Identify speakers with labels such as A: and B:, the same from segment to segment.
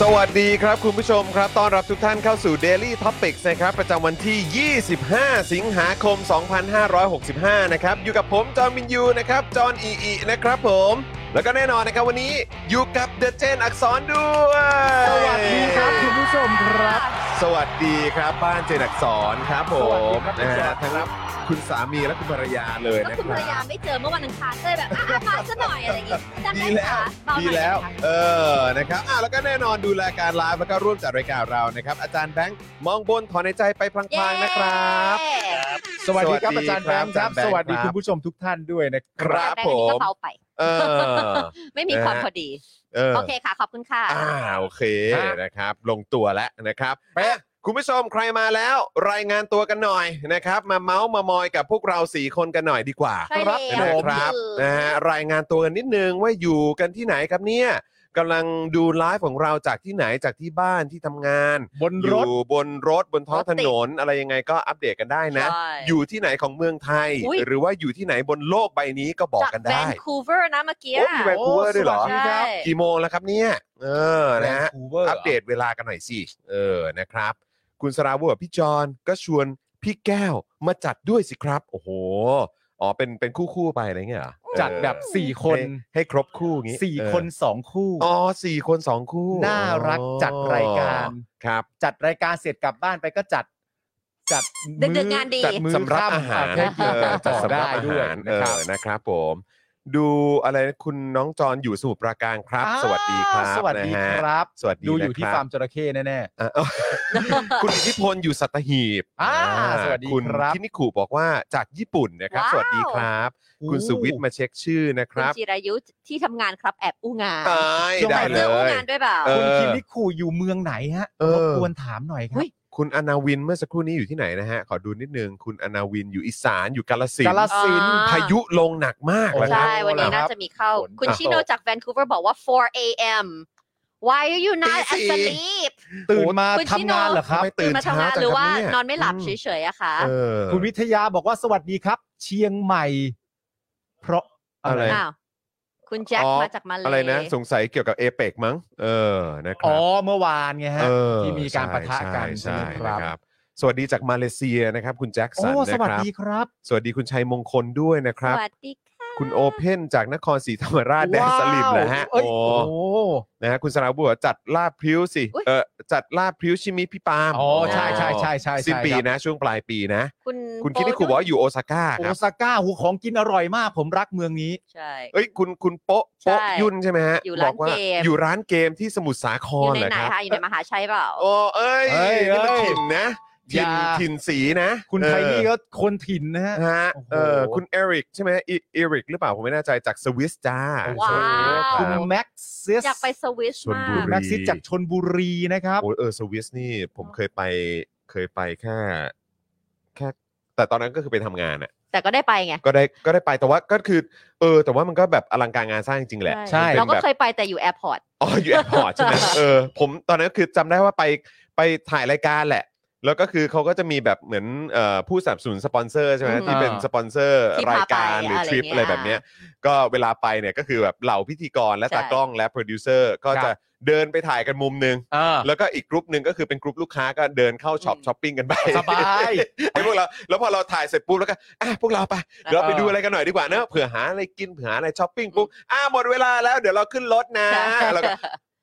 A: สวัสดีครับคุณผู้ชมครับต้อนรับทุกท่านเข้าสู่ Daily Topics นะครับ ประจำวันที่ 25 สิงหาคม 2565 นะครับ อยู่กับผมจอห์นวินยูนะครับ จอห์นอีอีนะครับผม แล้วก็แน่นอนนะครับวันนี้อยู่กับเดอะเจนอักษรด้วย
B: สวัสดีครับคุณผู้ชมครับ
A: สวัสดีครับบ้านเจนอักษรครับผ
B: สวัสดี
A: ม
B: ครับ
A: นะ
B: พี่
A: ฮะ
B: จอห์น
A: ทั้งคุณสามีและคุณภรรยาเลย
C: ก็
A: นะ
C: คุณ
A: ค
C: ภร
A: รั
C: รยา
A: บ
C: ไม่เจอเมื่อวันอังคารก็เลยแบบอ่ะอ่ะมาซะหน่อยอะไรอย่างงี้จำ
A: ดี
C: ได้ไหม
A: แล้ว
C: คะเบาห
A: ดี
C: น่อย
A: แล้ว
C: นะคะ
A: เออ นะครับ อ่ะแล้วก็แน่นอนดูรายการไลฟ์แล้วก็ร่วมจัดรายการเรานะครับ อาจารย์แบงค์มองบนถอนในใจไปพลางๆนะครับ
C: เย้
B: สวัสดีครับ
A: สวัส
B: อา
A: ดี
B: จารย์
A: ค
B: แบ
A: รับ
B: งค์ครับ
A: อาจารย์แบงค์
B: สวัสดี
A: ครับ
B: คุณผู้ชมทุกท่านด้วยนะค
A: ครับ รับผ
C: แต่อันนี้ก็
A: ม
C: เบาไป
A: เออ
C: ไม่มีความ
A: นะฮะ
C: พอดี
A: เออ
C: โอเคค่ะ ขอบคุณค่ะ
A: อ่าโอเคนะครับ ลงตัวแล้วนะครับอ่ะคุณผู้ชมใครมาแล้วรายงานตัวกันหน่อยนะครับ มาเมาส์มามอยกับพวกเราสี่คนกันหน่อยดีกว่า
C: ใช่แล้ว
A: นะครับ
C: คือ
A: นะฮะรายงานตัวกันนิดนึงว่าอยู่กันที่ไหนครับเนี่ยกำลังดูไลฟ์ของเราจากที่ไหนจากที่บ้านที่ทำงาน
B: บน
A: อ
B: ร
A: ยู่
B: ถ
A: บนรถบนท้อง
C: รถติ
A: ถน
C: ด
A: นอะไรยังไงก็อัปเดตกันได้นะ
C: ใช่
A: อยู่ที่ไหนของเมืองไทย
C: อุ๊ย
A: หรือว่าอยู่ที่ไหนบนโลกใบนี้ก็บอก
C: จาก
A: กัน
C: แวน
A: ได้
C: คูเวอร์นะเมื่อกี้
A: โอ้มีแวนคูเวอร์ด้วยเหรอ
C: ใช่
A: กี่โมงแล้วครับเนี่ยเออนะฮะ
B: Vancouver
A: อัปเดตเวลากันหน่อยสิ เออ นะครับ คุณสราวุฒิกับพี่จอนก็ชวนพี่แก้วมาจัดด้วยสิครับ โอ้โห อ๋อ เป็น เป็นคู่คู่ๆไปอะไรเงี้ยเหรอ
B: จัดแบบ
A: เออ
B: 4 คน
A: ให้ให้ครบคู่อย่างงี้เอ
B: 4
A: อ
B: คน 2 คู่
A: อ๋อสี่คนสองคู่
B: น่ารักจัดรายการ
A: ครับ
B: จัดรายการเสร็จกลับบ้านไปก็จัด จัด
C: ดึก
B: มื้
C: ดึกๆงานดี
A: จัดมือ
B: สำ
A: สำ
B: ห
A: ห
B: รั
A: รั
B: บบ อา
A: อา
B: หา
A: หาร ร
B: เออจัด
A: สำหรั
B: ได้
A: บอา
B: ด้วย
A: หารเอ
B: นะครับ
A: อนะครับผม ดูอะไรนะคุณน้องจอนอยู่สมุทรปราการครับ
B: อ้าว
A: สวัสดีครับ
B: สวัสดี
A: นะฮะ
B: ครับ
A: สวัสดี
B: ดูอยู่ที่
A: นะ
B: ฟา
A: ค
B: ร์
A: รั
B: ม
A: บ
B: จระเข้แน่
A: อ่ะ คุณอิทธิพลอยู่สัตหีบ
B: อ่า
A: อ่า
B: สวัสดี
A: คุณ
B: ครับ
A: ทินิคุบอกว่าจากญี่ปุ่นนะครับ
C: ว้าว
A: สวัสดีครับ
B: ๆ
A: คุณ
B: โอ้
A: สุวิทย์มาเช็คชื่อนะค
C: คุณ
A: รับ
C: จิรายุที่ทำงานครับแอบอู้งาน
A: ตาย
B: ช่วง
A: ได้เล
C: แต่เจออู้
A: ย
C: งานด้วยเปล่า
A: เออ
B: คุณคิมิคูอยู่เมืองไหนฮะ
A: เออ
B: รบกวนถามหน่อยครั
C: อุ๊
B: บ
C: ย
A: คุณอนาวินเมื่อสักครู่นี้อยู่ที่ไหนนะฮะ ขอดูนิดนึง คุณอนาวินอยู่อีสานอยู่กาลสิน
B: กาฬ
A: ธุ์
B: สินธุ์
C: อ่า
A: พายุลงหนักมาก
B: โอ้
A: นะค
C: ใช่
A: รับ
C: วันนี้น่าจะมีเข้า
B: ฝน
C: คุณ
B: ตก
C: ชิโนจากแวนคูเวอร์บอกว่า 4 a.m. Why are you not
A: ตีสี่
C: asleep
B: ตื่นมา
C: คุณชิ
B: ทำ
C: โนะ
B: งานเหรอครับ
A: ไม่ตื่น
C: มาทำงาน
A: เช้าจัง
C: หรือว่า
A: ครับเนี่ย
C: นอนไม่หลับ
A: อืม
C: เฉยๆอะคะ
A: เออ
B: คุณวิทยาบอกว่าสวัสดีครับ เชียงใหม่ เพราะอะไร
A: อะไร
C: อ้าวคุณแจ็ค
A: อ๋อ
C: มาจากมาเล
A: อะไรนะ สงสัยเกี่ยวกับเอเปกมั้ง เออ นะค
B: อ๋
A: รั
B: อบ เมื่อวานไงฮะ
A: เออ
B: ที่มีการปะทะกัน
A: ใช่
B: ใช่ไหม
A: ใช่
B: ครับ
A: นะครับ สวัสดีจากมาเลเซียนะครับ คุณแจ็คสั
B: โอ้
A: น
B: ส
A: นะ
B: วัส
A: ครับ
B: ดีครับ
A: สวัสดีคุณชัยมงคลด้วยนะค
C: ส
A: รับ
C: วัสดีค่ะ
A: คุณโอเพนจากนครศรีธรรมราชแดน
B: ว้าว
A: สลิมนะฮะ
B: เอ้ย
A: โอ้
B: โอ้
A: นะฮะคุณสราบัวจัดลาบพริ้วสิ
C: อุ๊ย
A: เออจัดลาบพริ้วชิมิพี่ปาล์ม
B: อ๋อใช่ใช่ใช่ใช่ใช่
A: สิ้นปี
B: ครับ
A: นะ ช่วงปลายปีนะ
C: คุณ
A: คุณคิดที่คุณ
C: โป
A: บอกว่าอยู่โอซาก้า
B: โอ
A: ครับ
B: ซาก้าหูของกินอร่อยมาก ผมรักเมืองนี้
C: ใช่
A: เอ้ย คุณคุณโป๊ะโป๊ะ
C: ใช่
A: ยุ่นใช่ไหมฮะ
C: อยู่
A: บ
C: ร้า
A: อ
C: น
A: กว่า
C: เกม
A: อยู่ร้านเกมที่สมุทรสาค
C: อ
A: ร
C: ยู่ใน
A: เหรอ
C: ไหน
A: ครับ
C: คะอยู่ในมหาชัยเปล่า
A: โอ้เอ้ย
B: เอ้ย
A: นี่มัน
B: เอ้ย
A: ถิ่นนะถิ่น
B: อย่า
A: ถิ่นสีนะ
B: คุณ
A: เออ
B: ไทนี่ก็คนถิ่นนะฮะ
A: ฮะ
B: โอ้โห
A: เออคุณเอริกใช่ไหมเอเอริกหรือเปล่าผมไม่แน่ใจจากสวิสจ้าส
C: ว้าว
B: คุ
A: วัส
B: ณ
A: ดีครับ
B: แม็กซิส
C: อยากไปสวิส
A: ชล
C: มา
A: บุ
C: ก
A: รี
B: แม็กซิสจากชนบุรีนะครับ
A: โอ้ยเออสวิสนี่ผมเคยไปเคยไปแค่แค่แต่ตอนนั้นก็คือไปทำงานอ่ะ
C: แต่ก็ได้ไปไง
A: ก็ได้ก็ได้ไปแต่ว่าก็คือ เออ แต่ว่ามันก็แบบอลังการงานสร้างจริงๆแหละ
B: ใช่
A: มันป็น
C: เราก็
A: แบบ
C: เคยไปแต่อยู่แอร์พอร์ต
A: อ๋ออยู่แอร์พอร์ตใช่ไหมเออผมตอนนั้นคือจำได้ว่าไปไปถ่ายรายการแหละ แล้วก็คือเขาก็จะมีแบบเหมือนเอ่อผู้สนับสนุนสปอนเซอร์ใช่ไหม
C: อืม
A: ที่เป็นสปอนเซอร์
C: ที่
A: รา
C: พาย
A: การห
C: ไป
A: รือ
C: อะไร
A: ทริป
C: เงี้ย
A: อะไรแบบเนี้ยก็เวลาไปเนี่ยก็คือแบบเหล่าพิธีกรและ
C: ใช่
A: ตากล้องและโปรดิวเซอร์ก็จะเดินไปถ่ายกันมุมหนึ่ง
B: เออ
A: แล้วก็อีกกรุ๊ปหนึ่งก็คือเป็นกรุ๊ปลูกค้าก็เดินเข้าช็อป
C: อืม
A: ช้อปปิ้งกันไป
B: สบาย
A: ไอ้พวกเราแล้วพอเราถ่ายเสร็จปุ๊บแล้วก็อ่ะพวกเราไปเดี๋ยวเราไปดูอะไรกันหน่อยดีกว่าเนอะเผื่อหาอะไรกินเผื่อหาอะไรช้อปปิ้งปุ๊บอ่ะหมดเวลาแล้วเดี๋ยวเราขึ้นรถนะ
C: ใช่
A: แล้วก็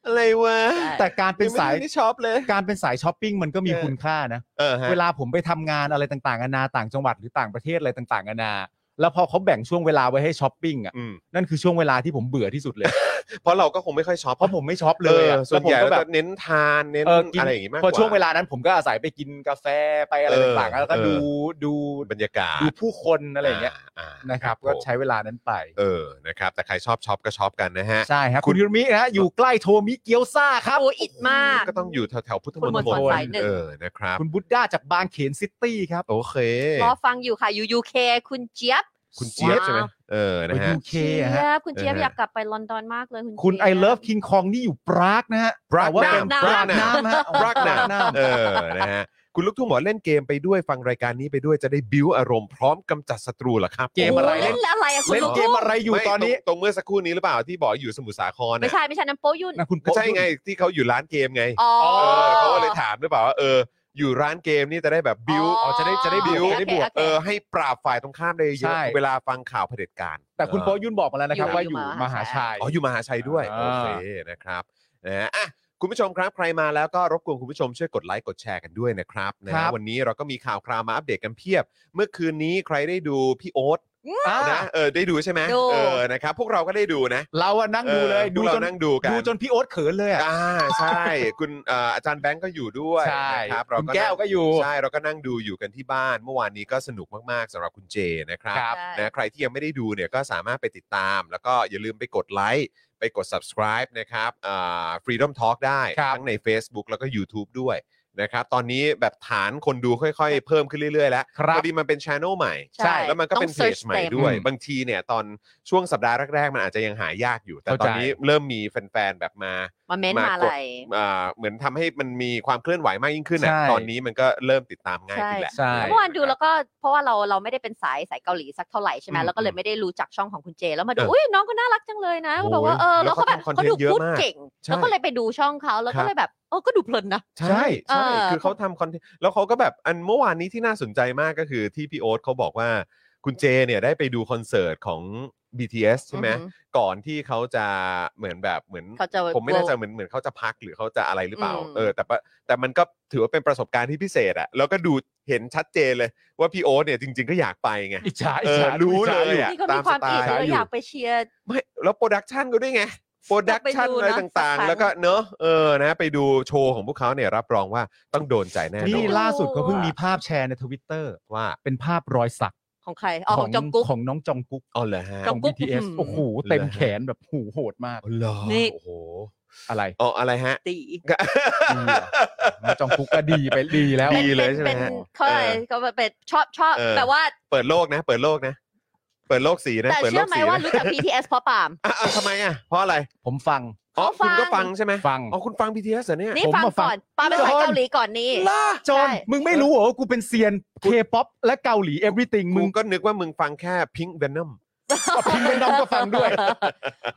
A: อะไรวะ
C: ใช่
B: แต่การเป็นสาย
A: ยังไม่ได้ช็อปเลย
B: การเป็นสายช้อปปิ้งมันก็มี
A: เออ
B: คุณค่านะ
A: เออฮะ
B: เวลาผมไปทำงานอะไรต่างๆนานาต่างจังหวัดหรือต่างประเทศอะไรต่างๆนานาแล้วพอเขาแบ่งช่วงเวลาไว้ให้ช้อปปิ้งอ่ะ
A: อืม
B: นั่นคือช่วงเวลาที่ผมเบื่อที่สุดเลย
A: เพราะเราก็คงไม่ค่อยช็อป
B: เพราะผมไม่ช็อปเลยอะ
A: ออส่วนใหญ่
B: แล้
A: เรา
B: ผมก็แบ
A: จะ
B: บ
A: เน้นทานเน้น
B: เออกิน
A: อะไรอย่างงี้มากก
B: พอ
A: ว่า
B: ช่วงเวลานั้นผมก็อาศัยไปกินกาแฟไปอะไร
A: เออ
B: ต่างๆแล้วก็
A: เออ
B: ดูดู
A: บรรยากาศ
B: ดูผู้คนอะไรอย่างเงี้ย
A: อ่า
B: นะครับ
A: ผม
B: ก็ใช้เวลานั้นไป
A: เออนะครับแต่ใครชอบช็อปก็ช็อปกันนะฮะ
B: ใช่ครับ
A: คุ
B: คุณ ณยูมินะฮะอยู่ใกล้โทมิเกียวซ่าครับ
C: โอ้อิดมาก
A: ก็ต้องอยู่แถวแถวๆพุทธมณ
C: พุทธ
A: ฑล
C: มณฑลสายหนึ่ง
A: เออนะครับ
B: คุณบุตด้าจากบางเขนซิตี้ครับ
A: โอเค
C: รอฟังอยู่ค่ะอยู่ยูเคคุณเจี๊ยบ
A: คุณเจี๊ยบใช่ไหม
C: ว้าว
A: เออ นะฮะ
B: โอเคฮะ
C: จี๊ยบคุณเจี๊ยบ
A: เออ
C: อ
A: อ
C: ยากกลับไปลอนดอนมากเลยคุณ
B: คุณ
C: จี๊ย
B: I Love King Kong นี่อยู่ปรากนะฮะ
A: ปราก
B: แต่ว่าเป็
A: น้ำปราร
B: ปาก ก
A: น้ำ
B: น้ำฮะ
A: รักนะ
B: น้ำ
A: เออ นะฮะ คุณลูกทุ่งบอกเล่นเกมไปด้วยฟังรายการนี้ไปด้วยจะได้บิวอารมณ์พร้อมกำจัดศัตรูเหรอครับ
B: เกมอะไร
C: เล่
B: เล่
C: น
B: น
C: อะไรอะคุณ
B: เล่น
C: ลูก
B: เกมอะไรอยู่
A: ไม่
B: ตอนนี้
A: รรงตรงเมื่อสักครู่นี้หรือเปล่าที่บอกอยู่สมุทรสาคร
C: ไม่
A: น่ะ
C: ใช่ไม่ใช่น้ำโป๊ยุ่น
B: นะคุณ
A: ก็
B: โป๊ะ
A: ใช่ไงที่เขาอยู่ร้านเกมไง
C: อ๋อ
A: เออเขาก็เลยถามหรือเปล่าว่าเออ อยู่ร้านเกมนี่จะได้แบบบิว
C: อ๋อ
A: จะได้จะได้บิว
C: โอเคโอเค
A: ได้บวก
C: โอเค
A: เออให้ปราบฝ่ายตรงข้ามได้เยอะเวลาฟังข่าวเผด็จการ
B: แต่คุณโป๊ะยุ่นบอกมาแล้วนะครับ
C: อยู่
B: ว่า
C: อ
B: อยู่ ยู่
C: ม
B: ม
C: หา
B: หา
C: ชั
B: ชั
C: ย
B: ย
A: อ๋ออยู่มหาชัยด้วย
B: อ่า
A: โอเคนะครับนะฮะอ่ะคุณผู้ชมครับใครมาแล้วก็รบกวนคุณผู้ชมช่วยกดไลค์กดแชร์กันด้วยนะครับนะฮะวันนี้เราก็มีข่าวคราวมาอัปเดตกันเพียบ เมื่อคืนนี้ใครได้ดูพี่โอ๊ต
B: อ่า
A: นะเออได้ดูใช่ไหม
C: ดู
A: เออนะครับพวกเราก็ได้ดูนะ
B: เราอะนั่งดูเลย
A: ออ
B: ดู
A: พวกเรา
B: จน
A: นั่งดูกัน
B: ดูจนพี่โอ๊ตเขินเลยอะ
A: อ่าใช่ คุณเอ่ออาจารย์แบงก์ก็อยู่ด้วย
B: ใช่
A: นะครับ
B: คุณแก้ว
A: นั่ง
B: ก็อยู่
A: ใช่เราก็นั่งดูอยู่กันที่บ้าน เมื่อวานนี้ก็สนุกมาก ๆสำหรับคุณเจนะครับ
B: ครับ
C: ใช่
A: นะใครที่ยังไม่ได้ดูเนี่ยก็สามารถไปติดตาม แล้วก็อย่าลืมไปกดไลค์ไปกด subscribe นะครับอ่า Freedom Talk ได้
B: ครับ
A: ทั้งใน Facebook แล้วก็ YouTube ด้วยนะครับตอนนี้แบบฐานคนดูค่อยๆ เพิ่มขึ้นเรื่อย ๆ แล้ว
B: ครั
A: พ
B: บ
A: อดีมันเป็นช anel ใหม่
C: ใช่
A: แล้วมันก็เป็น
C: ต้อง
A: เพจ
C: search
A: ใหม่ด้วย
B: เต็ม
A: บางทีเนี่ย ตอนช่วงสัปดาห์แรกๆ มันอาจจะยังหายากอยู่ แต่ตอน
B: เข้าใจ
A: นี้เริ่มมีแฟนๆแบบมา
C: มาเม้นต์
A: มาม
C: มาอะไร
A: อ่าเหมือนทำให้มันมีความเคลื่อนไหวมากยิ่งขึ้นอ่ะ
B: ใช่
A: ตอนนี้มันก็เริ่มติดตามง่ายขึ้นแหละ
B: ใช่
C: เมื่อวานดูแล้วก็เพราะว่าเราเราไม่ได้เป็นสายสายเกาหลีสักเท่าไหร่ใช่ไหม
A: อืม
C: แล้วก็เลยไม่ได้รู้จักช่องของคุณเจ แล้วมา
A: เอ
C: ดู
A: ออุ้
C: อุ้ยน้องก็น่ารักจังเลยนะ
A: โอ้ย
C: แบบว่าเออ
A: แล้
C: แล้ว ว
A: เขา
C: เขาแบบ
A: ทำคอนเทนต์
C: เขาดู
A: เยอะ
C: พูด
A: มาก
C: เก่ง
A: ใช่
C: แล้วก็เลยไปดูช่องเขาแล้ว
A: ครั
C: ก็
A: บ
C: เลยแบบเออก็ดูเพลินนะ
A: ใช่ใช่
C: เออ
A: คือเขาทำคอนเทนต์แล้วเขาก็แบบอันเมื่อวานนี้ที่น่าสนใจมากก็คือที่พี่โอ๊ตเขาบอกว่าคุณเจเนี่ยได้ไปดูคอนเสิร์ตของ BTS ใช่ไหม
C: อือหือ
A: ก่อนที่เขาจะเหมือนแบบเหมือน
C: เขาจะ
A: ผมไม่แน่ใจเหมือนเหมือนเขาจะพักหรือเขาจะอะไรหรือเปล่า
C: อืม
A: เออแต่ปะแต่มันก็ถือว่าเป็นประสบการณ์ที่พิเศษอะแล้วก็ดูเห็นชัดเจนเลยว่าพี่โอ๊ตเนี่ยจริง ๆ ก็อยากไปไง
B: อิจฉา
A: เอ
B: อิ
A: อ
B: จฉา
A: รู้
B: รู้
A: เล
B: เลย ย
A: อะ
C: นี่ก็มีความอิด
B: ตามสไตล์
C: เราอยากไปเชียร์
A: ไม่แล้วโปรดักชันก็ด้วยไงโปรดักชัน
C: ต้องไปดู
A: อะไร
C: นะ
A: ต่าง
C: สั
A: ๆ
C: กครั้ง
A: แล้วก็เนอะเออนะไปดูโชว์ของพวกเขาเนี่ยรับรองว่าต้องโดนใจแน่น
B: นี่
A: อน
B: ล่าสุดก็เพิ่งมีภาพแชร์ในทวิตเตอร์
A: ว่า
B: เป็นภาพรอยสัก
C: ของใครอ๋อของจองกุ๊ก
B: ของน้องจองกุ๊ก
A: อ๋อเหรอฮะ
C: จ
B: ข
C: อ
B: อง ง
C: กุ๊ก
B: BTS โอ้โหเต็มแขนแบบหูโหดมาก
A: อ๋อเหรอ
C: นี่
A: โอ้โห
B: อะไร
A: อ๋ออะไรฮะ
C: ตี
B: ดีเหรอน้องจองกุ๊กก็ดีไปดีแล้ว
A: ดีเลยใช่ไหม
C: เป็น
A: ฮะ
C: เขาอะไร
A: เออ
C: เขาเป็นชอบชอบ
A: เออ
C: แบบว่า
A: เปิดโลกนะ เปิดโลกนะ เปิดโลกสีนะ
C: แต่
A: เปิดโล
C: เชื่อก ไหม
A: สี
C: ว่า
A: นะ
C: รู้จัก BTS เพราะปาล์ม
A: อ่ะอ่ะทำไมอ่ะเพราะอะไร
B: ผมฟัง
A: อ๋อ
C: เขาฟั
A: คุณ
C: ง
A: ก็ฟังใช่ไหม
B: ฟัง
A: อ๋อคุณฟัง BTS เหรอเนี่ย
C: นี่
B: ผม
C: ฟัง
B: มาฟัง
C: ก่อนปาล์มเป็นสาย
B: จอน
C: เกาหลีก่อนนี่
B: ล่าจอน
C: ใช่
B: มึงไม่รู้เหรอว่ากูเป็นเซียนเคป๊อปและเกาหลี everything
A: มึ
B: มึ
A: ง
B: ง
A: ก็นึกว่ามึงฟังแค่ Pink Venom
B: ก็พิมพ์ไปน้องก็ฟังด้วย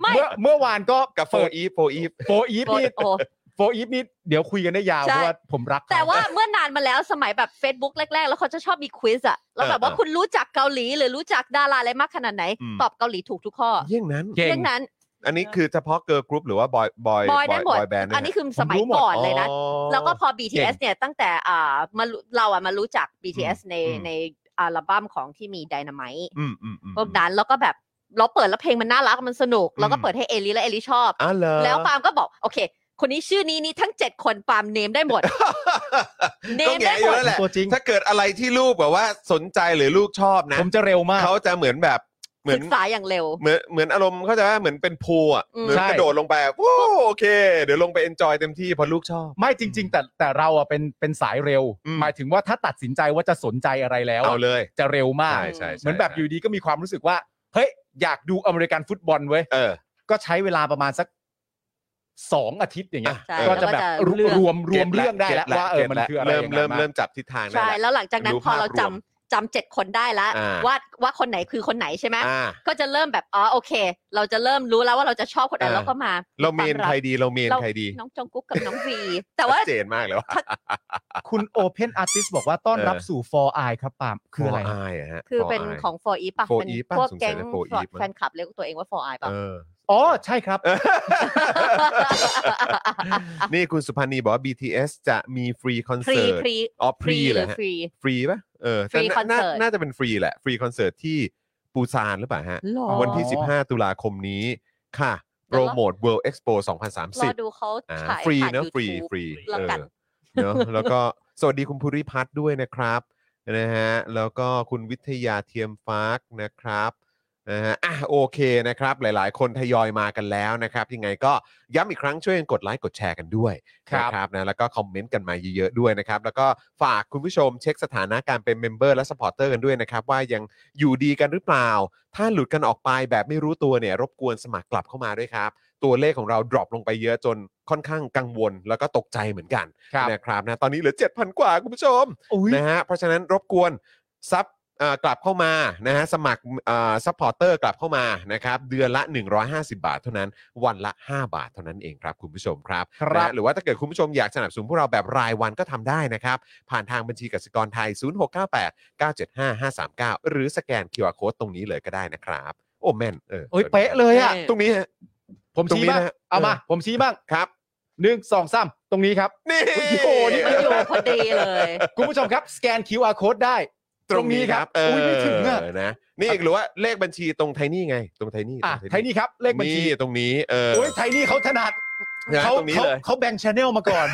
C: ไม่
B: เมื่อเมื่อวานก็
A: กับ
B: เปิ
A: For
B: ด
A: Eve For Eve
B: โฟอีฟ
C: โอ้
B: นี่
C: โอ้
B: โฟอีฟนี่เดี๋ยวคุยกันได้ยาว
C: ใช่
B: เพราะว่าผมรักเข
C: แต่ว่าเมื่อนานมาแล้วสมัยแบบ Facebook แรก ๆ แล้วเขาจะชอบมีควิสอะแล้วแบบว่า
A: เออ
C: คุณรู้จักเกาหลีหรือรู้จักดาราอะไรมากขนาดไหน
A: อืม
C: ตอบเกาหลีถูกทุกข้อ
A: เยี่ยงนั้น
B: เก่
C: เรื่อง งนั้น
A: อันนี้คือเฉพาะเกิร์ลกรุ๊ปหรือว่าบอยบอย
C: บอยได้หมด
A: แบนด์
C: อันนี้คือสมัยก่อนเลยนะ แล้วก็พอ
B: เก่
C: BTS เนี่ยตั้งแต่อ่ามารู้เราอะมารู้จัก BTS ใน
A: อืม
C: ในอัลบั้มของที่มี Dynamite
A: อืมอืมอืม
C: พวกนั้นแล้วก็แบบเราเปิดแล้วเพลงมันน่ารักมันสนุก แล้วก็
A: อืม
C: เปิดให้เอลิและเอลิชอบ
A: อ๋อเหรอ
C: แล้วปาล์มก็บอกโอเค คนนี้ชื่อนี้นี่ทั้งเจ็ดคนปาล์มเนมได้ หมด เน
A: ก็
C: ม
A: แง่
C: ได้
A: อ
C: หม
A: ยู่
C: ด
A: แล้วแหละ
B: ตัวจริง
A: ถ้าเกิดอะไรที่ลูกแบบว่าสนใจหรือลูกชอบนะ
B: ผมจะเร็วมาก
A: เขาจะเหมือนแบบเหมือ
C: ศึ
A: น
C: กษาอย่างเร็ว
A: เหมือนเหมือนอารมณ์เขาใจะว่าเหมือนเป็นพูลอ่ะ
C: อืม
A: เหมือน
B: ใช่
A: กระโดดลงไปอะโอ้โอเค เดี๋ยวลงไปเอนจอยเต็มที่เพราะลูกชอบ
B: ไม่จริง ๆ แต่แต่เราอ่ะเป็นเป็นสายเร็ว
A: อืม
B: หมายถึงว่าถ้าตัดสินใจว่าจะสนใจอะไรแล้วอะ
A: เอาเลย
B: จะเร็วมาก
A: ใช่ใช่ใช่
B: เหมือนแบบอยู่ดีก็มีความรู้สึกว่าเฮ้ยอยากดูอเมริกันฟุตบอลเว้ย
A: เออ
B: ก็ใช้เวลาประมาณสัก สองอาทิตย์อย่างเงี้ย
A: อ่ะ
C: ใช่
B: ก็จะ
C: ล้ว
B: แบบ
C: เลือก
B: รวมรวม
A: ก็ตะ
B: เรื่องได้แล้ว
A: ก็ต
B: ว่าเออมันคืออะไร
A: เริ่ม
B: ยังไง
A: เริ่ม
B: บ้าง
A: เริ่มจับทิศทางได้
C: ใช่
A: แล้ว
C: แล้วหลังจากนั้น
A: รู้
C: พอเราจำ
A: ภาพรวม
C: จำเจ็ดคนได้แล้ว
A: อ่า
C: ว่าว่าคนไหนคือคนไหนใช่ไหม
A: อ่า
C: ก็จะเริ่มแบบอ๋อโอเค เราจะเริ่มรู้แล้วว่าเราจะชอบคนไหน
A: เออ
C: แล้วก็มา
A: เราเมนใครดีเราเมน
C: เรา
A: ใครดี
C: น้องจงกุ๊กกับน้องวี แต่ว่า
A: ชัดเจนมากเลยว่า
B: คุณ Open Artist บอกว่าต้อนรับสู่ 4i ครับปาล์มคืออะไร
A: อ
B: นะ
A: ยฮะ
C: คือเป็นของ 4 e ป่ะ
A: 4E
C: เป็น
A: ป่ะ
C: พวก
A: สงสัย
C: แก๊ง
A: จะ 4E มั้ง
C: แฟนคลับเรียกตัวเองว่า 4 e ป่ะ
A: เออ
B: อ๋อ ใช่ครับ
A: นี่คุณสุพันธ์นีบอกว่า BTS จะมีฟรีคอน
C: ฟ รี
A: เสิร์ต
C: ฟรี
A: อ๋อฟรีเหรอฮะ
C: ฟรี
A: ฟรีป่ะเออแต่
C: free
A: น่า
C: concert
A: น่าน่าจะเป็นฟรีแหละ ฟรีคอนเสิร์ตที่ปูซานหรือเปล่าฮะ
C: หรอ
A: วันที่ 15 ตุลาคมนี้ค่ะ โปรโมท World Expo 2030
C: รอดูเขา
A: อ่า
C: ฉาย
A: ฟรี
C: ผ่าน
A: เนอะฟรี
C: YouTube
A: ฟรี
C: แล้วกัน
A: เออเนอะ แล้วก็ สวัสดีคุณภูริพัฒน์ด้วยนะครับนะฮะแล้วก็คุณวิทยาเทียมฟ้ากนะครับนะฮะอ่ะโอเคนะครับ หลายๆ คนทยอยมากันแล้วนะครับ ยังไงก็ย้ำอีกครั้งช่วยกันกดไลค์กดแชร์กันด้วย
B: ครับ
A: นะครับนะแล้วก็คอมเมนต์กันมาเยอะๆด้วยนะครับ แล้วก็ฝากคุณผู้ชมเช็คสถานะการเป็นเมมเบอร์และสปอร์เตอร์กันด้วยนะครับ ว่ายังอยู่ดีกันหรือเปล่า ถ้าหลุดกันออกไปแบบไม่รู้ตัวเนี่ยรบกวนสมัครกลับเข้ามาด้วยครับ ตัวเลขของเราดรอปลงไปเยอะจนค่อนข้างกังวลแล้วก็ตกใจเหมือนกัน
B: ครับ
A: นะครับนะตอนนี้เหลือ 7,000 กว่าคุณผู้ชม
B: อุ้ย
A: นะฮะเพราะฉะนั้นรบกวนซับเอ่อกลับเข้ามานะฮะสมัครซัพพอร์เตอร์กลับเข้ามานะครับเดือนละ 150 บาทเท่านั้น วันละ 5 บาทเท่านั้นเองครับคุณผู้ชมครับ
B: ครับ
A: นะฮะหรือว่าถ้าเกิดคุณผู้ชมอยากสนับสนุนพวกเราแบบรายวันก็ทำได้นะครับ ผ่านทางบัญชีกสิกรไทย 0698 975 539 หรือสแกน QR Code ตรงนี้เลยก็ได้นะครับ โอ้แม่นเออ
B: โอ้ยเป๊ะเลยอ่ะ
C: เออ
A: ตรงนี้ฮะ
B: ผมชี้บ้า
A: ตรงนี้
B: ง
A: นะฮะ
B: เอามา ผมชี้บ้าง
A: ครับ
B: หนึ่งสองสามตรงนี้ครับ
A: นี่
B: โอ้โหนี่
C: มันอยู่พอดีเลย
B: คุณผู้ชมครับ สแกน QR code ได้
A: ตรงนี้ครับเออ
B: อุ้ยไม่ถึงอ่ะ
A: นะนี่หรือว่าเลขบัญชีตรงไทนี่ไง ตรงไทนี่
B: อ่ะไทยนี่ครับ เลขบัญชี
A: ตรงนี้เออ
B: โอ้ยไทยนี่เขาถนัด
A: นะ
B: เขา
A: ตรงนี้
B: เขา
A: เลย
B: เขาแบ่งชแนลมาก่อน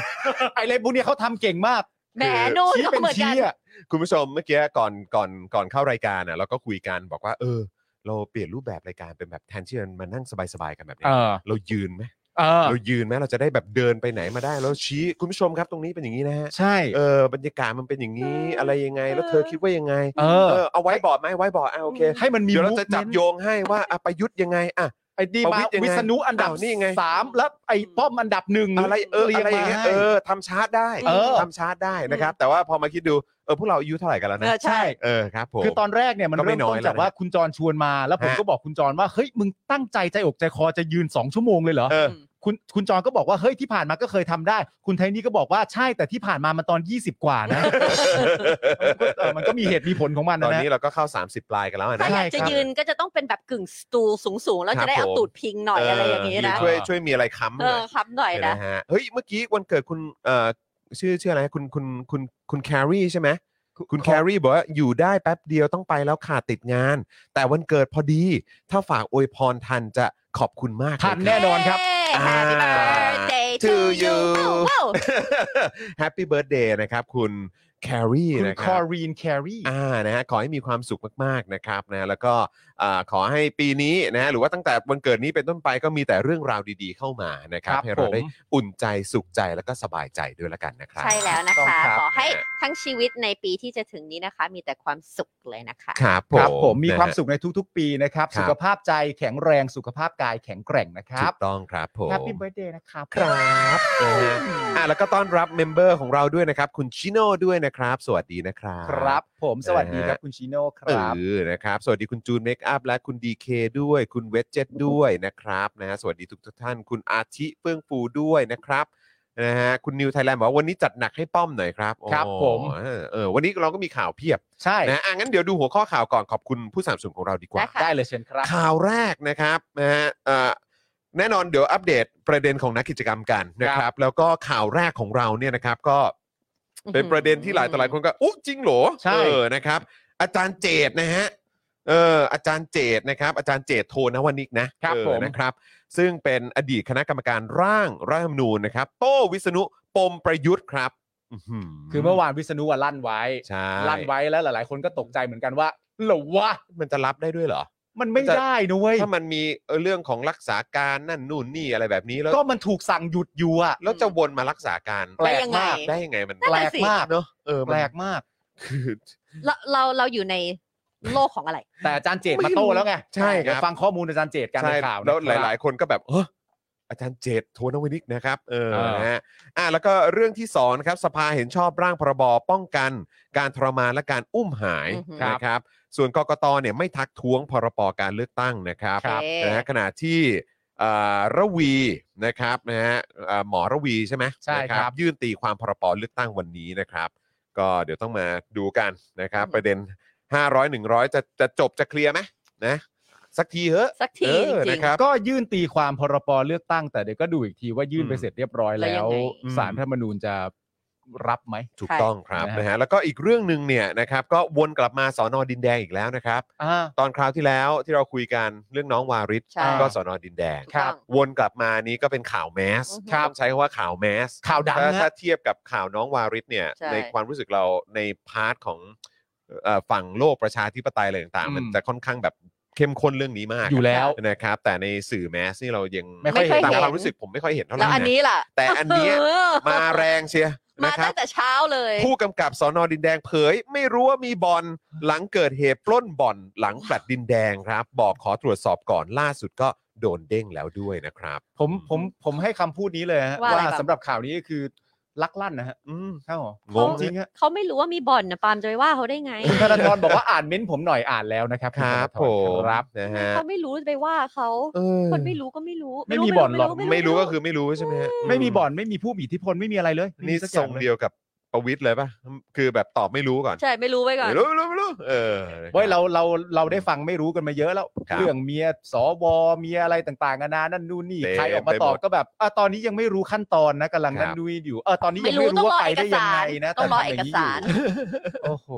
B: ไอเลขพวกเนี้ยเขาทำเก่งมาก
C: แหมนู่น
B: ชี้
C: ก็
B: เป็น
C: เหมือนกั
B: ชี้
C: น
B: อ่ะ
A: คุณผู้ชมเมื่อกี้ก่อนก่อนก่อนเข้ารายการอ่ะเราก็คุยกันบอกว่าเออ เราเปลี่ยนรูปแบบรายการเป็นแบบแทนที่จะมานั่งสบายๆกันแบบเนี้
B: เอย อ
A: เรายืนไหม
B: เออ
A: เรายืนไหมเราจะได้แบบเดินไปไหนมาได้แล้วชี้คุณผู้ชมครับตรงนี้เป็นอย่างนี้นะฮะ
B: ใช่
A: เออบรรยากาศมันเป็นอย่างนี้อะไรยังไง แล้วเธอคิดว่ายังไง
B: เออ
A: เออเอาไว้บอร์ดไหมไว้บอร์ดอ่ะโอเค
B: ให้มันมี
A: เดี๋ยวเราจะจับ
B: movement
A: โยงให้ว่าอ่ะประยุทธ์ยังไงอ่ะ
B: ไอ้ดี
A: ประ
B: มา
A: วิตรยังไง
B: วิษณุอันดับ
A: อ้าวนี่ไง
B: สามแล้วไอ้ป้อมอันดับหนึ่ง
A: อะไรเออ
B: รี
A: อะไรอย่างเงี้ย
B: ม
A: เออ
B: ให้
A: ทำชาร์จได้
B: เออ
A: ทำชาร์จได้นะครับ แต่ว่าพอมาคิดดูเออพวกเราอายุเท่าไหร่กันแล้วนะ
C: เออใช่
B: ใช่
A: เออครับผม
B: คือตอนแรกเนี่ยมัน
A: ก็ไม่
B: เริ่ม
A: น้อ
B: ต้
A: ย
B: น
A: แล้ว
B: จากว่าคุณจรชวนมา แล้วผม
A: ฮะ
B: ก็บอกคุณจรว่าเฮ้ยมึงตั้งใจใจอกใจคอจะยืน 2 ชั่วโมงเลยเหรอ
A: เออ
B: คุณคุณจรก็บอกว่าเฮ้ยที่ผ่านมาก็เคยทำได้ คุณไทนี่ก็บอกว่าใช่แต่ที่ผ่านมามันตอน 20 กว่านะ เออมันก็มีเหตุมีผลของมัน
A: ต
B: นะ
A: อน
B: นะ
A: นี้เราก็เข้า 30 ปลายกันแล้วนะ
C: ถ้าอ
B: ใช่
C: ยากจะ
B: ครับ
C: ยืนก็จะต้องเป็นแบบกึ่งสตูลสูงๆ แล้วจะได้เอาตูดพิงหน่อยอะไรอย่าง
A: นี้
C: นี้นะ
A: ช่วยช่วยมีอะไรค้ำห
C: เอ
A: น่
C: อ
A: อย
C: คำหน่อยนะ
A: นะฮะเฮ้ยเมื่อกี้วันเกิดคุณเอ่อชื่อชื่ออะไรคุณคุณคุณคุณแครีใช่ไหมคุณแครีบอกว่าอยู่ได้แป๊บเดียวต้องไปแล้วค่ะติดงาน แต่วันเกิดพอดี ถ้าฝากอวยพรทันจะขอบคุณมากเลย
B: ทันแน่ นอนครับ
C: Hey, Happy
A: อ่า
C: birthday to
A: to
C: you
A: you
C: ว้าว
A: แฮปปี้เบิร์ดเดย์นะครับคุณแครี
B: คุณ
A: นะค
B: ครับ อรีนแครี
A: อ่านะฮะขอให้มีความสุขมากๆนะครับนะแล้วก็อ่าขอให้ปีนี้นะหรือว่าตั้งแต่วันเกิดนี้เป็นต้นไปก็มีแต่เรื่องราวดีๆเข้ามานะครับให้เราได้อุ่นใจสุขใจแล้วก็สบายใจด้วยละกันนะครับ
C: ใช่แล้วนะ
A: ต้อง
C: คะ
A: ครับ
C: ขอให้ทั้งชีวิตในปีที่จะถึงนี้นะคะ มีแต่ความสุขเลยนะคะ
A: ครับผม
B: ครับผมมีความ
A: นะฮะ
B: สุขในทุกๆ ปีนะครับ
A: ครับ
B: สุขภาพใจแข็งแรงสุขภาพกายแข็งแกร่งนะครั
A: ถู
B: บ
A: กต้องครับผม
B: แฮปปี้เบิร์ดเดย์นะครับ
A: ครับนะฮะอ่ะแล้วก็ต้อนรับเมมเบอร์ของเราด้วยนะครับ คุณชิโน่ด้วยนะครับ สวัสดีนะครับ
B: ครับผมสวัสดีครับ
A: นะฮะ
B: คุณชิโน่ค
A: เอ
B: รับ
A: อนะครับ สวัสดีคุณจูนเมคอัพและคุณดีเคด้วย คุณเวจเจ็ตด้วยนะครับนะฮะสวัสดีทุกท่าน คุณอาทิเฟื่องฟูด้วยนะครับนะฮะคุณนิวไทยแลนด์บอกว่าวันนี้จัดหนักให้ป้อมหน่อยครับ
B: ครับ
A: โอ้
B: ผม
A: เออเออวันนี้เราก็มีข่าวเพียบ
B: ใช่
A: นะอ่ะงั้นเดี๋ยวดูหัวข้อข่าวก่อนขอบคุณผู้สามสูนของเราดีกว่า
C: ได้ค่ะ
B: ได้เลยเชิญครับ
A: ข่าวแรกนะครับนะฮะเอ่อแน่นอนเดี๋ยวอัปเดตประเด็นของนักกิจกรรมกันนะค
B: ครั
A: รับ
B: บ
A: แล้วก็ข่าวแรกของเราเนี่ยนะครับก็ เป็นประเด็นที่หลายต่อหลายคนก็อุ๊ยจริงเหรอ
B: ใช่
A: เออนะครับ อาจารย์เจตนะฮะเอออาจารย์เจตนะครับ อาจารย์เจตโทนวันิกนะครับ เออ
B: ผม
A: นะครับ ซึ่งเป็นอดีตคณะกรรมการร่างรัฐธรรมนูญนะครับ โต้วิษณุปมประยุทธ์ครับ
B: คือเมื่อวานวิษณุอะลั่นไว้
A: ใช่
B: ลั่นไว้แล้วหลาย ๆ คนก็ตกใจเหมือนกันว่าเหรอวะ
A: มันจะรับได้ด้วยเหรอ
B: มันไม่
A: จะ
B: ได้นะเว้ย
A: ถ้ามันมีเอ่อเรื่องของรักษาการนั่นนู่นนี่อะไรแบบนี้แล้ว
B: ก็มันถูกสั่งหยุดอยู่อะ
A: แล้วจะวนมารักษาการ
B: แปลก
C: ได้ยังไง
B: มาก
A: ได้ยังไงมัน
C: นั่น
B: แปล
C: น่ะ
B: ก
C: สิ
B: มาก
A: เนอะเออมัน
B: แปลกมาก
A: คือ
C: เราเราเราอยู่ในโลกของอะไร
B: แต่อาจารย์เจต
A: ไม่
B: มาโต้
A: รู้
B: แล้วไง
A: ใช่ครับ
B: เดี๋ยวฟังข้อมูลอาจารย์เจตกันในข่าว
A: แล้วห
B: นะครับ
A: ลาย ๆ คนก็แบบเออ อาจารย์เจตโทนวินิกนะครับเออ
B: อ่าน
A: นะฮะอ่ะแล้วก็เรื่องที่สองนะครับสภาเห็นชอบร่างพรบป้องกัน การทรมานและการอุ้มหาย
C: อือหือ
A: นะครับ ส่วนกกตเนี่ยไม่ทักท้วงพรบการเลือกตั้งนะครับ
C: ครับ
A: นะฮะขณะที่เอ่อระวีนะครับนะฮะเอ่อหมอระวีใช่ไหม
B: ใช่ครับ
A: นะยื่นตีความพรบเลือกตั้งวันนี้นะครับ ก็เดี๋ยวต้องมาดูกันนะครับ ประเด็น 500 100 จะจะจบจะเคลียร์ไหมนะสักทีเหอะ
C: สักที
A: เออ
C: จริงๆ
A: นะครับ
B: ก็ยื่นตีความพรบเลือกตั้ง แต่เดี๋ยวก็ดูอีกทีว่ายื่นไปเสร็จเรียบร้อย
C: แล้
B: แล้วว
C: ยังไง
B: สารรัฐธรรมนูญจะรับไหม
A: ถูกต้องครับ
B: ใช่
A: นะฮะแล้วก็อีกเรื่องหนึ่งเนี่ยนะครับก็วนกลับมาสอนอดินแดงอีกแล้วนะครับ
B: อ่า
A: ตอนคราวที่แล้วที่เราคุยกันเรื่องน้องวาริศ
C: ใช่
A: ก็สอนอดินแดง
B: ครับ
A: วนกลับมานี้ก็เป็นข่าวแมส
C: อือฮึ
B: ครับ
A: ต้องใช้คำว่าข่าวแมส
B: ข่าวดัง
A: ถ้
B: ฮะ
A: ถ้าเทียบกับข่าวน้องวาริศเนี่ย
C: ใช่
A: ความรู้สึกเราในพาร์ทของเอ่อฝั่งโลกประชาธิปไตยอะไรต่างๆ มันจะค่อนข้างแบบเข้มข้นเรื่องนี้มาก
B: อยู่แล้ว
A: นะครับ แต่ในสื่อแมสนี่เรายัง
B: ไม่ค่อยเห็น
A: ตามความรู้สึกผมไม่ค่อยเห็นเท่าไหร่
C: แล้วอันนี้ล่ะ
A: ะแต่อันเนี้ย
C: เออ
A: มาแรงเชียร์
C: มา
A: นะครั
C: ตั้
A: บ
C: งแต่เช้าเลย
A: ผู้กำกับสอนอดินแดงเผย ไม่รู้ว่ามีบ่อนหลังเกิดเหตุปล้นบ่อนหลังแฟลตดินแดงครับ บอกขอตรวจสอบก่อนล่าสุดก็โดนเด้งแล้วด้วยนะครับ
B: ผมผมผมให้คำพูดนี้เลยฮะ
C: าอะไร
B: ว่า
C: แบบ
B: สำหรับข่าวนี้ก็คือลักลั่นนะฮะ
A: อืม
B: ใช่หรอง
A: ง
B: จริงฮะ
C: เขาไม่รู้ว่ามีบ่อนนะปาล์มจะไปว่าเขาได้ไง
B: คุณธนาธรบอกว่าอ่านเม้นต์ผมหน่อยอ่านแล้วนะครับ
A: ค
B: ณ
A: รับ
B: ธนาธ
A: ผม
B: ครับ
A: นะฮะ
C: เขาไม่รู้จะไปว่าเขา
A: เออ
C: คนไม่รู้ก็ไม่รู้
B: ไม่มีบ่อนหรอก
A: ไม่รู้ก็คือไม่รู้ใช่ไหมฮะ
B: ไม่มีบ่อนไม่มีผู้มีอิทธิพลไม่มีอะไรเลย
A: นี่
B: สักอ
A: ท
B: ย่า
A: รง
B: ล
A: เดียวกับประวิทย์เลยป่ะ คือแบบตอบไม่รู้ก่อน
C: ใช่ไม่รู้ไว้ก่อน
A: ไม่รู้ไม่รู้ไม่รู้เออนะคบ
B: เว้ยเราเราเราได้ฟังไม่รู้กันมาเยอะแล้ว
A: ครับ
B: เรื่องเมียสวเมียอะไรต่างๆกันานานั่นนู่นนี่
A: เต็ม
B: ใครออกมาตอบก็แบบอ่ะตอนนี้ยังไม่รู้ขั้นตอนนะกำลัง
A: ครับ
B: นั่นนู่นนี่อยู่เออตอนนี้ยัง
C: ไม่รู้
B: ไม่รู้
C: ต้อ
B: ว่า
C: งรอ
B: ไปได้ยังไงนะ
C: เอกสารต้องรอ
B: แทำย่างนี้
C: เอกสาร
B: ยู่โอ้โห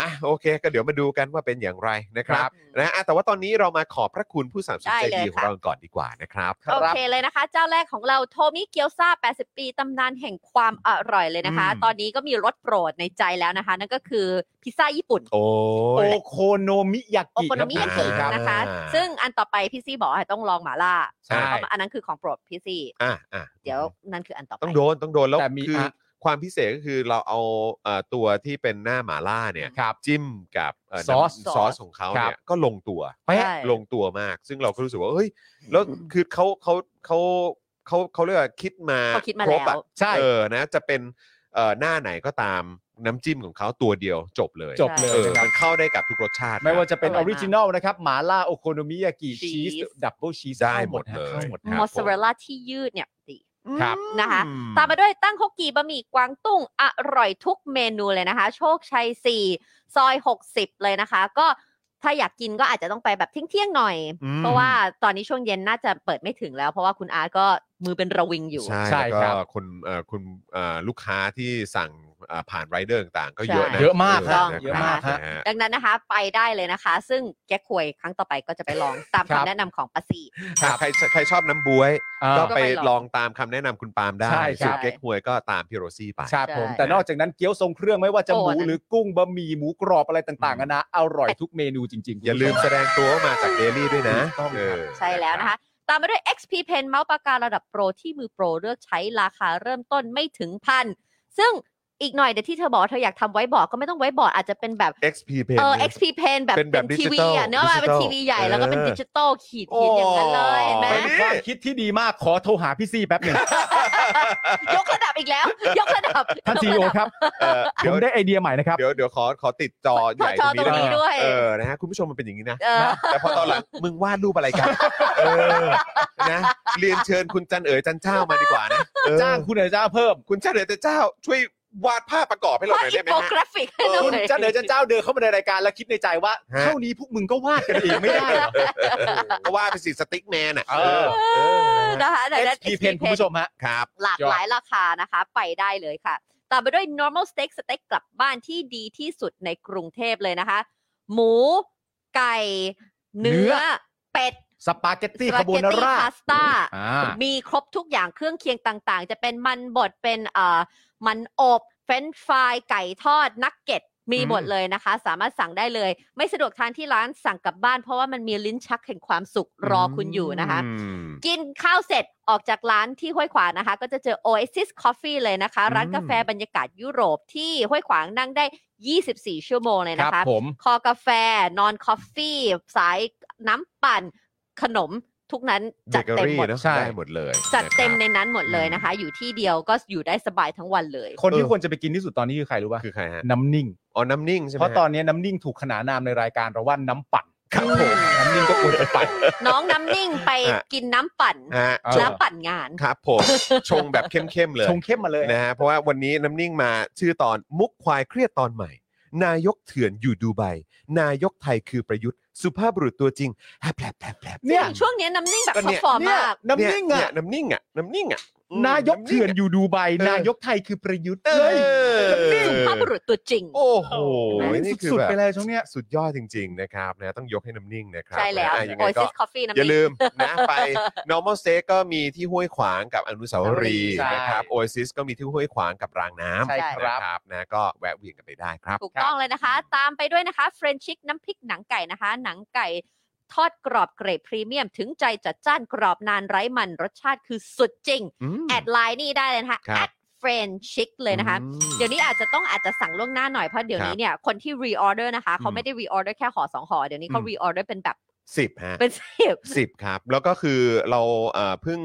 A: อ่ะโอเค ก็เดี๋ยวมาดูกันว่าเป็นอย่างไรนะครับ
B: ครับ
A: นะอ่ะแต่ว่าตอนนี้เรามาขอบพระคุณผู้สามสนุนใจ
C: ได้
A: ดี
C: เลย
A: ของ
C: ค่ะ
A: เราก่อนดีกว่านะครับ
C: โอเคเลยนะคะ เจ้าแรกของเราโทมิเกียวซา80 ปี ตำนานแห่งความอร่อยเลยนะคะ
B: อืม
C: ตอนนี้ก็มีรสโปรดในใจแล้วนะคะ นั่นก็คือพิซซ่าญี่ปุ่น
A: โอ้
B: โอย โคโนมิยา
C: โอ
B: กิ
C: โคโนมิยา
A: ครั
C: กิ
A: บ
B: รับ
C: นะคะ
A: อ่า
C: ซึ่งอันต่อไปพี่ซี่บอกว่าต้องลองหมาล่า
B: ใช่
C: เอามาอันนั้นคือของโปรดพี่ซี่
A: อ่ะอ่ะ
C: เดี๋ยวนั่นคืออันต่อไป
A: ต้องโดนต้องโดนแล้ว
B: แต่มี
A: คืออะ ความพิเศษก็คือเราเอาเอ่อตัวที่เป็นหน้าหมาล่าเนี่ย
B: ครับ
A: จิ้มกับเน้ำ
B: ซอส
A: ซอสของเขา
B: ครับ
A: เนี่ยก็ลงตัว
B: เป๊ะ
C: ใช่
A: ลงตัวมาก ซึ่งเราก็รู้สึกว่าเฮ้ยแล้วคือเขาเขาเขาเขาเขาเรียกว่าคิดมา
C: เขาคิดมา
A: คร
C: แล้
A: บ
C: ว
A: อะ
B: ใช่
A: เออนะจะเป็นเอ่อหน้าไหนก็ตามน้ำจิ้มของเขาตัวเดียวจบเลย
B: จบเลย
A: เออ
B: นะครับ
A: มันเข้าได้กับทุกรสชาติ
B: ไม่ว่าจะเป็น
C: อ
B: อ
C: ร่อ
B: อย
C: มาก
B: ริจินอลนะครับหมาล่าโอโคโนมิยากิชี
C: Cheese
B: สดับเบิลชีส
A: ได้หมดเลย
B: เข้าหมด
A: ค
B: ฮะ
C: มอสซาเรลล่าที่ยืดเนี่ยดี
B: ครับ
C: นะคะ
A: อืม
C: ตามมาด้วยตั้งฮกกีบะหมี่กวางตุ้งอร่อยทุกเมนูเลยนะคะ โชคชัย 4 ซอย 60 เลยนะคะ ก็ถ้าอยากกินก็อาจจะต้องไปแบบเที่ยงๆหน่อย
A: อืม
C: เพราะว่าตอนนี้ช่วงเย็นน่าจะเปิดไม่ถึงแล้ว เพราะว่าคุณอาร์ตก็มือเป็นระวิงอยู่
A: ใช่
B: ใช่
A: แล้ว
B: ครั
A: ก็
B: บ
A: คนเอ่อคุณเอ่อลูกค้าที่สั่งเอ่อผ่านไรเดอร์ต่างๆ ก็เยอะ
C: ใช่
A: นะ
B: เยอะมาก
A: น
B: ฮะ
A: ครับ
B: เยอะมากฮะ
A: นฮ
C: ดังนั้นนะคะไปได้เลยนะคะ ซึ่งแก๊กควยครั้งต่อไปก็จะไปลองตาม
B: ครับ
C: คำแนะนำของปาซี
B: ครับ
A: ใครใครชอบน้ำบวย
B: อ่า
A: ก็ไป
C: ก็ไปลอง
A: ลองตามคำแนะนำคุณปาล์มได้
B: ใช่
A: ส่วน
B: ใช่
A: เก๊กฮวยก็ตามพี่โรซี่ไป
B: ใช่ผม
C: ใช่
B: แต่นอกจากนั้นเกี๊ยวทรงเครื่องไม่ว่าจะ
C: โอ้
B: หมู
C: อันนั้น
B: หรือกุ้งบะหมี่หมูกรอบอะไรต่างๆกันานะอร่อยทุกเมนูจริงๆ
A: อย่าลืมแสดงตัวมาจากเดลี่ด้วยนะเออ
C: ใช่แล้วนะคะ ตามมาด้วย XP Pen เมาส์ปากการะดับโปรที่มือโปรเลือกใช้ราคาเริ่มต้นไม่ถึงพัน ซึ่งอีกหน่อยเดี๋ยวที่เธอบอกว่าเธออยากทำไว้บอร์ดก็ไม่ต้องไว้บอร์ดอาจจะเป็นแบบ
A: XP Pen
C: เออ XP Pen แบบ
A: เป็นแบบ
C: ที
A: ดิจิ
C: วี
A: ทัล
C: อ่ะเนื้อะมาเป็น
A: ดิจิทัล
C: ทีวีใหญ่แล้วก็เป็น
A: เออ
C: ดิจิตอลขีดขีดอย่างนั้นเลย
A: โอ้
C: เห็นไหม
B: เป็นความคิดที่ดีมากขอโทรหาพี่ซี่แป๊บหนึ่ ง
C: ยกระดับอีกแล้ว ยกระดับ
B: ท่านซี
C: ยก
B: โอ
C: ระดับ
B: ครับ
A: เออ
B: ผ
A: เดี๋ย
B: ม
A: ว
B: ได้ไอเดียใหม่นะครับ
A: เดี๋ยวเดี๋ยวขอขอติดจอใหญ่
C: จอ
A: ตรง
C: ตรงนี้
A: นี้นะ
C: ด้วย
A: เออนะฮะคุณผู้ชมมันเป็นอย่างนี้นะ
C: เออ
A: แต่พอตอนหลัง มึงวาดรูปอะไรกันเออนะเรียนเชิญคุณจันเอ๋ยจันเจ้ามาดีกว่านะเออ
B: จ้างคุณเอ๋ยจ้างเพิ่ม
A: คุณจันเอ๋ยจันเจ้า ช่วยวาดภาพประกอบให้เราห
C: ว่า
A: น่อย
C: อิ
A: ได้
C: น
A: ไหม
C: โฟ
A: ฮะ
C: กราฟิกให้หน่
B: คุณ
C: อย
B: เจ้าเดินเจ้าเจ้าเดินเข้ามาในรายการแล้วคิดในใจว่า
A: ฮะ
B: เท่านี้พวกมึงก็วาดกันเองไม่ได้เหรอ
A: ก็วาดเป็นสีสติ๊กแมนอ่ะ
B: เออ
A: เออนะฮะ
C: นะคะแต่นั้น
B: XP Pen คุณผู้ชมฮะ
A: ครับ
C: หลากหลายราคานะคะ ไปได้เลยค่ะ ตามไปด้วย normal steak สเต็กกลับบ้านที่ดีที่สุดในกรุงเทพเลยนะคะ หมู ไก่ เนื้
B: เนื้
C: อ
B: อ
C: เป็ด
B: สปาเกตตี้
C: ส
B: คา
C: ปา
B: โบ
C: เกต
B: นา
C: ตี้
B: ร่า
C: พาสต้า
B: อ่า
C: มีครบทุกอย่างเครื่องเคียงต่างๆ จะเป็นมันบดเป็นเอ่อมันอบ เฟรนฟรายไก่ทอด นักเก็ต มี
B: อืม
C: หมดเลยนะคะ สามารถสั่งได้เลย ไม่สะดวกทานที่ร้านสั่งกลับบ้าน เพราะว่ามันมีลิ้นชักแห่งความสุขรอคุณอยู่นะคะ กินข้าวเสร็จออกจากร้านที่ห้วยขวางนะคะ ก็จะเจอ Oasis Coffee เลยนะคะ ร้านกาแฟบรรยากาศยุโรปที่ห้วยขวางนั่งได้ 24 ชั่วโมงเลย
B: ค
C: นะ
B: รับ
C: คะ
B: ผม
C: คอกาแฟ นอนคอฟฟี่ สายน้ำปั่น ขนม ทุกนั้น
A: เบ
C: จัด
A: เกอ
C: เต็ม
A: รี่
C: หมด
A: เนาะ
B: ใช่
A: ได้หมดเลย
C: จัดเต็ม
A: นะค
C: ในนั้นหมดเลยนะคะ อยู่ที่เดียวก็อยู่ได้สบายทั้งวันเลย
B: คนที่ควรจะไปกินที่สุดตอนนี้คือใครรู้
A: รับ
B: ป่ะ
A: คือใครฮะ
B: น้ำนิ่ง
A: อ๋อน้ำนิ่งใช่ไหม
B: เพราะตอน
A: ฮ
B: นี้น้ำนิ่งถูกขนานนามในรายการเราว่าน้ำปั่น
A: ครับผม
B: น้ำนิ่งก็ควรจะปั่น
C: น้องน้ำนิ่งไปกินน้ำปั่น
A: ฮะ
B: เออ
C: แล้วปั่นงาน
A: ครับผม ชงแบบเข้มๆเลย
B: ชงเข้มมาเลย
A: นะฮะเพราะว่าวันนี้น้ำนิ่งมาชื่อตอนมุกควายเครียดตอนใหม่ นายกเถื่อนอยู่ดูไบนายกไทยคือประยุทธ์สุภาพบุรุษตัวจริงแฮะแผลบแผลบแผลบ
B: เนี่ย
C: ช่วงนี้น้ำนิ่งแบบ
A: ก็
C: ท็อ
A: เนี่
C: ป
A: ย
C: ฟอร์ม
B: เนี่ย
C: มาก
B: น้ำนิ่ง
A: เนี่
B: อ่ะ
A: ยน้ำนิ่งอ่ะน้ำนิ่งอ่ะอืม
B: นายกเถื่อนอยู่ดูไบนายกไทยคือประยุทธ์
A: เอ
B: เลย
A: อ
C: สุภาพบุรุษตัวจริง
A: โอ้โห
C: โอ้
A: นี่คือ
B: สุด
A: แบ
B: ๆ
A: บ
B: ไปเลยช่วงเนี้ย
A: สุดยอดจริง ๆ นะครับนะต้องยกให้น้ำนิ่งนะครับ
C: ใช่แล้ว
A: นะอ่ะยัง
C: โอ
A: ไงก็
C: ซิสคอฟฟี่น้ำ
A: อย่า
C: นิ่
A: ลื
C: ง
A: มนะไป normal steak ก็มีที่ห้วยขวางกับอนุสาวรีย์
B: ใช่
A: นะครับ oasis ก็มีที่ห้วยขวางกับรางน้ำ
C: ใช่ครับ
A: นะครับนะก็แวะเวียนกันไปได้ครับ
C: ถูกต้องเลยนะคะ ตามไปด้วยนะคะเฟรนชิกน้ำพริกหนังไก่นะคะ หนังไก่ทอดกรอบเกรดพรีเมียม ถึงใจจัดจ้านกรอบนานไร้มันรสชาติคือสุดจริง
A: อืม
C: แอดไลน์นี่ได้เลยนะคะ
A: ครั
C: แอบ ดเฟรนชิกเลยนะคะ
A: อืม
C: เดี๋ยวนี้อาจจะต้องอาจจะสั่งล่วงหน้าหน่อยเพราะเดี๋ยว
A: ครับ
C: นี้เนี่ยคนที่รีออเดอร์นะคะเขา
A: อืม
C: ไม่ได้รีออเดอร์แค่ห่อสองห่อเดี๋ยวนี้เขา
A: อืม
C: รีออเดอร์เป็นแบบ
A: สิบฮะ
C: เป็นสิบ
A: สิบครับ แล้วก็คือเราเอ่อเพิ่ง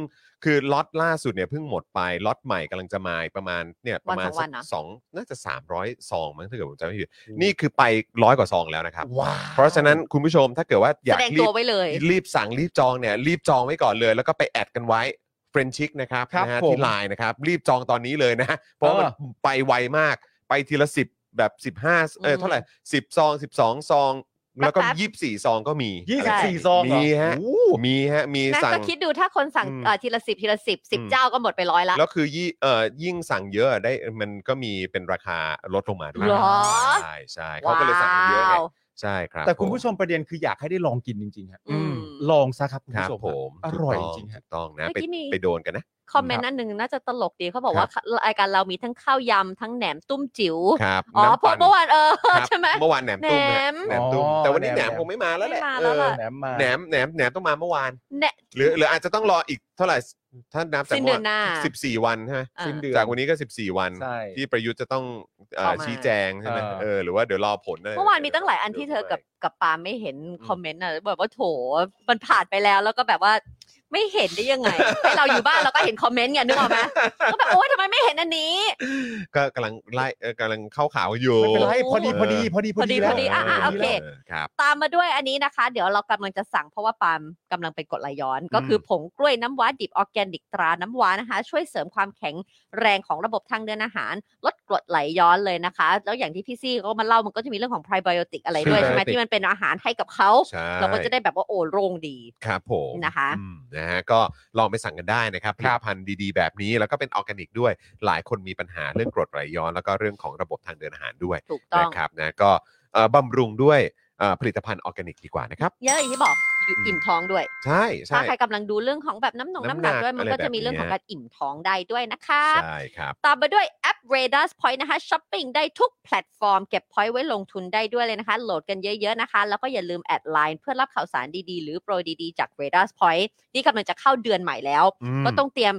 A: คือล็อตล่าสุดเนี่ยเพิ่งหมดไปล็อตใหม่กำลังจะมาอีกประมาณเนี่ยประมาณ
C: วันสองวันเหรอ
A: สองน่าจะ 300ซองมั้งถ้าเกิดผมจำไม่ผิดนี่คือไปร้อยกว่าซองแล้วนะครับ เพราะฉะนั้นคุณผู้ชมถ้าเกิดว่าอ
C: แส
A: ยาก
C: ดง
A: รี
C: ตัว
A: บ
C: ไว้เลย
A: รีบสั่งรีบจองเนี่ยรีบจองไว้ก่อนเลย แล้วก็ไปแอดกันไว้เฟรนชิกนะครับ
B: ครับ
A: นะฮะ
B: ผม
A: ที่ไลน์นะครับรีบจองตอนนี้เลยนะ เพราะมัน
B: เออ
A: ไปไวมากไปทีละสิบแบบ15เออ
C: ม
A: เท่าไหร่10 ซอง 12 ซอง แล้วก็
C: แป๊บๆ
A: 24 ซองก็มี
B: ยี่สิบสี่
C: ใช่
B: ซองเหรอ
A: มีฮะ
B: โอ้
A: มีฮะ มี
C: นะ
A: สั่ง
C: ก็คิดดูถ้าคนสั่ง
A: อืม
C: เอ่อทีละสิบทีละสิบสิบ
A: อืม
C: เจ้าก็หมดไปร้อยละ
A: แล้วคือยี่เอ่อยิ่งสั่งเยอะได้มันก็มีเป็นราคาลดลงมาด้วย
C: เหรอ
A: ใช่ใช่เขาก็เลยสั่งเยอะไง
C: ว้าว
A: ใช่ครับ
B: แต่คุณผู้ชมประเด็นคืออยากให้ได้ลองกินจริงๆฮะ
C: อืม
B: ลองซะครับคุณ
A: ครับ
B: ผู้ชม
A: ผม
B: ฮะอร่อย
A: ถูกต้
B: จริงๆฮะ
A: ถูกต้องนะ
C: เมื่อ
A: ไป
C: กี้มี
A: ไปโดนกันนะ
C: คอมเมนต์นั้นหนึ่งน่าจะตลกดีเขาบอกว่ารายการเรามีทั้งข้าวยำทั้งแหนมตุ้มจิ๋ว
A: ครับ
C: อ๋อ
A: น้ำ
C: เพราะ
A: ปั่น
C: เมื่อวานเออ
A: ครับ
C: ใช่ไหม
A: เมื่อวานแหนมตุ้มฮะ
C: แหนม
A: แหนมตุ้ม
B: อ๋อ
A: แต่วันนี้แห
B: แห
A: น
B: น
A: ม
B: ม
A: คงไม่มาแล้วแหละ
C: ไม่มา
A: เอ
C: แล้ว
A: อ
C: ล่ะ
B: แหนมมา
A: แหนมแหนมแหนมต้องมาเมื่อวาน
C: แหน
A: หรือหรืออาจจะต้องรออีกเท่าไหร่ถ้านับจาก
C: สิ้น
A: เมื่
C: เดื
A: อ
C: อน
A: วา
C: ห
A: น
C: น้า
A: สิบสี่วันใช่ไหม
C: อ่า
B: สิ้นเดือน
A: จากวันนี้ก็ 14 วัน
B: ใช่
A: ที่ประยุทธ์จะต้องเอ่อ
C: ออกมา
A: ชี้แจงใช่ไหม
B: เออ
A: เออหรือว่าเดี๋ยวรอผละไร
C: เมื่อวานมีตั้งหลายอันที่เธอกับกับปาไม่เห็นคอมเมนต์อ่ะแบบว่าโถมันผ่านไปแล้วแล้วก็แบบว่าไม่เห็นได้ ยังไง ให้เราอยู่บ้านเราก็เห็นคอมเมนต์ไงนึกออกไหมก็แบบโอ๊ยทำไมไม่เห็นอันนี้
A: ก็กำลังไล่เอ่อกำลังเข้าข่าวอยู่
B: ไม่เป็นไรพอดีพอดีพอดี
C: พอดี
B: แล้ว
C: พอดีอ่ะอ่ะโอเค
A: ครับ
C: ตามมาด้วยอันนี้นะคะ เดี๋ยวเรากำลังจะสั่งเพราะว่าปาล์มกำลังเป็นกรดไหลย้อน ก็คือผงกล้วยน้ำว้าดิบออร์แกนิกตราน้ำว้านะคะ ช่วยเสริมความแข็งแรงของระบบทางเดินอาหาร ลดกรดไหลย้อนเลยนะคะ แล้วอย่างที่พี่ซี่ก็มาเล่ามันก็จะมีเรื่องของไพรไบโอติกอะไรด้วยใช่ไหม
A: prebiotic
C: ที่มันเป็นอาหารให้กับเขา
A: ใช่
C: เราก็จะได้แบบว่าโอโร่งดี
A: ครับผม
C: นะคะ
A: อืมนะฮะก็ลองไปสั่งกันได้นะครับผลิตภัณฑ์ดีๆแบบนี้แล้วก็เป็นออร์แกนิกด้วยหลายคนมีปัญหาเรื่องกรดไหลย้อนแล้วก็เรื่องของระบบทางเดินอาหารด้วย
C: ถูกต้อง
A: นะครับนะก็เอ่อบำรุงด้วยเอ่อผลิตภัณฑ์ออร์แกนิกดีกว่านะครับ
C: เยอะอย่างที่บอกอยู่
A: อืม
C: อิ่มท้องด้วย
A: ใช่
C: ถ้า
A: ใช่
C: ใครกำลังดูเรื่องของแบบน้ำหนง
A: น้ำ
C: น้ำ
A: ห
C: ห
A: นั
C: นั
A: ก
C: กด้วย มัน
A: อะไร
C: ก็จะมีเรื่องของ
A: แบบนี้
C: การอิ่มท้องได้ด้วยนะคะ
A: ใช่ครับ
C: ตามไปด้วยแอป r a d a r Point นะคะช้อปปิ้งได้ทุกแพลตฟอร์ม เก็บ point ไว้ลงทุนได้ด้วยเลยนะคะ โหลดกันเยอะๆนะคะ แล้วก็อย่าลืมแอดไลน์เพื่อรับข่าวสารดีๆ หรือโปรดีๆ จาก r a d a r Point นี่กำลังจะเข้าเดือนใหม่แล้ว
A: ม
C: ก็ต้องเตรียม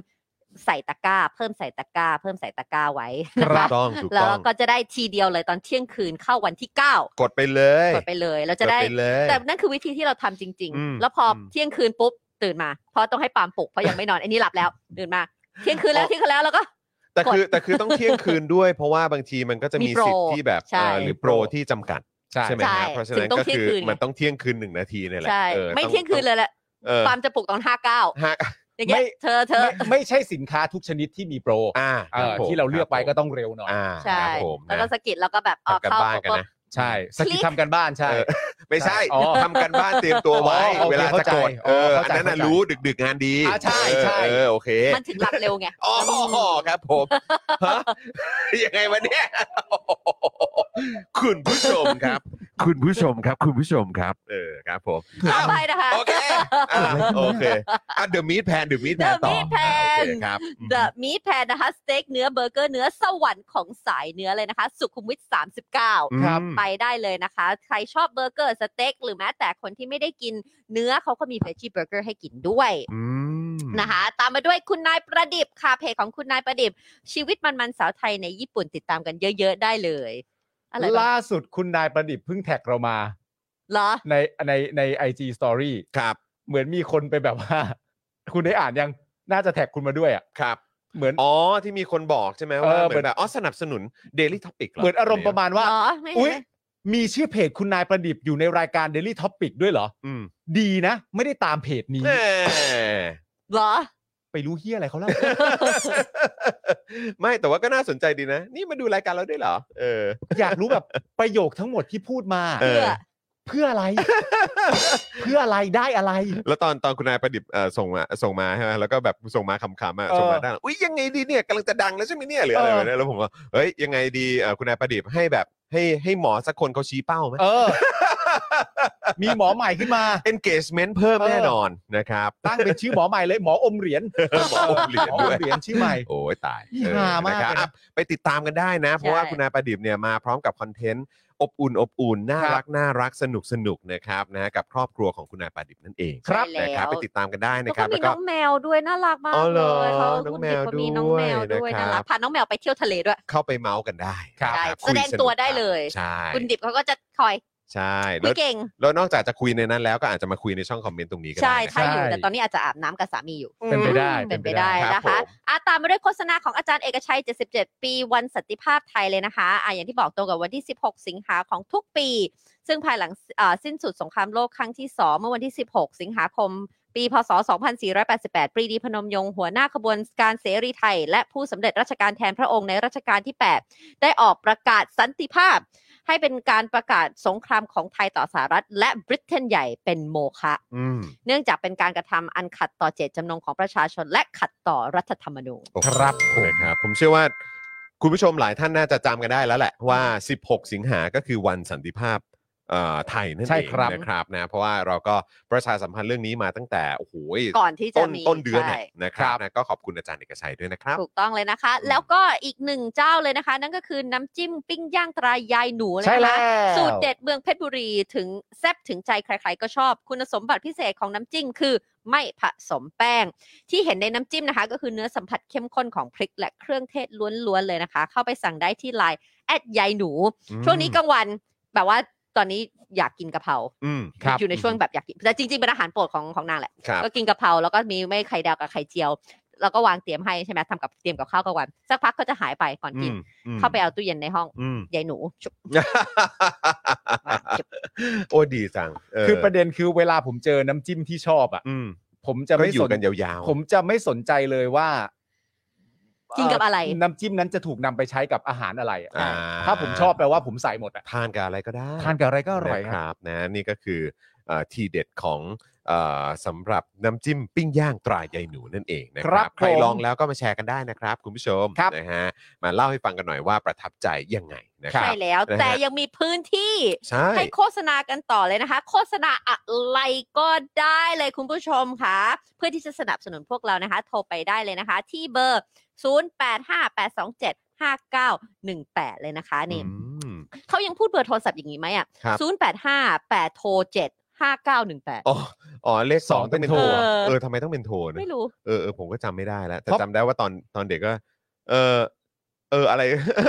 C: ใส่ตะกร้า เพิ่มใส่ตะกร้า เพิ่มใส่ตะกร้าไว้
A: ถู
C: นะ
A: ก
C: คะ
A: ต้องถูก
C: แล้ว
A: ต้อง
C: ก็จะได้ทีเดียวเลยตอนเที่ยงคืนเข้าวันที่9กาก
A: ดไปเลย
C: ดไปเลยเราจะได้
A: กปเลย
C: แต่นั่นคือวิธีที่เราทำจริง
A: อืม
C: ๆ แล้วพออ
A: ม
C: เที่ยงคืนปุ๊บตื่นมา เพราะต้องให้ปาล์มปลุกเพราะยังไม่นอนไอ้นี่หลับแล้วตื่นมา เที่ยงคืนแล้วเที่ยงคืนแล้วแล้วก็
A: แต่คือ
C: กด
A: แต่คือต้องเที่ยงคืนด้วย เพราะว่าบางทีมันก็จะ
C: มี
A: มี
C: โปร
A: สิทธิ์ที่แบบ
C: ใช่
A: เอ่อหรือโปรที่จำกัด
B: ใช่
A: ใช่ไหม
C: ใช่
A: ฮะเพราะฉะนั้น
C: ถึงต้อง
A: ก็
C: เที่ยง
A: คือ
C: คืนไง
A: มันต้องเที่ยงคืนหนึ่งนาทีเนี่ยแหละ
C: ใช่
A: ออ
C: ไม่
A: ต้อง
C: เที่ยงคืนเลยแหละ
A: เออ
C: ปาล์มจะปลุกตอนห้าเก้า
A: ฮะ
C: อย่างเงี้ย
B: ไม่
C: เธอเธอ
B: ไม่ไม่ใช่สินค้าทุกชนิดที่มีโปร
A: อ่า
B: เออ
A: คบผม
B: ที่เราเลือกไปก็ต้องเร็วหน่อย
A: อ่า
C: ใช่
A: ครับผม
C: แล้วก็
A: นะ
C: สะกิดแล้วก็แบบออก
A: ทำกัน
C: เข้า
A: บ้านกัน
C: ปุ๊บ
A: นะ
B: ใช่สกิล
C: คลิก
B: ทำกันบ้านใช่
A: เออ ไม่ใช่
B: อ๋อ
A: ทำกันบ้านเตรียมตัวไว้
B: อ๋อโอเค
A: เวลาจะ
B: เข้าใจ
A: กดเออ
B: เข้า
A: อัน
B: ใจ
A: นั้นน่ะ
B: เข้าใจ
A: รู้ดึกดึกๆงานดี
B: อ่าใช่ใช่
A: เออเออโอเค
C: มันถึงหลับเร็วไง
A: อ๋อครับผมฮะยังไงวะเนี่ย คุณผู้ชมครับ คุณผู้ชมครับ คุณผู้ชมครับ เออครับผม
C: ต่อ
A: อ้าว
C: ไปนะคะ
A: โอเคอ่าโอเคอ่ะเดอะมีทแพนเดอะมีทแพน
C: The
A: ต่อ
C: Meat
A: อ่า
C: Pan
A: โอเคครับ
C: The Meat Pan นะคะสเต็กเนื้อเบอร์เกอร์เนื้อสวรรค์ของสายเนื้อเลยนะคะ สุขุมวิท39
A: อืม
B: ครับ
C: ไปได้เลยนะคะ ใครชอบเบอร์เกอร์สเต็กหรือแม้แต่คนที่ไม่ได้กินเนื้อเขาก็มีเ e จีเบอร์เกอร์ให้กินด้วย
A: อืม
C: นะคะ ตามมาด้วยคุณนายประดิบค่ะเพจของคุณนายประดิบ ชีวิตมันมันๆสาวไทยในญี่ปุ่นติดตามกันเยอะๆได้เลยอะไรบ้าง
B: ล่าสุดคุณนายประดิษฐ์เพิ่งแท็กเรามา
C: เหรอ
B: ในในในไอจีสตอรี่
A: ครับ
B: เหมือนมีคนไปแบบว่า คุณได้อ่านยังน่าจะแท็กคุณมาด้วยอ่ะ
A: ครับ
B: เหมือน
A: อ๋อที่มีคนบอกใช่ไหมว่า
B: เออ
A: เหมือน
B: เหมือน
A: แบบอ๋อสนับสนุน Daily Topic
B: เหมือนอารมณ์ประมาณว่า
C: อ๋อไม่
B: อุ๊ย
C: ใช่
B: มีชื่อเพจคุณนายประดิษฐ์อยู่ในรายการ Daily Topic ด้วยเหรอ
A: อืม
B: ดีนะ ไม่ได้ตามเพจนี้
A: แหม่
C: เหรอ
B: ไปรู้เฮียอะไรเขา เล่า
A: ไม่แต่ว่าก็น่าสนใจดีนะ นี่มาดูรายการเราด้วยเหรอ เออ
B: อยากรู้แบบประโยคทั้งหมดที่พูดมา
A: เออ
C: เพื่อ
B: เพื่ออะไร เพื่ออะไรได้อะไร
A: แล้วตอนตอนคุณนายประดิษฐ์เอ่อส่งมาส่งมาใช่ไหมแล้วก็แบบส่งมาคำๆอ่ะ
B: เออ
A: ส่งมาด้านหลังอุ้ยยังไงดีเนี่ยกำลังจะดังแล้วใช่ไหมเนี่ยหรืออะไร
B: เออ
A: แบบนี้แล้วผมก็เฮ้ยยังไงดีเอ่อคุณนายประดิษฐ์ให้แบบให้ให้หมอสักคนเขาชี้เป้าไหม
B: เออ มีหมอใหม่ขึ้นมา
A: engagement เพิ่ม
B: เออ
A: แน่นอนนะครับ
B: ตั้งเป็นชื่อหมอใหม่เลยหมออมเหรียญ
A: หมออมเหรียญ
B: หมอ
A: ด้
B: อ
A: วย
B: มเหรียญชื่อใหม่
A: โอ้ยตาย
B: อี
A: เออ
B: ห่ามาก
A: นะครับอ่ะ
B: เลยนะ
A: ไปติดตามกันได้นะ เพราะว่าคุณนายประดิษฐ์เนี่ยมาพร้อมกับคอนเทนต์อบอุ่นอบอุ่นน่า
B: ครับ
A: รักน่ารักสนุกสนุกนะครับนะกับครอบครัวของคุณนายประดิษฐ์นั่นเอง
C: ครับ
A: นะครับ
C: ใช่แล้ว
A: ไปติดตามกันได้
C: แล้ว
A: นะค
C: ก็
A: รับ
C: มี
A: แล้วก็
C: น้องแมวด้วยน่ารักมาก
A: อ๋อเหร
C: เล
A: อย
C: เขา
A: น้อง
C: คุณ
A: แม
C: ดิบ
A: ว
C: ก็มีน้องแมว
A: ด้วย
C: ด้วย
A: นะครับ
C: น่ารักพาน้องแมวไปเที่ยวทะเลด้วย
A: เข้าไปเมาส์กันได้
B: ครับ
C: ได้
A: คุย
C: แสดงตัวได้เลย
A: ใช่
C: คุณดิบเขาก็จะคอย
A: ใช่
C: คุ
A: แล้
C: ยว เก่ง
A: แล้วนอกจากจะคุยในนั้นแล้วก็อาจจะมาคุยในช่องคอมเมนต์ตรงนี้ก็
C: ใช่
A: ได้นะค
C: ถ้า
A: รับ
C: อยู่
B: ใช่
C: แต่ตอนนี้อาจจะอาบน้ำกับสามีอยู่
B: เป็นไปได้
C: อืมเป็
B: เป็
C: น
B: น
C: ไป
B: ไป
C: ได้
B: ได้
C: นะ
A: ครั
C: คะ
A: บผม
C: อาตามมาด้วยโฆษณาของอาจารย์เอกชัย 77 ปีวันสันติภาพไทยเลยนะคะอ่าอย่างที่บอกตรงกับวันที่ 16 สิงหาของทุกปี ซึ่งภายหลังอ่าสิ้นสุดสงครามโลกครั้งที่ 2 เมื่อวันที่ 16 สิงหาคม ปี พศ 2488 ปรีดีพนมยงค์หัวหน้าขบวนการเสรีไทย และผู้สำเร็จราชการแทนพระองค์ในรัชกาลที่ 8 ได้ออกประกาศสันติภาพ ให้เป็นการประกาศสงครามของไทยต่อสหรัฐ และบริเตนใหญ่เป็นโมฆะ
A: อืม
C: เนื่องจากเป็นการกระทำอันขัดต่อเจตจำนงของประชาชนและขัดต่อรัฐธรรมนูญ
A: ครับนะครับผมเชื่อว่าคุณผู้ชมหลายท่านน่าจะจำกันได้แล้วแหละว่า 16 สิงหาก็คือวันสันติภาพเอ่อไทยนั่น
B: ใช่
A: เอง
B: ครับ
A: นะครับนะเพราะว่าเราก็ประชาสัมพันธ์เรื่องนี้มาตั้งแต่โอ้โห
C: ก่อนที่จะ
A: ต้น
C: มี
A: ต้นเดือนน่ะ
C: ใช่
A: นะครับนะก็ขอบคุณอาจารย์เอกชัยด้วยนะครับ
C: ถูกต้องเลยนะคะ
A: อืม
C: แล้วก็อีกหนึ่งเจ้าเลยนะคะ นั่นก็คือน้ำจิ้มปิ้งย่างตรายายหนู
B: ใช่
C: นะ
B: แล้
C: คะ
B: ว
C: สูตรเด็ดเมืองเพชรบุรีถึงแซบถึงใจใคร ๆ ก็ชอบ คุณสมบัติพิเศษของน้ำจิ้มคือไม่ผสมแป้ง ที่เห็นในน้ำจิ้มนะคะ ก็คือเนื้อสัมผัสเข้มข้นของพริกและเครื่องเทศล้วนๆเลยนะคะ เข้าไปสั่งได้ที่ไลน์แอดยายหนู ช่วงนี้กลางวันแบบว่าตอนนี้อยากกินกะเพรา
A: อืม
C: อยู่ในช่วงแบบอยากกินแต่จริงๆเป็นอาหารโปรดของของนางแหละ
A: ครับ
C: ก็กินกะเพราแล้วก็มีไม่ไข่ดาวกับไข่เจียว แล้วก็วางเตรียมให้ใช่ไหมทำกับเตรียมกับข้าวกลางวัน สักพักก็จะหายไปก่อนกิน
A: อืมอืม
C: เข้าไปเอาตู้เย็นในห้อง
A: อืม
C: ยายหนูชุบ มาเก็บ
A: โอ้ดีจังเ
B: คือประเด็นคือเวลาผมเจอน้ำจิ้มที่ชอบอ่ะ
A: อืม
B: ผมจะ
A: ก็
B: ไม่
A: อ
B: ส
A: ยู่
B: น
A: กันยาวๆ
B: ผมจะไม่สนใจเลยว่า
C: กินกับอะไร
B: เน้ำจิ้มนั้นจะถูกนำไปใช้กับอาหารอะไรอะ
A: อ่า
B: ถ้าผมชอบแปลว่าผมใส่หมดอ่ะ
A: ทานกับอะไรก็ได้
B: ทานกับอะไรก็อร่อย
A: นะ
B: ค
A: ครับ รับนะนี่ก็คือเอ่อทีเด็ดของเอ่อสำหรับน้ำจิ้มปิ้งย่างตรายายหนูนั่นเองนะค
B: ครั
A: รับบ ใคร
B: ผม
A: ลองแล้วก็มาแชร์กันได้นะครับ คุณผู้ชม
B: ครับ
A: นะฮะมาเล่าให้ฟังกันหน่อยว่าประทับใจยังไงนะครั
C: ใช่
A: บ
C: แล้ว
A: นะฮะ
C: แต่ยังมีพื้นที่
A: ใช่
C: ให้โฆษณากันต่อเลยนะคะ โฆษณาอะไรก็ได้เลยคุณผู้ชมค่ะ เพื่อที่จะสนับสนุนพวกเรานะคะ โทรไปได้เลยนะคะ ที่เบอร์ 0858275918 เลยนะคะนี่
A: อืม
C: เขายังพูดเบอร์โทรศัพท์อย่างนี้ไหมอ่ะ
A: ครับ
C: ศูนย์แปดห้าแปดโทรเจ็ดห้าเก้าหนึ่งแปด
A: อ๋ออ๋อเลขสองต้องเป็นโทร
C: เออ
A: เออทำไมต้องเป็นโทรนะ
C: ไม่รู้
A: เออเออผมก็จำไม่ได้แล้ว แต่
B: เพราะ
A: จำได้ว่าตอนตอนเด็กก็ เออเอออะไร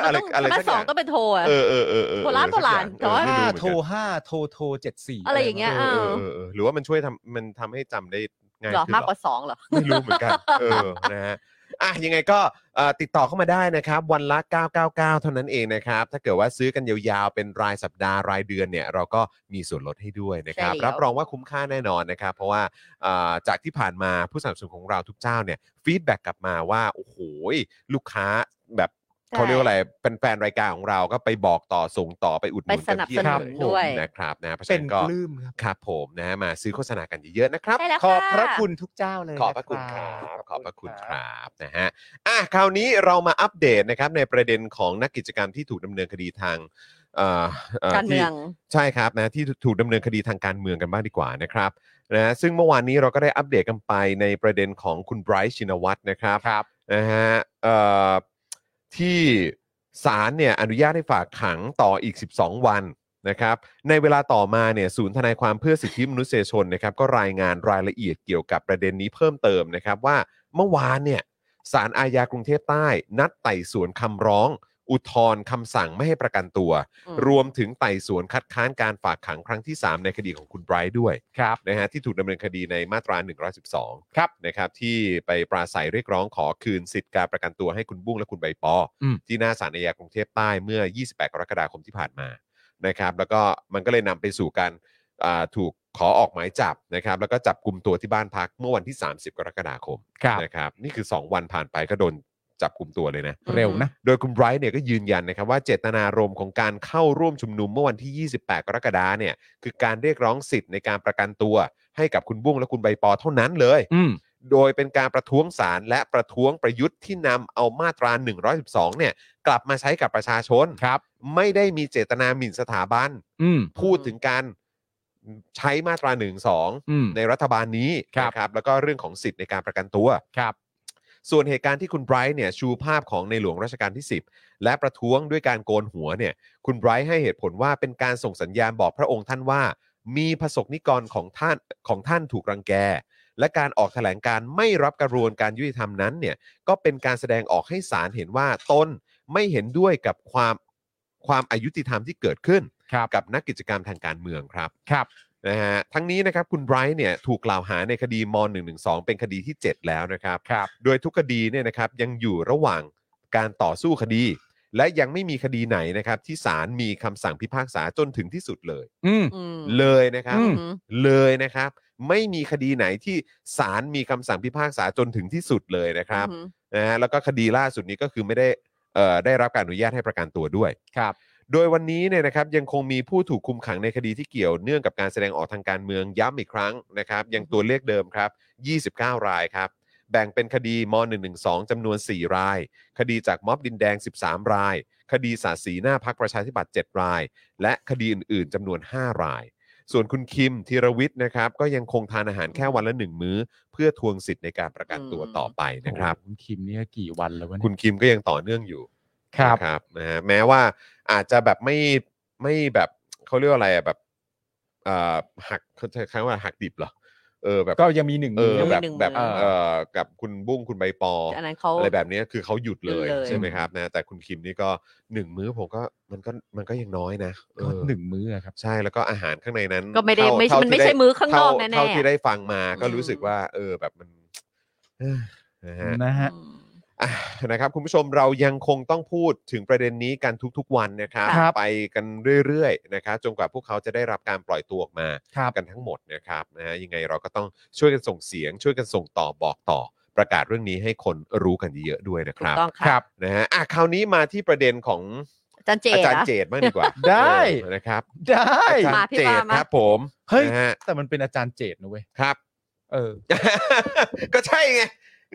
A: อะไร
C: มันต้อง
A: อะไร
C: มัน
A: สัก
C: ส
A: อ
C: อง
A: ย่าง
C: ต้องเป็นโทรอะ
A: เออเออเออเออ
C: โบราณ
A: เออสักอย่ง
C: โบราณแต่ว่า
A: เออไม่
B: ห้า
A: รู้เหมือน
B: โท
A: กั
B: ร
A: น
B: ห้าโทรโทรเจ็ดสี่
C: อะไรอย่างเงี้ย
A: เออเออ
C: เออ
A: เออเออหรือว่ามันช่วยทำมันทำให้จำได้ง่าย
C: เหรอ
A: ขึ้น
C: มากกว่าสองเหรอ
A: ไม่รู้เหมือนกัน เออนะฮะอ่ะยังไงก็เอ่อติดต่อเข้ามาได้นะครับ วันละ 999 เท่านั้นเองนะครับ ถ้าเกิดว่าซื้อกันยาวๆ เป็นรายสัปดาห์รายเดือนเนี่ย เราก็มีส่วนลดให้ด้วยนะครับ
C: ใช่แล้ว
A: รับรองว่าคุ้มค่าแน่นอนนะครับ เพราะว่าเอ่อจากที่ผ่านมาผู้สนับสนุนของเราทุกเจ้าเนี่ยฟีดแบ็กกลับมาว่า โอ้โหลูกค้าแบบเขาเรียกว่าอะไรเป็นแฟนรายการของเราก็ไปบอกต่อส่งต่อไปอุดห
C: ไป
A: นุน
C: ส
A: กัน
C: นับ
A: เพีย
C: ส
A: บเลย
C: นุนด้วย
A: นะครับนะเพราะฉะ
B: เป็น
A: นั้นก็
B: ปลื้มครับ
A: ครับผมนะฮะมาซื้อโฆษณากันเยอะๆนะครับ
C: ใช่แล้ว
B: ขอบ
C: ค่ะ
B: พระคุณทุกเจ้าเลย
A: ขอบพระ
B: น
A: คุณครับขอบพระคุณค
B: บ
A: รับนะฮะอ่ะคราวนี้เรามาอัปเดตนะครับในประเด็นของนักกิจกรรมที่ถูกดำเนินคดีทางเอ่ออ่อ
C: การเมือง
A: ที่ใช่ครับนะที่ถูกดำเนินคดีทางการเมืองกันบ้างดีกว่านะครับนะซึ่งเมื่อวานนี้เราก็ได้อัปเดตกันไปในประเด็นของคุณไบรท์ชินวัตรนะครับ
B: ครับ
A: นะฮะเอ่อที่ศาลเนี่ยอนุญาตให้ฝากขังต่ออีก 12 วัน นะครับในเวลาต่อมาเนี่ยศูนย์ทนายความเพื่อสิทธิมนุษยชนนะครับก็รายงานรายละเอียดเกี่ยวกับประเด็นนี้เพิ่มเติมนะครับว่าเมื่อวานเนี่ยศาลอาญากรุงเทพใต้ นัดไต่สวนคำร้อง อุทธรณ์คำสั่งไม่ให้ประกันตัว
C: อืม
A: รวมถึงไต่สวนคัดค้านการฝากขังครั้งที่ 3 ในคดีของคุณไบรท์ด้วย
B: ครับ
A: นะฮะที่ถูกดำเนินคดีในมาตรา 112
B: ครับ
A: นะครับที่ไปปราศัยเรียกร้องขอคืนสิทธิ์การประกันตัวให้คุณบุ้งและคุณใบปออ
B: ม
A: ที่หน้าศาลอาญากรุงเทพใต้เมื่อ 28 กรกฎาคมที่ผ่านมานะครับแล้วก็มันก็เลยนำไปสู่การอ่าถูกขอออกหมายจับนะครับแล้วก็จับกลุ่มตัวที่บ้านพักเมื่อวันที่ 30 กรกฎาคม
B: ครับ
A: นะครับนี่คือ 2 วันผ่านไปก็โดนจับกลุ่มตัวเลยนะ
B: เร็วนะ
A: โดยคุณไบรท์เนี่ยก็ยืนยันนะครับว่าเจตนารมณ์ของการเข้าร่วมชุมนุมเมื่อวันที่ 28 กรกฎาเนี่ยคือการเรียกร้องสิทธิ์ในการประกันตัว ให้กับคุณบุ้งและคุณใบปอเท่านั้นเลย
B: อืม
A: โดยเป็นการประท้วงศาลและประท้วงประยุทธ์ที่นำเอามาตรา 112 เนี่ยกลับมาใช้กับประชาชน
B: ครับ
A: ไม่ได้มีเจตนาหมิ่นสถาบัน
B: อืม
A: พูดถึงการใช้มาตรา 112
B: อืม
A: ในรัฐบาลนี้
B: ครับ
A: นะครับแล้วก็เรื่องของสิทธิ์ในการประกันตัว
B: ครับ
A: ส่วนเหตุการณ์ที่คุณไบรท์เนี่ยชูภาพของในหลวงรัชกาลที่ 10 และประท้วงด้วยการโกนหัวเนี่ยคุณไบรท์ให้เหตุผลว่าเป็นการส่งสัญญาณบอกพระองค์ท่านว่า มีประสบนิกรของท่านของท่านถูกรังแก และการออกแถลงการไม่รับกระบวนการยุติธรรมนั้นเนี่ยก็เป็นการแสดงออกให้ศาลเห็นว่าตนไม่เห็นด้วยกับความความอายุติธรรมที่เกิดขึ้น
B: ครับ
A: กับนักกิจกรรมทางการเมืองครับ
B: ครับ
A: นะฮะทั้งนี้นะครับคุณไบรท์เนี่ยถูกกล่าวหาในคดีม .112 เป็นคดีที่ 7 แล้วนะครับ
B: ครับ
A: โดยทุกคดีเนี่ยนะครับยังอยู่ระหว่างการต่อสู้คดี และยังไม่มีคดีไหนนะครับที่ศาลมีคำสั่งพิพากษาจนถึงที่สุดเลย
B: อืม
C: อืม
A: เลยนะครับ
B: อื
C: อื
B: ม
C: ม
A: เลยนะครับ ไม่มีคดีไหนที่ศาลมีคำสั่งพิพากษาจนถึงที่สุดเลยนะครับนะฮะแล้วก็คดีล่าสุดนี้ก็คือไม่ได้เอ่อได้รับการอนุญาตให้ประกันตัวด้วย
B: ครับ
A: โดยวันนี้เนี่ยนะครับยังคงมีผู้ถูกคุมขังในคดีที่เกี่ยวเนื่องกับการแสดงออกทางการเมืองย้ำอีกครั้งนะครับยังตัวเลขเดิมครับ 29 รายครับ แบ่งเป็นคดีม .112 จำนวน 4 ราย คดีจากม็อบดินแดง 13 ราย คดีสาดสีหน้าพักประชาธิปัตย์7ราย และคดีอื่น ๆจำนวน 5 ราย ส่วนคุณคิมธีรวิทย์นะครับ ก็ยังคงทานอาหารแค่วันละ 1 มื้อ เพื่อทวงสิทธิ์ในการประกันตัวต่อไปนะครับ
B: โอ้โหคุณคิมเนี่ยกี่วันแล้ววะเนี่ย
A: คุณคิมก็ยังต่อเนื่องอยู่
B: ครับ
A: นะครับนะฮะแม้ว่าอาจจะแบบไม่ไม่แบบเขาเรียกว่าอะไรอะแบบเอ่อหักเขาใช้คำว่าหักดิบเหรอเออแบบ
B: ก็ยังมีหนึ่ง
A: เออ
B: มื
A: แบบ
C: หนึ่ง
A: แบบ
C: มือ
A: เออกับคุณบุ้งคุณใบปอ
C: อันนั้นเขา
A: อะไรแบบเนี้ยคือเขาหยุดเลย
C: หยุดเลย
A: ใช่ไหมครับนะแต่คุณคิมนี่ก็หนึ่งมื้อผมก็มันก็มันก็ยังน้อยนะเอ
B: ก็
A: อ
B: หนึ่งมื้ออะครับ
A: ใช่แล้วก็อาหารข้างในนั้น
C: ก็ไม่ได้
A: เท่า
C: ไม่
A: เท่า
C: ใช่มันไม่
A: ที่ด้
C: ใช่มื้อข้างนอก
A: เท่
C: แน่
A: เท่าที่
C: ๆ
A: ได้ฟังมาก็
C: อืม
A: รู้สึกว่า เออแบบมันเอ้อนะฮะ
B: นะฮะ
C: อืม
A: อ่ะนะครับคุณผู้ชมเรายังคงต้องพูดถึงประเด็นนี้กันทุกๆวันนะครับ
B: ครับ
A: ไปกันเรื่อยๆนะครับจนกว่าพวกเขาจะได้รับการปล่อยตัวออกมา
B: ครับ
A: กันทั้งหมดนะครับนะฮะยังไงเราก็ต้องช่วยกันส่งเสียง ช่วยกันส่งต่อบอกต่อ ประกาศเรื่องนี้ให้คนรู้กันเยอะๆด้วยนะค
C: ถูก
A: รับ
C: ต้อง
B: ค
C: ค่ะ
B: รับ
A: นะฮะอ่ะคราวนี้มาที่ประเด็นของ
C: อาจารย์เจ
A: อาจารย์
C: นะ
A: เจตบ้างดีกว่า
B: ได้
A: เออนะครับ
B: ได้
A: อาจาร
C: มา
A: ย์
C: พี่
A: เจต
C: ปามา
A: ครับผม
B: เฮ้ย
A: นะฮะ
B: แต่มันเป็นอาจารย์เจตนะเว้ย
A: ครับ
B: เออ
A: ก็ใช่ไง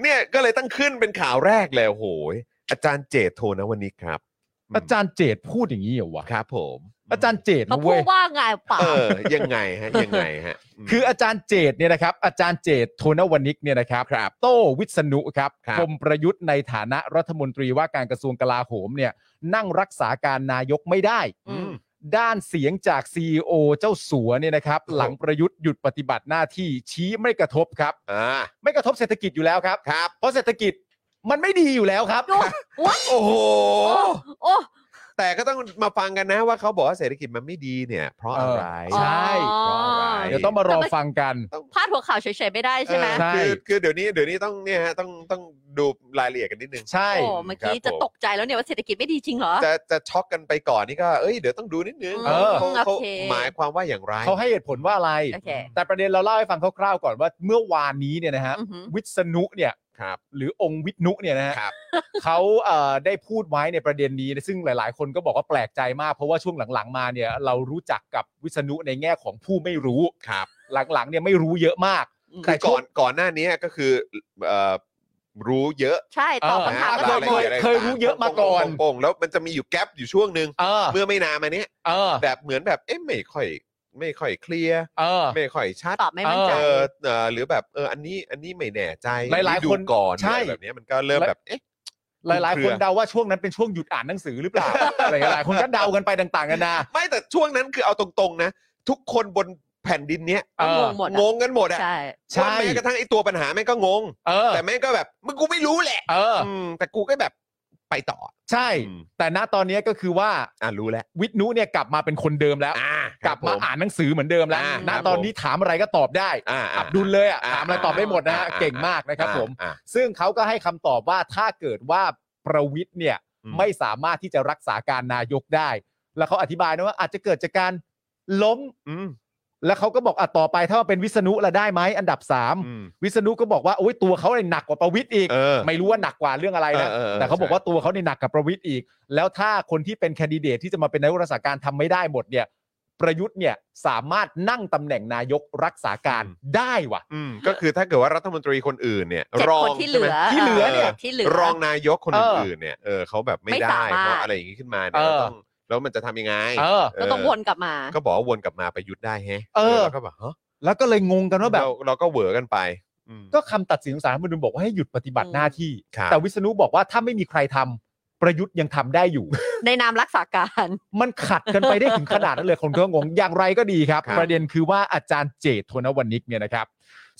A: เนี่ยก็เลยต้องขึ้นเป็นข่าวแรกเลยโอ้โหยอาจารย์เจตโทนะวันนี้ครับม
B: อาจารย์เจตพูดอย่างนี้เหรอวะ
A: ครับผม
B: อาจารย์เจต
C: เขา
B: นะ
C: พู
B: เว้ย
C: ดว่าไงเปล่า
A: เออ ยังไง ฮะ ยังไงฮะม
B: คืออาจารย์เจตเนี่ยนะครับ อาจารย์เจตโทนวนิกเนี่ยนะครับ
A: ครับ
B: โต้วิษณุครับ
A: ครับ
B: ชมประยุทธ์ในฐานะรัฐมนตรีว่าการกระทรวงกลาโหมเนี่ย นั่งรักษาการนายกไม่ได้
C: อืม
B: ด้านเสียงจาก CEO เจ้าสัวเนี่ยนะครับ หลังประยุทธ์หยุดปฏิบัติหน้าที่ชี้ไม่กระทบครับ
A: อ่า
B: ไม่กระทบเศรษฐกิจอยู่แล้วครับ
A: ครับ
B: เพราะเศรษฐกิจมันไม่ดีอยู่แล้วครับ
C: ดูวัด
A: โอ้โห
C: โอ้
A: แต่ก็ต้องมาฟังกันนะว่าเขาบอกว่าเศรษฐกิจมันไม่ดีเนี่ย เพราะอะไร
B: เออใช่
A: เพราะอะไร
B: เดี๋ยวต้องมารอฟังกัน
C: พาดหัวข่าวเฉยๆไม่ได้ใช่ไหม
A: เออ
B: ใช่
A: คือคือเดี๋ยวนี้เดี๋ยวนี้ต้องเนี่ยฮะต้องต้องดูรายละเอียดกันนิดนึง
B: ใช่
C: โอ้เมื่อ
A: ค
C: กี้
A: รับ
C: จะตกใจแล้วเนี่ยว่าเศรษฐกิจไม่ดีจริงเหรอ
A: จะจะช็อกกันไปก่อนนี่ก็เอ้ยเดี๋ยวต้องดูนิดนึง
B: เออ
A: เขาเขา
C: โอเค
A: หมายความว่าอย่างไร
B: เขาให้เหตุผลว่าอะไร
C: โอเค
B: แต่ประเด็นเราเล่าให้ฟังคร่าวๆก่อนว่าเมื่อวานนี้เนี่ยนะฮะ
C: อือหือ
B: วิษณุเนี่ย
A: ครับ
B: หรือองค์วิษณุเนี่ยนะฮะ
A: ครับ
B: เขาเอ่อได้พูดไว้ในประเด็นนี้ซึ่งหลาย ๆ คนก็บอกว่าแปลกใจมาก เพราะว่าช่วงหลังๆมาเนี่ยเรารู้จักกับวิษณุในแง่ของผู้ไม่รู้
A: ครับ
B: หลังๆเนี่ยไม่รู้เยอะมาก
C: อืม
B: แต่
A: คือก่อนก่อนหน้านี้ก็คือเอ่อรู้เยอะ
C: ใช่ตอบ
B: เออ
C: คำถามก็ตอบ
B: ก็คือเคยเคยรู้เยอะมาก่อน
A: โป่งๆๆๆแล้วมันจะมีอยู่แกลบอยู่ช่วงหนึ่ง
B: เออ
A: เมื่อไม่นานมาเนี้ย
B: เออ
A: แบบเหมือนแบบเอ๊ะไม่ค่อยไม่ค่อยเคลียร์
B: เออ
A: ไม่ค่อยชัด
C: ตอบไม่มั่นใจ
A: เออเออหรือแบบเอออันนี้อันนี้ไม่แน่ใจ
B: หลายๆ
A: อัดู
B: คน
A: ก่อน
B: ใช่
A: อะไรแบบเนี้ยมันก็เริ่มแบบเอ๊ะ
B: หลาย ๆ
A: เครื
B: คน
A: อ
B: เดาว่าช่วงนั้นเป็นช่วงหยุดอ่านหนังสือหรือเปล่า อะไรหลายๆคนก็เดากันไปต่างๆกันานา
A: ไม่แต่ช่วงนั้นคือเอาตรงๆนะ ทุกคนบนแผ่นดินเนี้ย
B: เอ
C: ก็ง
B: อง
C: หมด
A: ง
C: อะ
A: งกันหมดอ่ะ
C: ใช่
B: ใช่
A: ว่าแม้กระทั่งไอ้ตัวปัญหาแม่งก็งง
B: เออ
A: แต่แม่งก็แบบมึงกูไม่รู้แหละ
B: เออ
A: มแต่กูก็แบบ ไปต่อ
B: ใช่
A: อืม
B: แต่ณตอนนี้ก็คือว่า
A: อ่ะรู้แล้ว
B: วิทนุเนี่ยกลับมาเป็นคนเดิมแล้ว
A: อ่ะ
B: กลับมา
A: ครับผ
B: อ่านหนังสือเหมือนเดิมแล้ว
A: อ่า
B: ณ
A: ครับ
B: ตอน
A: ผม
B: นี้ถามอะไรก็ตอบได้
A: อ่ะะ
B: อับดุลเลยอ่ะ
A: ะ
B: ถามอะไรตอบได้หมดนะฮะ
A: อ่
B: เก่งมากนะครับ
A: อ่
B: ผม
A: อ่ะ
B: ซึ่งเขาก็ให้คำตอบว่าถ้าเกิดว่าประวิทย์เนี่ย
A: อืม
B: ไม่สามารถที่จะรักษาการนายกได้ แล้วเขาอธิบายนะว่าอาจจะเกิดจากการล้ม
A: อืม
B: แล้วเขาก็บอกอ่ะต่อไปถ้าเป็นวิษณุละได้ไหมอันดับ
A: อืม
B: 3 วิษณุก็บอกว่าโอ้ยตัวเขาเนี่ยหนักกว่าประวิทย์อีก
A: เออ
B: ไม่รู้ว่าหนักกว่าเรื่องอะไรนะ
A: เออเออเออ
B: แต่เขาบอก
A: ใช่
B: ว่าตัวเขาเนี่ยหนักกับประวิทย์อีก แล้วถ้าคนที่เป็นแคนดิเดตที่จะมาเป็นนายกรัฐศาการทำไม่ได้หมดเนี่ย ประยุทธ์เนี่ยสามารถนั่งตำแหน่งนายกรักษาการได้ว่ะ
A: อืมก็คือถ้าเกิดว่ารัฐมนตรีคนอื่นเนี่ย
C: เจ็ด
A: รอง
C: คนที่เหลือ
A: ใช่ไม
B: ที่เหลือเนี่ย
C: ที่เหลือ
A: รองนายกคนอื่นๆเนี่ยเออเขาแบบไม่
C: ไม่
A: ได้
C: สา
A: เพ
C: มารถ
A: ราะอะไรอย่างงี้ขึ้นมาเนี่ย
B: เออ
A: เราต้องแล้วมันจะทำยังไง
B: เออ
C: ก็ต้องวนกลับมา
A: ก็บอกว่าวนกลับมาประยุทธ์ได้แฮะ
B: เออ
A: ราก็แบบฮะ
B: แล้วก็เลยงงกันว่าแบบ
A: เราเราก็เหวอกันไปอืม
B: ก็คำตัดสินของศาลรัฐธรรมนูญบอกว่าให้หยุดปฏิบัติหน้าที่
A: ครับ
B: แต่วิษณุบอกว่าถ้าไม่มีใครทำประยุทธ์ยังทำได้อยู่
C: ในนามรักษาการ
B: มันขัดกันไปได้ถึงขนาดนั้นเลยคนก็งงอย่างไรก็ดีครับ
A: ครับ
B: ประเด็นคือว่าอาจารย์เจตโทนวณิกเนี่ยนะครับ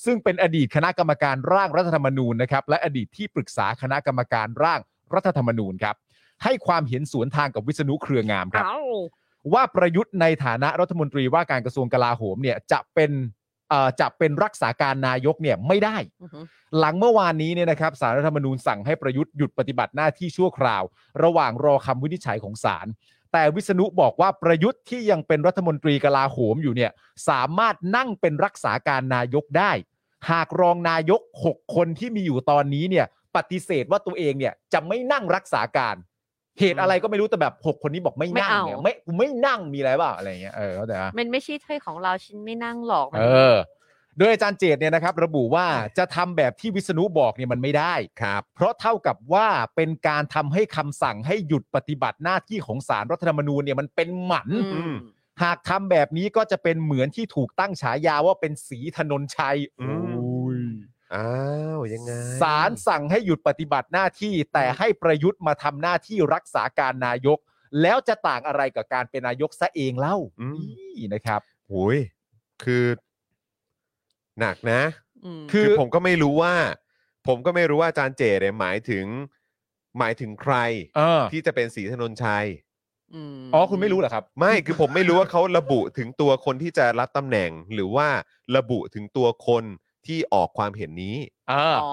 B: ซึ่งเป็นอดีตคณะกรรมการร่างรัฐธรรมนูญนะครับ และอดีตที่ปรึกษาคณะกรรมการร่างรัฐธรรมนูญครับ ให้ความเห็นสวนทางกับวิษณุเครืองามครับ ว่าประยุทธ์ในฐานะรัฐมนตรีว่าการกระทรวงกลาโหมเนี่ยจะเป็นเอ่อจะเป็นรักษาการนายกเนี่ยไม่ได้
C: อือฮึ
B: หลังเมื่อวานนี้เนี่ยนะครับสารรัฐธรรมนูญสั่งให้ประยุทธ์หยุดปฏิบัติหน้าที่ชั่วคราว ระหว่างรอคำวินิจฉัยของศาลแต่วิษณุบอกว่าประยุทธ์ที่ยังเป็นรัฐมนตรีกลาโหมอยู่เนี่ยสามารถนั่งเป็นรักษาการนายกได้ หากรองนายก 6 คนที่มีอยู่ตอนนี้เนี่ยปฏิเสธว่าตัวเองเนี่ยจะไม่นั่งรักษาการ เหตุอะไรก็ไม่รู้แต่แบบ 6 คนนี้บอกไม่นั่งเนี่ยไม่กูไม่นั่งมีอะไรบ้าอะไรอย่างเงี้ยเออเข้าใจปะ
C: มันไม่ใช่ถ้อยของเราฉันไม่นั่งหรอกมัน
B: เออ โดยอาจารย์เจตเนี่ยนะครับ ระบุว่าจะทำแบบที่วิษณุบอกเนี่ยมันไม่ได้
A: ครับ
B: เพราะเท่ากับว่าเป็นการทำให้คำสั่งให้หยุดปฏิบัติหน้าที่ของสารรัฐธรรมนูญเนี่ยมันเป็นหมัน
C: อืม
B: หากทำแบบนี้ก็จะเป็นเหมือนที่ถูกตั้งฉายาว่าเป็นสีถนนชัยโอ้ย
A: อ้าวยังไง
B: สารสั่งให้หยุดปฏิบัติหน้าที่ แต่ให้ประยุทธ์มาทำหน้าที่รักษาการนายก แล้วจะต่างอะไรกับการเป็นนายกซะเองเล่า
A: อืม
B: นี่นะครับ
A: โอ้ยคือ หนักนะ
C: อืม
A: คือผมก็ไม่รู้ว่า ผมก็ไม่รู้ว่าอาจารย์เจเนี่ยหมายถึง หมายถึงใคร
B: เออ
A: ที่จะเป็นสีถนนชัย
B: อ๋อคุณไม่รู้เหรอครับ
A: ไม่คือผมไม่รู้ว่าเขาระบุถึงตัวคนที่จะรับตำแหน่ง หรือว่าระบุถึงตัวคนที่ออกความเห็นนี้
B: เออ
C: อ๋อ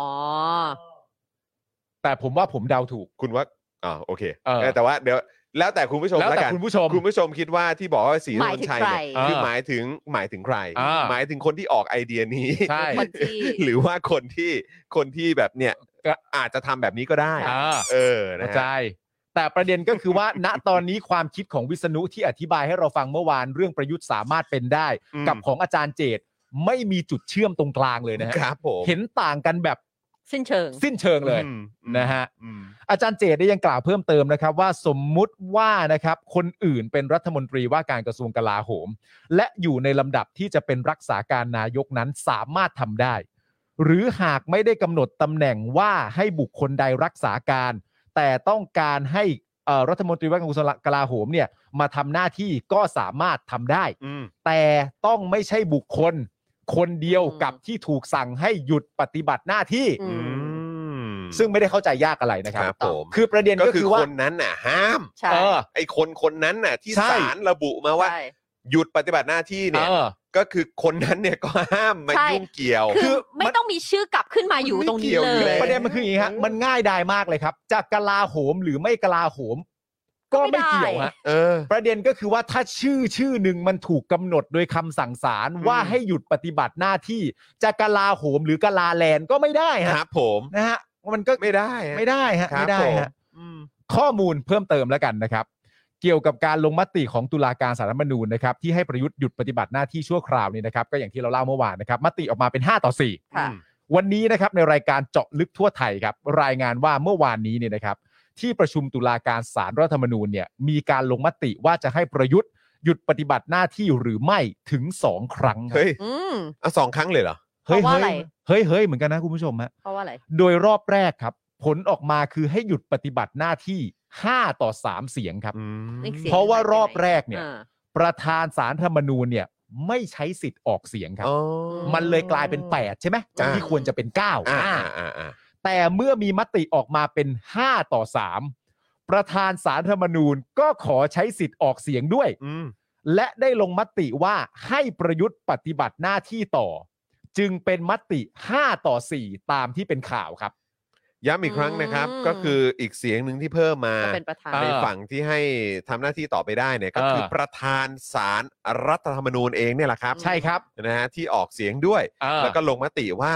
B: แต่ผมว่าผมเดาถูก
A: คุณว่าอ่าโอเค
B: เออ
A: เออแต่ว่าเดี๋ยว แล้วแต่คุณผู้ชม
B: แล้ว
A: ละ
B: แต่
A: กัน
B: คุณผู้ชม
A: คุณผู้ชมคิดว่าที่บอกว่าสีถนนชัยเนี่ย
B: หมายถึงใคร
A: คือหมายถึงหมายถึงใคร
B: อ่า
A: หมายถึงคนที่ออกไอเดียนี้
B: ใช่
C: คนที่
A: หรือว่าคนที่คนที่แบบเนี่ย
B: ก็
A: อาจจะทำแบบนี้ก็ได้
B: อ่า
A: เออนะ
B: เข้า
A: ฮะ
B: ใจ แต่ประเด็นก็คือว่า ณตอนนี้ความคิดของวิษณุที่อธิบายให้เราฟังเมื่อวานเรื่องประยุทธ์สามารถเป็นได้
A: อืม
B: กับของอาจารย์เจตไม่มีจุดเชื่อมตรงกลางเลยนะฮะ
A: ครับผม
B: เห็นต่างกันแบบ
C: สิ้นเชิง
B: สิ้นเชิงเลย
A: อืม
B: นะฮะ
A: อืม
B: อาจารย์เจตได้ยังกล่าวเพิ่มเติมนะครับ ว่าสมมุติว่านะครับคนอื่นเป็นรัฐมนตรีว่าการกระทรวงกลาโหม และอยู่ในลำดับที่จะเป็นรักษาการนายกนั้นสามารถทำได้ หรือหากไม่ได้กำหนดตำแหน่งว่าให้บุคคลใดรักษาการ แต่ต้องการให้เอ่อรัฐมนตรีว่าการกระทรวงกลาโหมเนี่ยมาทำหน้าที่ก็สามารถทำได้
A: อืม
B: แต่ต้องไม่ใช่บุคคล คนเดียวกับที่ถูกสั่งให้หยุดปฏิบัติหน้าที่
C: อื
A: อืม
B: ซึ่งไม่ได้เข้าใจยากอะไรนะครับ
A: ครับผม
B: คือประเด็น
A: ก็
B: ก็
A: คื
B: คือ อว่า
A: คนนั้นน่ะ ห้าม
C: ใช่
B: เออ
A: ไอ้คนคนนั้นน่ะ ที่
B: ใช่
A: ศาลระบุมาว่า
C: ใช่
A: หยุดปฏิบัติหน้าที่เนี่ย
B: เออ
A: ก็คือคนนั้นเนี่ยก็ห้ามมา
C: ใช่
A: ยุ่งเกี่ยว
C: คือ
B: มัน
C: ไม่ต้องมีชื่อกลับขึ้นมาอยู่ตรงนี้
A: ไม่
C: เล
A: เกี่ยวเลย ย
B: ประเด็นมันคืออย่างนี้ฮะ มันง่ายดายมากเลยครับ จะกลาโหมหรือไม่กลาโหม ก็ไม่เกี่ยวฮะ
A: เออ
B: ประเด็นก็คือว่าถ้าชื่อชื่อหนึ่งมันถูกกำหนดโดยคำสั่งศาล
A: อืม
B: ว่าให้หยุดปฏิบัติหน้าที่ จะกลาโหมหรือกลาแลนก็ไม่ได้
A: ค
B: ฮะ
A: รับผม
B: นะฮะมันก็
A: ไม่ได้ฮะ
B: ไม่ได้ฮะ
A: ครับ
B: ไม่ได้
A: ผม
B: ฮะ ข้อมูลเพิ่มเติมแล้วกันนะครับ เกี่ยวกับการลงมติของตุลาการสารรัฐธรรมนูญนะครับที่ให้ประยุทธ์หยุดปฏิบัติหน้าที่ชั่วคราวนี่นะครับ ก็อย่างที่เราเล่าเมื่อวานนะครับ มติออกมาเป็น 5 ต่อ
C: ค่ะ
B: 4 วันนี้นะครับในรายการเจาะลึกทั่วไทยครับ รายงานว่าเมื่อวานนี้เนี่ยนะครับ ที่ประชุมตุลาการสารรัฐธรรมนูญเนี่ยมีการลงมติว่าจะให้ประยุทธ์หยุดปฏิบัติหน้าที่หรือไม่ถึง 2 ครั้งครับ
A: เฮ้ย
C: อืม
A: เอาสองครั้งเลยเหรอ
C: เพราะว่าอะไร
B: เฮ้ยเฮ้ยเหมือนกันนะคุณผู้ชมฮะ
C: เพราะว่าอะไร
B: โดยรอบแรกครับ ผลออกมาคือให้หยุดปฏิบัติหน้าที่ 5 ต่อ 3 เสียงครับ
A: อืม
C: อีกสียง
B: เพราะว่ารอบแรกเนี่ย
C: อ่า
B: ประธานสารธรรมนูญเนี่ย ไม่ใช้สิทธิ์ออกเสียงครับ
A: อ๋อ
B: มันเลยกลายเป็น 8 ใช่ไหมจากที่
A: อ่า
B: ควรจะเป็น 9
A: อ่า
B: อ่า
A: อ่าอ่า
B: แต่เมื่อมีมติออกมาเป็น 5 ต่อ 3 ประธานสารรัฐธรรมนูญก็ขอใช้สิทธิ์ออกเสียงด้วย
A: อืม
B: และได้ลงมติว่าให้ประยุทธ์ปฏิบัติหน้าที่ต่อ จึงเป็นมติ 5 ต่อ 4 ตามที่เป็นข่าวครับ
A: ย้ำอีกครั้งนะครับ
C: อืม
A: ก็คืออีกเสียงหนึ่งที่เพิ่มมา
C: ก็เป็นประธาน
B: อ่า
A: ในฝั่งที่ให้ทำหน้าที่ต่อไปได้เนี่ยก็คือ
B: เออ
A: ประธานสารรัฐธรรมนูญเองเนี่ยแหละครับ
B: ใช่ครับ
A: นะฮะที่ออกเสียงด้วย
B: เออ
A: แล้วก็ลงมติว่า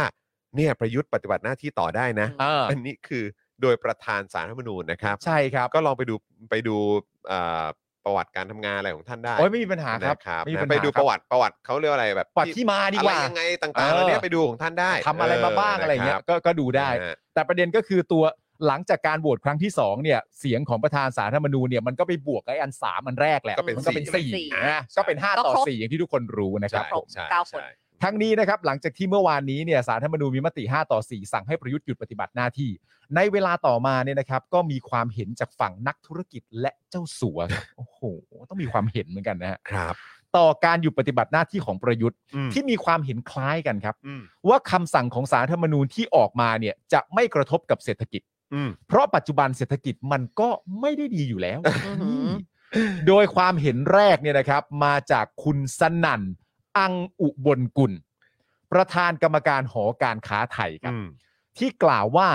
A: เนี่ยประยุทธ์ปฏิบัติหน้าที่ต่อได้นะ
B: เออ
A: อันนี้คือโดยประธานสารรัฐธรรมนูญนะครับ
B: ใช่ครับ
A: ก็ลองไปดูไปดูเอ่อประวัติการทำงานอะไรของท่านได้
B: โอ้ยไม่มีปัญหาครับ
A: นะครับ
B: ม่มี
A: นะ
B: ญหา
A: ไปดู
B: คบ
A: ประวัติประวัติเขาเรียกอะไรแบบ
B: ประวัติที่มาดี
A: อะ
B: ก
A: ไร
B: ว่า
A: ยังไงต่างๆเหล่านี้
B: เออ
A: ไปดูของท่านได้
B: ทำอะไรมาบ้างอะไรอย่างเงี้ยก็ก็ดูได้
A: นะฮะ
B: แต่ประเด็นก็คือตัวหลังจากการโหวตครั้งที่สองเนี่ยเสียงของประธานสารรฐธรรมนูญเนี่ยมันก็ไปบวกกับไอ้อันสามอันแรกแหละ
A: ก็เป็น
B: มัก็เป็น
C: สี่
B: สี่
C: เป็นสี่
B: นะก็เป็นห้า
C: ก็
B: ต่อ
C: ครบ
B: สี่อย่างที่ทุกคนรู้นะครับ
C: ครบ
A: ใช่
C: เก้าคน
A: ใช่
B: ทั้งนี้นะครับหลังจากที่เมื่อวานนี้เนี่ยสารรัฐธรรมนูญมีมติ 5 ต่อ 4 สั่งให้ประยุทธ์หยุดปฏิบัติหน้าที่ ในเวลาต่อมาเนี่ยนะครับ ก็มีความเห็นจากฝั่งนักธุรกิจและเจ้าสัว ครับ โอ้โห ต้องมีความเห็นเหมือนกันนะฮะ
A: ครับ
B: ต่อการหยุดปฏิบัติหน้าที่ของประยุทธ์
A: อืม
B: ที่มีความเห็นคล้ายกันครับ
A: อืม
B: ว่าคำสั่งของสารรัฐธรรมนูญที่ออกมาเนี่ยจะไม่กระทบกับเศรษฐกิจ
A: อืม
B: เพราะปัจจุบันเศรษฐกิจมันก็ไม่ได้ดีอยู่แล้ว
C: อือหือ
B: โดยความเห็นแรกเนี่ยนะครับมาจากคุณสนั่น อังอุบลกุล ประธานกรรมการหอการค้าไทยครับ ที่กล่าวว่า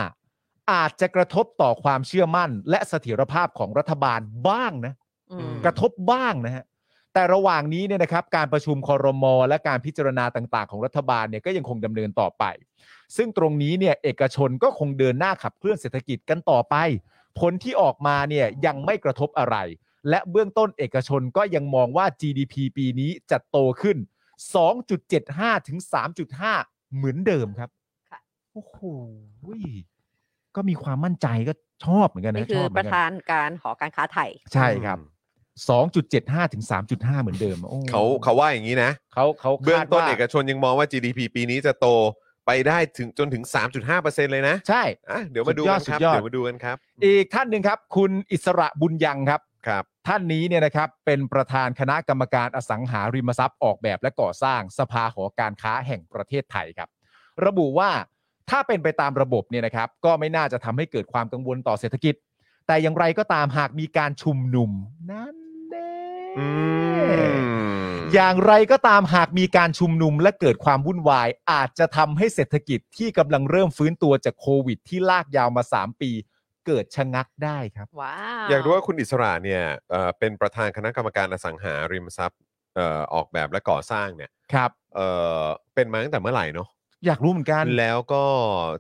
B: อาจจะกระทบต่อความเชื่อมั่น และเสถียรภาพของรัฐบาลบ้างนะ
C: อืม
B: กระทบบ้างนะฮะ แต่ระหว่างนี้เนี่ยนะครับการประชุมคอรมอและการพิจารณาต่างๆ ของรัฐบาลเนี่ยก็ยังคงดำเนินต่อไป ซึ่งตรงนี้เนี่ยเอกชนก็คงเดินหน้าขับเคลื่อนเศรษฐกิจกันต่อไป ผลที่ออกมาเนี่ยยังไม่กระทบอะไร และเบื้องต้นเอกชนก็ยังมองว่า GDP ปีนี้จะโตขึ้น 2.75 ถึง 3.5 เหมือนเดิมครับ
C: ค่ะ
B: โอ้โหก็มีความมั่นใจก็ชอบเหมือนกันนะ
C: นี่คื
B: ช
C: อ
B: อบเห
C: ป
B: มื
C: ระ
B: นกัน
C: ธานการหอการค้าไทย
B: ใช่ครับ 2.75 ถึง 3.5 เหมือนเดิมโอ้
A: เขาเขาว่าอย่างนี้นะ
B: เขาเขา
A: เบื้อง
B: คาด
A: ต้น
B: ว่า
A: เอกชนยังมองว่า GDP ปีนี้จะโตไปได้ถึงจนถึง 3.5%เลยนะ
B: ใช่
A: อ่ะเดี๋ยวมาดูกัน
B: สุ
A: ค
B: ดย
A: รับ
B: อดสุดยอด
A: เดี๋ยวมาดูกันครับ
B: อีกท่านหนึ่งครับ คุณอิสระบุญยังครับ
A: ครับ
B: ท่านนี้เนี่ยนะครับ เป็นประธานคณะกรรมการอสังหาริมทรัพย์ออกแบบและก่อสร้างสภาหอการค้าแห่งประเทศไทยครับ ระบุว่าถ้าเป็นไปตามระบบเนี่ยนะครับ ก็ไม่น่าจะทำให้เกิดความกังวลต่อเศรษฐกิจ แต่อย่างไรก็ตามหากมีการชุมนุมนั่นเด้
A: อืม
B: อย่างไรก็ตามหากมีการชุมนุมและเกิดความวุ่นวาย อาจจะทำให้เศรษฐกิจที่กำลังเริ่มฟื้นตัวจากโควิด ที่ลากยาวมา 3 ปี เกิดชะงักได้ครับ
C: ว้าว
A: อยากรู้ว่าคุณอิสระเนี่ยเอ่อเป็นประธานคณะกรรมการอสังหาริมทรัพย์เอ่อออกแบบและก่อสร้างเนี่ย
B: ครับ
A: เอ่อเป็นมาตั้งแต่เมื่อไหร่เนาะ
B: อยากรู้เหมือนกัน
A: แล้วก็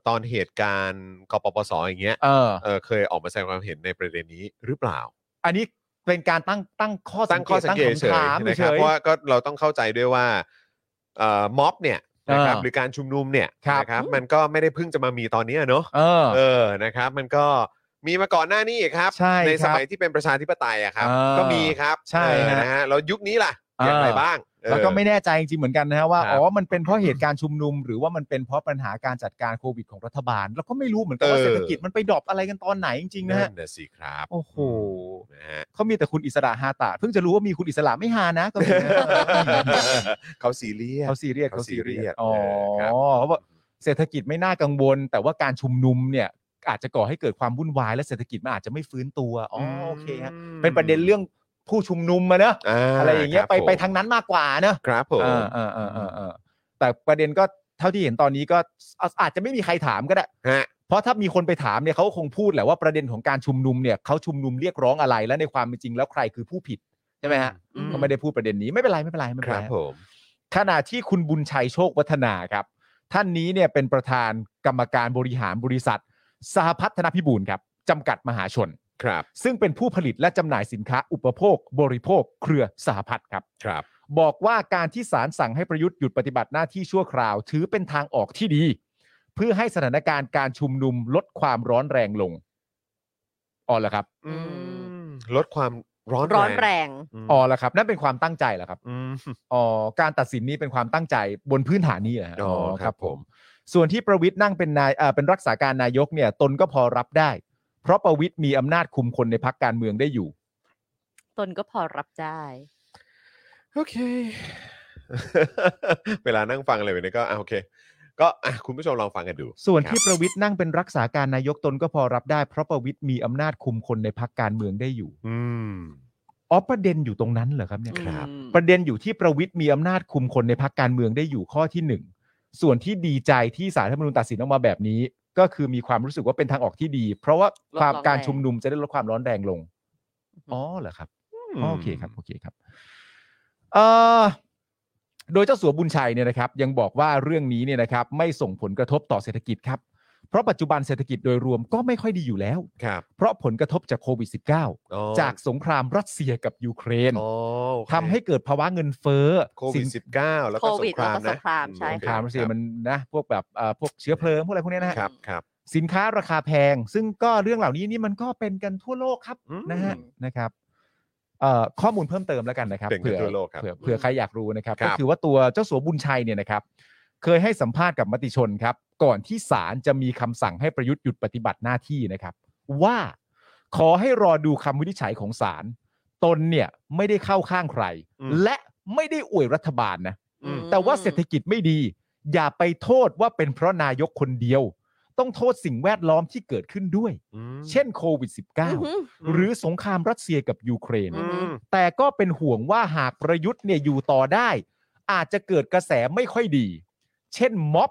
A: ตอนเหตุการณ์กปปสอย่างเงี้ย
B: เออ
A: เอ่อเคยออกมาแสดงความเห็นในประเด็นนี้หรือเปล่า
B: อันนี้เป็นการตั้งตั้งข้อสั
A: ตั้
B: ง
A: ง
B: เก
A: ข้อ
B: ต
A: สัง
B: ตั้ง
A: เกตเฉ
B: คำ
A: ย
B: ถาม
A: ๆนะค
B: เฉ
A: รับ
B: ย
A: เพราะว่าก็เราต้องเข้าใจด้วยว่าเอ่อม็อบเนี่ยนะครับ
B: เออ
A: หรือการชุมนุมเนี่ย
B: ครับ
A: นะครับมันก็ไม่ได้เพิ่งจะมามีตอนเนี้ยเนอะ
B: เออ
A: เออนะครับ มันก็มีมาก่อนหน้านี้อีกครับ
B: ใช่ครับ
A: สมัยที่เป็นประชาธิปไตยอะครับ
B: เออ
A: ก็มีครับ
B: ใช่
A: เออ
B: ฮะ
A: นะฮะแล้วยุคนี้ล่ะอย่าง
B: เออ
A: ไรบ้างเออ
B: แล้วก็ไม่แน่ใจจริงๆเหมือนกันนะฮะว่า
A: ครับ
B: อ๋อมันเป็นเพราะเหตุการณ์ชุมนุม หรือว่ามันเป็นเพราะปัญหาการจัดการโควิดของรัฐบาล แล้วก็ไม่รู้เหมือนกันว่าเศรษฐกิจมันไปดรอปอะไรกันตอนไหนจริงๆนะ
A: นั่
B: ฮะ
A: นนะสิครับ
B: โอ้โห
A: นะ ฮะ
B: เขามีแต่คุณอิสระฮาตะเพิ่งจะรู้ว่ามีคุณอิสระไม่ฮา นะก็มีนะ
A: เขาซีเรียส
B: เขาซีเรียส
A: เขา
B: เขา
A: ซี
B: ซี
A: เรี
B: เรี
A: ย
B: ย
A: ส
B: สอ๋อ
A: เออครับ
B: เขาบอกเศรษฐกิจไม่น่ากังวล แต่ว่าการชุมนุมเนี่ยอาจจะก่อให้เกิดความวุ่นวาย และเศรษฐกิจมันอาจจะไม่ฟื้นตัวอ๋ออโอเคฮะเป็นประเด็นเรื่องผู้ชุมนุมมาเนอะ
A: อา
B: อะไรอย่างเงี้ย
A: ครับ
B: ไป
A: ผม
B: ไปทางนั้นมากกว่าเนอะ
A: ครับผม
B: เออเออเออเออเออแต่ประเด็นก็เท่าที่เห็นตอนนี้ก็อาอาจจะไม่มีใครถามก็ได้
A: ฮะ
B: เพราะถ้ามีคนไปถามเนี่ยเขาคงพูดแหละว่าประเด็นของการชุมนุมเนี่ยเขาชุมนุมเรียกร้องอะไร และในความเป็นจริงแล้วใครคือผู้ผิดใช่ไหมฮะ
A: อืม
B: ก็ไม่ได้พูดประเด็นนี้ไม่เป็นไรไม่เป็นไร
A: ค
B: ไม่เป็น
A: รั
B: ไร
A: บผม
B: ขณะที่คุณบุญชัยโชควัฒนาครับ ท่านนี้เนี่ยเป็นประธานกรรมการบริหารบริษัท สหพัฒนพิบูลครับจำกัดมหาชน
A: ครับ
B: ซึ่งเป็นผู้ผลิตและจำหน่ายสินค้าอุปโภค บริโภค เครือสหพัฒน์ครับ
A: ครับ
B: บอกว่าการที่ศาลสั่งให้ประยุทธ์หยุดปฏิบัติหน้าที่ชั่วคราว ถือเป็นทางออกที่ดี เพื่อให้สถานการณ์การชุมนุมลดความร้อนแรงลงอ๋อเหรอครับ
A: อืมลดความร้อน
C: ร้อนแรง
A: ม
B: อ๋อเหรอครับ นั่นเป็นความตั้งใจเหรอครับ
A: อืม
B: อ๋อการตัดสินนี้เป็นความตั้งใจบนพื้นฐานนี้เหรอฮะ
A: อ๋อครับผม
B: ส่วนที่ประวิทย์นั่งเป็นนายเอ่อเป็นรักษาการนายกเนี่ย ตนก็พอรับได้ เพราะประวิทย์มีอำนาจคุมคนในพักการเมืองได้อยู่
C: ตนก็พอรับได้
A: โอเค เวลานั่งฟังอะไรแบบนี้ก็อ่ะโอเค ก็อ่ะคุณผู้ชมลองฟังกันดู
B: ส่วน
A: ครับ
B: ที่ประวิทย์นั่งเป็นรักษาการนายกตนก็พอรับได้ เพราะประวิทย์มีอำนาจคุมคนในพักการเมืองได้อยู่
A: อืม
B: อ๋อประเด็นอยู่ตรงนั้นเหรอครับเนี่ย
A: ครับ
C: อืม
B: ประเด็นอยู่ที่ประวิทย์มีอำนาจคุมคนในพักการเมืองได้อยู่ข้อที่หนึ่งส่วนที่ดีใจที่สารรัฐธรรมนูญตัดสินออกมาแบบนี้ ก็คือมีความรู้สึกว่าเป็นทางออกที่ดี เพราะว่าความ
C: ลดร้อนแรง
B: การชุมนุมจะได้ลดความร้อนแรงลงอ๋อเหรอครับ
A: ม
B: โอเคครับโอเคครับเอ่อโดยเจ้าสัวบุญชัยเนี่ยนะครับ ยังบอกว่าเรื่องนี้เนี่ยนะครับ ไม่ส่งผลกระทบต่อเศรษฐกิจครับ เพราะปัจจุบันเศรษฐกิจโดยรวมก็ไม่ค่อยดีอยู่แล้ว
A: ครับ
B: เพราะผลกระทบจากโควิด
A: อ๋อ
B: -19 จากสงครามรัสเซียกับยูเครน
A: อ๋อโอเค
B: ทำให้เกิดภาวะเงินเฟ้อ
A: โควิด
B: สิน
A: 19แล้วก็
C: โค
A: ส
C: วิ
A: ง
C: ด
A: คราม
C: แล้วก็
A: นะ
C: สงครามใช่
B: สงครามรัสเซียมันนะพวกแบบเอ่อพวกเชื้อเพลิงพวกอะไรพวกเนี้ยนะฮะ
A: ครับครับ
B: สินค้าราคาแพง ซึ่งก็เรื่องเหล่านี้นี่มันก็เป็นกันทั่วโลกครับ
A: อืม
B: นะฮะนะครับเอ่อข้อมูลเพิ่มเติมแล้วกันนะครับ
A: เป็นกันทั่วโลกครับ
B: เผื่อเผื่อใครอยากรู้นะครับ
A: ครับ
B: ก็คือว่าตัวเจ้าสัวบุญชัยเนี่ยนะครับ เคยให้สัมภาษณ์กับมติชนครับ ก่อนที่ศาลจะมีคำสั่งให้ประยุทธ์หยุดปฏิบัติหน้าที่นะครับ ว่าขอให้รอดูคำวินิจฉัยของศาลตนเนี่ยไม่ได้เข้าข้างใคร
A: อืม
B: และไม่ได้อวยรัฐบาลนะ
A: อืม
B: แต่ว่าเศรษฐกิจไม่ดี อย่าไปโทษว่าเป็นเพราะนายกคนเดียว ต้องโทษสิ่งแวดล้อมที่เกิดขึ้นด้วย
A: อืม
B: เช่นโควิด
C: อื้อ
B: -19
C: หือ
B: หรือสงครามรัสเซียกับยูเครน
C: อืม
B: แต่ก็เป็นห่วงว่าหากประยุทธ์เนี่ยอยู่ต่อได้ อาจจะเกิดกระแสไม่ค่อยดี เช่นม็อบ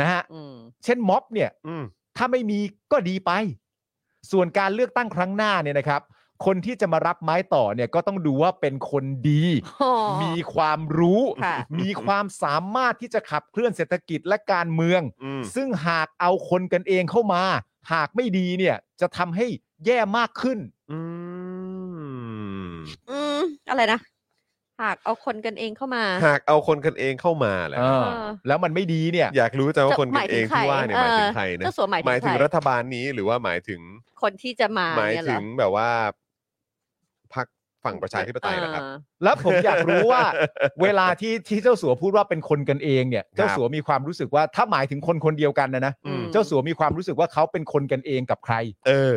B: นะฮะ
C: อืม
B: เช่นม็อบเนี่ย
A: อืม
B: ถ้าไม่มีก็ดีไป ส่วนการเลือกตั้งครั้งหน้าเนี่ยนะครับ คนที่จะมารับไม้ต่อเนี่ยก็ต้องดูว่าเป็นคนดี มีความรู้
C: ค่ะ
B: มีความสามารถที่จะขับเคลื่อนเศรษฐกิจและการเมือง
A: อืม
B: ซึ่งหากเอาคนกันเองเข้ามา หากไม่ดีเนี่ยจะทำให้แย่มากขึ้น
A: อืม
C: อืมอะไรนะ หากเอาคนกันเองเข้ามา
A: หากเอาคนกันเองเข้ามาแหละ
B: เออ
C: เออ
B: แล้วมันไม่ดีเนี่ย
A: อยากรู้จังว่าคนกันเองที่ว่าเนี่ยหมาม
C: หายยถึ
A: ถึง
C: ง
A: ใค
C: ใคร
A: รนะ
C: เออเจ้าสัวหมายถึง
A: หมายถึง
C: ใคร
A: รัฐบาลนี้หรือว่าหมายถึง
C: คนที่จะมา
A: หมาย
C: เนี่เหร
A: ถึ
C: อง
A: แบบว่าพักฝั่งประชาธิปไตยนะครับ
C: เออ
B: แล้วผมอยากรู้ว่า เวลาที่ที่เจ้าสัวพูดว่าเป็นคนกันเองเนี่ย เจ้าสัวมีความรู้สึกว่าถ้าหมายถึงคนคนเดียวกันนะนะ
C: อืม
B: เจ้าสัวมีความรู้สึกว่าเขาเป็นคนกันเองกับใคร
A: เออ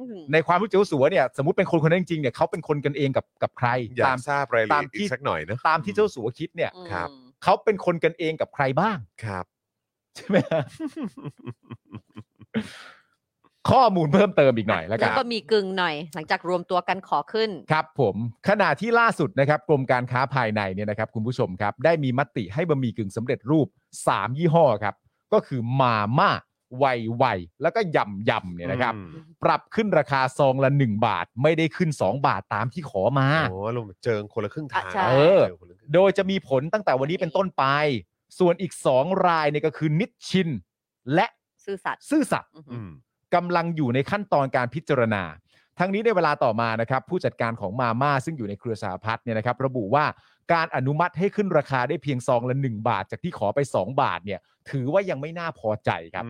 C: อื้อหือ
B: ในความรู้สึกเจ้าสัวเนี่ยสมมติเป็นคนคนนั้นจริงๆเนี่ยเขาเป็นคนกันเองกับกับใคร
A: อยา
B: ตาก ม
A: ทราบรายละ
B: ตา
A: เอีย
B: ม
A: ด
B: ที่
A: อีกสักหน่อยนะ
B: ตามที่เจ้าสัวคิดเนี่ย
A: ครับ
B: เขาเป็นคนกันเองกับใครบ้าง
A: ครับ
B: ใช่ไหมฮะ ข้อมูลเพิ่มเติมอีกหน่อยแล้วกั
C: แล้
B: น
C: วก็มีกึ่งหน่อย หลังจากรวมตัวกันขอขึ้น
B: ครับผมขณะที่ล่าสุดนะครับกรมการค้าภายในเนี่ยนะครับ คุณผู้ชมครับ ได้มีมติให้บะหมี่กึ่งสำเร็จรูป 3 ยี่ห้อครับ ก็คือมาม่าไวไวแล้วก็ยำยำเนี่ยนะครับ
A: อืม
B: ปรับขึ้นราคาซองละ 1 บาท ไม่ได้ขึ้น 2 บาทตามที่ขอมา
A: โอ้ลงเจิงคนละครึ่งทาง
C: อ่ะใช่
B: เออ
A: จิงคนละครึ่ง
B: โดยจะมีผลตั้งแต่วันนี้เป็นต้นไป ส่วนอีก 2 รายเนี่ยก็คือนิชชิน และ
C: ซื่อสัตย์
B: ซื่อสัตย์
C: อื้อหื
A: อื
C: อ
A: ม
B: กำลังอยู่ในขั้นตอนการพิจารณา ทั้งนี้ในเวลาต่อมานะครับ ผู้จัดการของมาม่าซึ่งอยู่ในเครือสาพัฒน์เนี่ยนะครับ ระบุว่าการอนุมัติให้ขึ้นราคาได้เพียงซองละ 1 บาท จากที่ขอไป 2 บาทเนี่ย ถือว่ายังไม่น่าพอใจครับ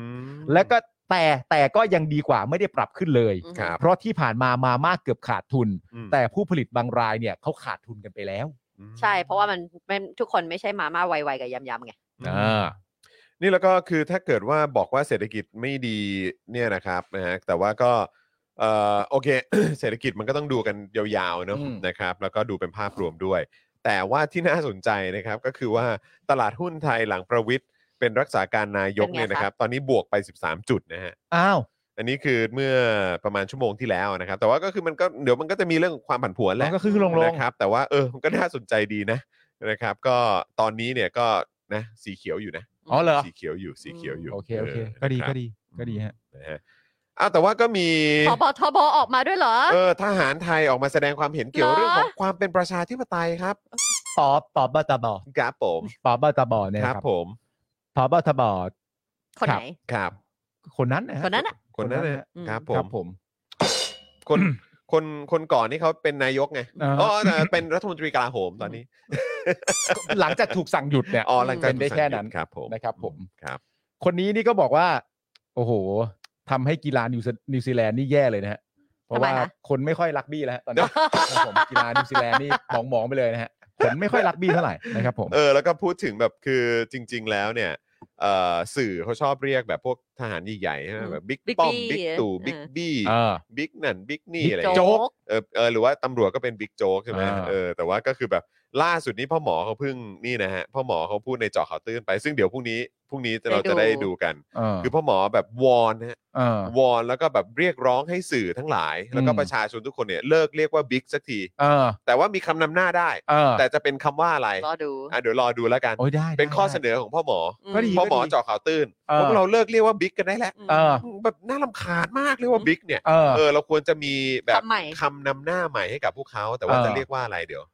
B: และก็แต่แต่ก็ยังดีกว่าไม่ได้ปรับขึ้นเลย
C: อื้อหือ
A: ครับ
B: เพราะที่ผ่านมามาม่าเกือบขาดทุน
A: อืม
B: แต่ผู้ผลิตบางรายเนี่ยเขาขาดทุนกันไปแล้ว
A: อืม
C: ใช่ เพราะว่ามันมันทุกคนไม่ใช่มาม่าไวๆกับยำๆไง
B: อ่า
A: นี่แล้วก็คือถ้าเกิดว่าบอกว่าเศรษฐกิจไม่ดีเนี่ยนะครับนะฮะแต่ว่าก็เอ่อโอเค เศรษฐกิจมันก็ต้องดูกันยาวๆเนอะนะครับ แล้วก็ดูเป็นภาพรวมด้วย แต่ว่าที่น่าสนใจนะครับก็คือว่าตลาดหุ้นไทยหลังประวิทย์เป็นรักษาการนายก
C: เป็นไง
A: เนี่ยนะ
C: คะ
A: ครับ ตอนนี้บวกไป 13 จุดนะฮะ
B: อ้าว
A: อันนี้คือเมื่อประมาณชั่วโมงที่แล้วนะครับ แต่ว่าก็คือมันก็เดี๋ยวมันก็จะมีเรื่องความผันผวนแหละ
B: มันก็ขึ้นๆลงๆ
A: นะครับ แต่ว่าเออมันก็น่าสนใจดีนะนะครับ ก็ตอนนี้เนี่ยก็นะสีเขียวอยู่นะ
B: อ๋อเหรอ
A: สีเขียวอยู่สีเขียวอยู่
B: โอเคโอเค ก็ดีก็ดีก็ดีฮะ
A: นะฮะอ้าวแต่ว่าก็มี
C: ทบทบออกมาด้วยเหรอ
A: เออทหารไทยออกมาแสดงความเห็นเกี่ยว
C: เหรอ
A: เรื่องของความเป็นประชาธิปไตยครับ
B: ปอบปอบบ้าตาบอ
A: ครับผม
B: ปอบบ้าตาบอเนี่ย
A: ค
B: นะ
A: รับ
B: ครับ
A: ผม
C: คน
B: พบทบครับ
C: ไหน
A: ครับ
B: คนนั้นนะฮะ
C: คนนั้นอ่ะ
A: คนนั้นนะ
B: คนนั้นนะ
C: อืม
A: ครับผ
B: ครั
A: ม
B: บผม
A: คนคนคนก่อนนี่เขาเป็นนายกไง
B: อ่า
A: อ๋อแต่เป็นรัฐมนตรีกลาโหมตอนนี้
B: หลังจากถูกสั่งหยุดเนี่ย
A: อ๋อหลังจาก
B: เป็นได้
A: ถูกสั่ง
B: แค่นั้น
A: หยุดครับผม
B: นะครับผม
A: ครับ
B: คนนี้นี่ก็บอกว่า โอ้โหทำให้กีฬานิวซีนิวซีแลนด์นี่แย่เลยนะฮะ เพราะว่า
C: ทำไมคะ
B: คนไม่ค่อยรักบี้แล้วฮะ ตอนนี้ครับผมกีฬานิวซีแลนด์นี่หมองๆไปเลยนะฮะผลไม่ค่อยรักบี้เท่าไหร่นะครับผม
A: เออแล้วก็พูดถึงแบบคือจริง ๆ แล้วเนี่ยเอ่อสื่อเขาชอบเรียกแบบพวก ทหารใหญ่ๆใช่ไหม
C: อืม
A: แบบบิ๊ก
C: Big
A: ป้อม
C: B
A: บิ๊กตู่บิ๊ก
C: เออ
A: บี้
B: เออ
A: บิ๊กนั่นบิ๊กนี่
B: Big
A: อะไร
C: โจ๊
A: เงี้ย
C: ก
A: เออเออหรือว่าตำรวจก็เป็นบิ๊กโจ๊กใช่ไหม
B: อ่า
A: เออแต่ว่าก็คือแบบล่าสุดนี้พ่อหมอเขาเพิ่งนี่นะฮะพ่อหมอเขาพูดในเจาะข่าวตื้นไป ซึ่งเดี๋ยวพรุ่งนี้พรุ่งนี้จะเราจะ
C: ได้
A: ได้
C: ดู
A: ดูกัน
B: เออ
A: คือพ่อหมอแบบวอนนะฮะ
B: เออ
A: วอนแล้วก็แบบเรียกร้องให้สื่อทั้งหลาย แล้วก็
B: อืม
A: ประชาชนทุกคนเนี่ยเลิกเรียกว่าบิ๊กสักที
B: เออ
A: แต่ว่ามีคำนำหน้าได้
B: เออ
A: แต่จะเป็นคำว่าอะไร
C: รอดู
A: อ่ะเดี๋ยวรอดูแล้วกัน
B: โอ้ยได้
A: เป็น
B: ได้
A: ข้อ
B: ได้
A: เสนอของพ่อหมอ
C: ม
B: ก็ดี
A: พ่อหมอเจาะข่าวตื้น
B: เออ
A: พวกเราเลิกเรียกว่าบิ๊กกันได้แล้ว
B: เออ
A: แบบน่าลำคาญมากเรียกว่าบิ๊กเนี่ย
B: เออ
A: เออเราควรจะมีแบบ
C: คำใหม่
A: คำนำหน้าใหม่ให้กับพวกเขา แต่ว่า
B: เออ
A: จะเรียกว่าอะไรเดี๋ยว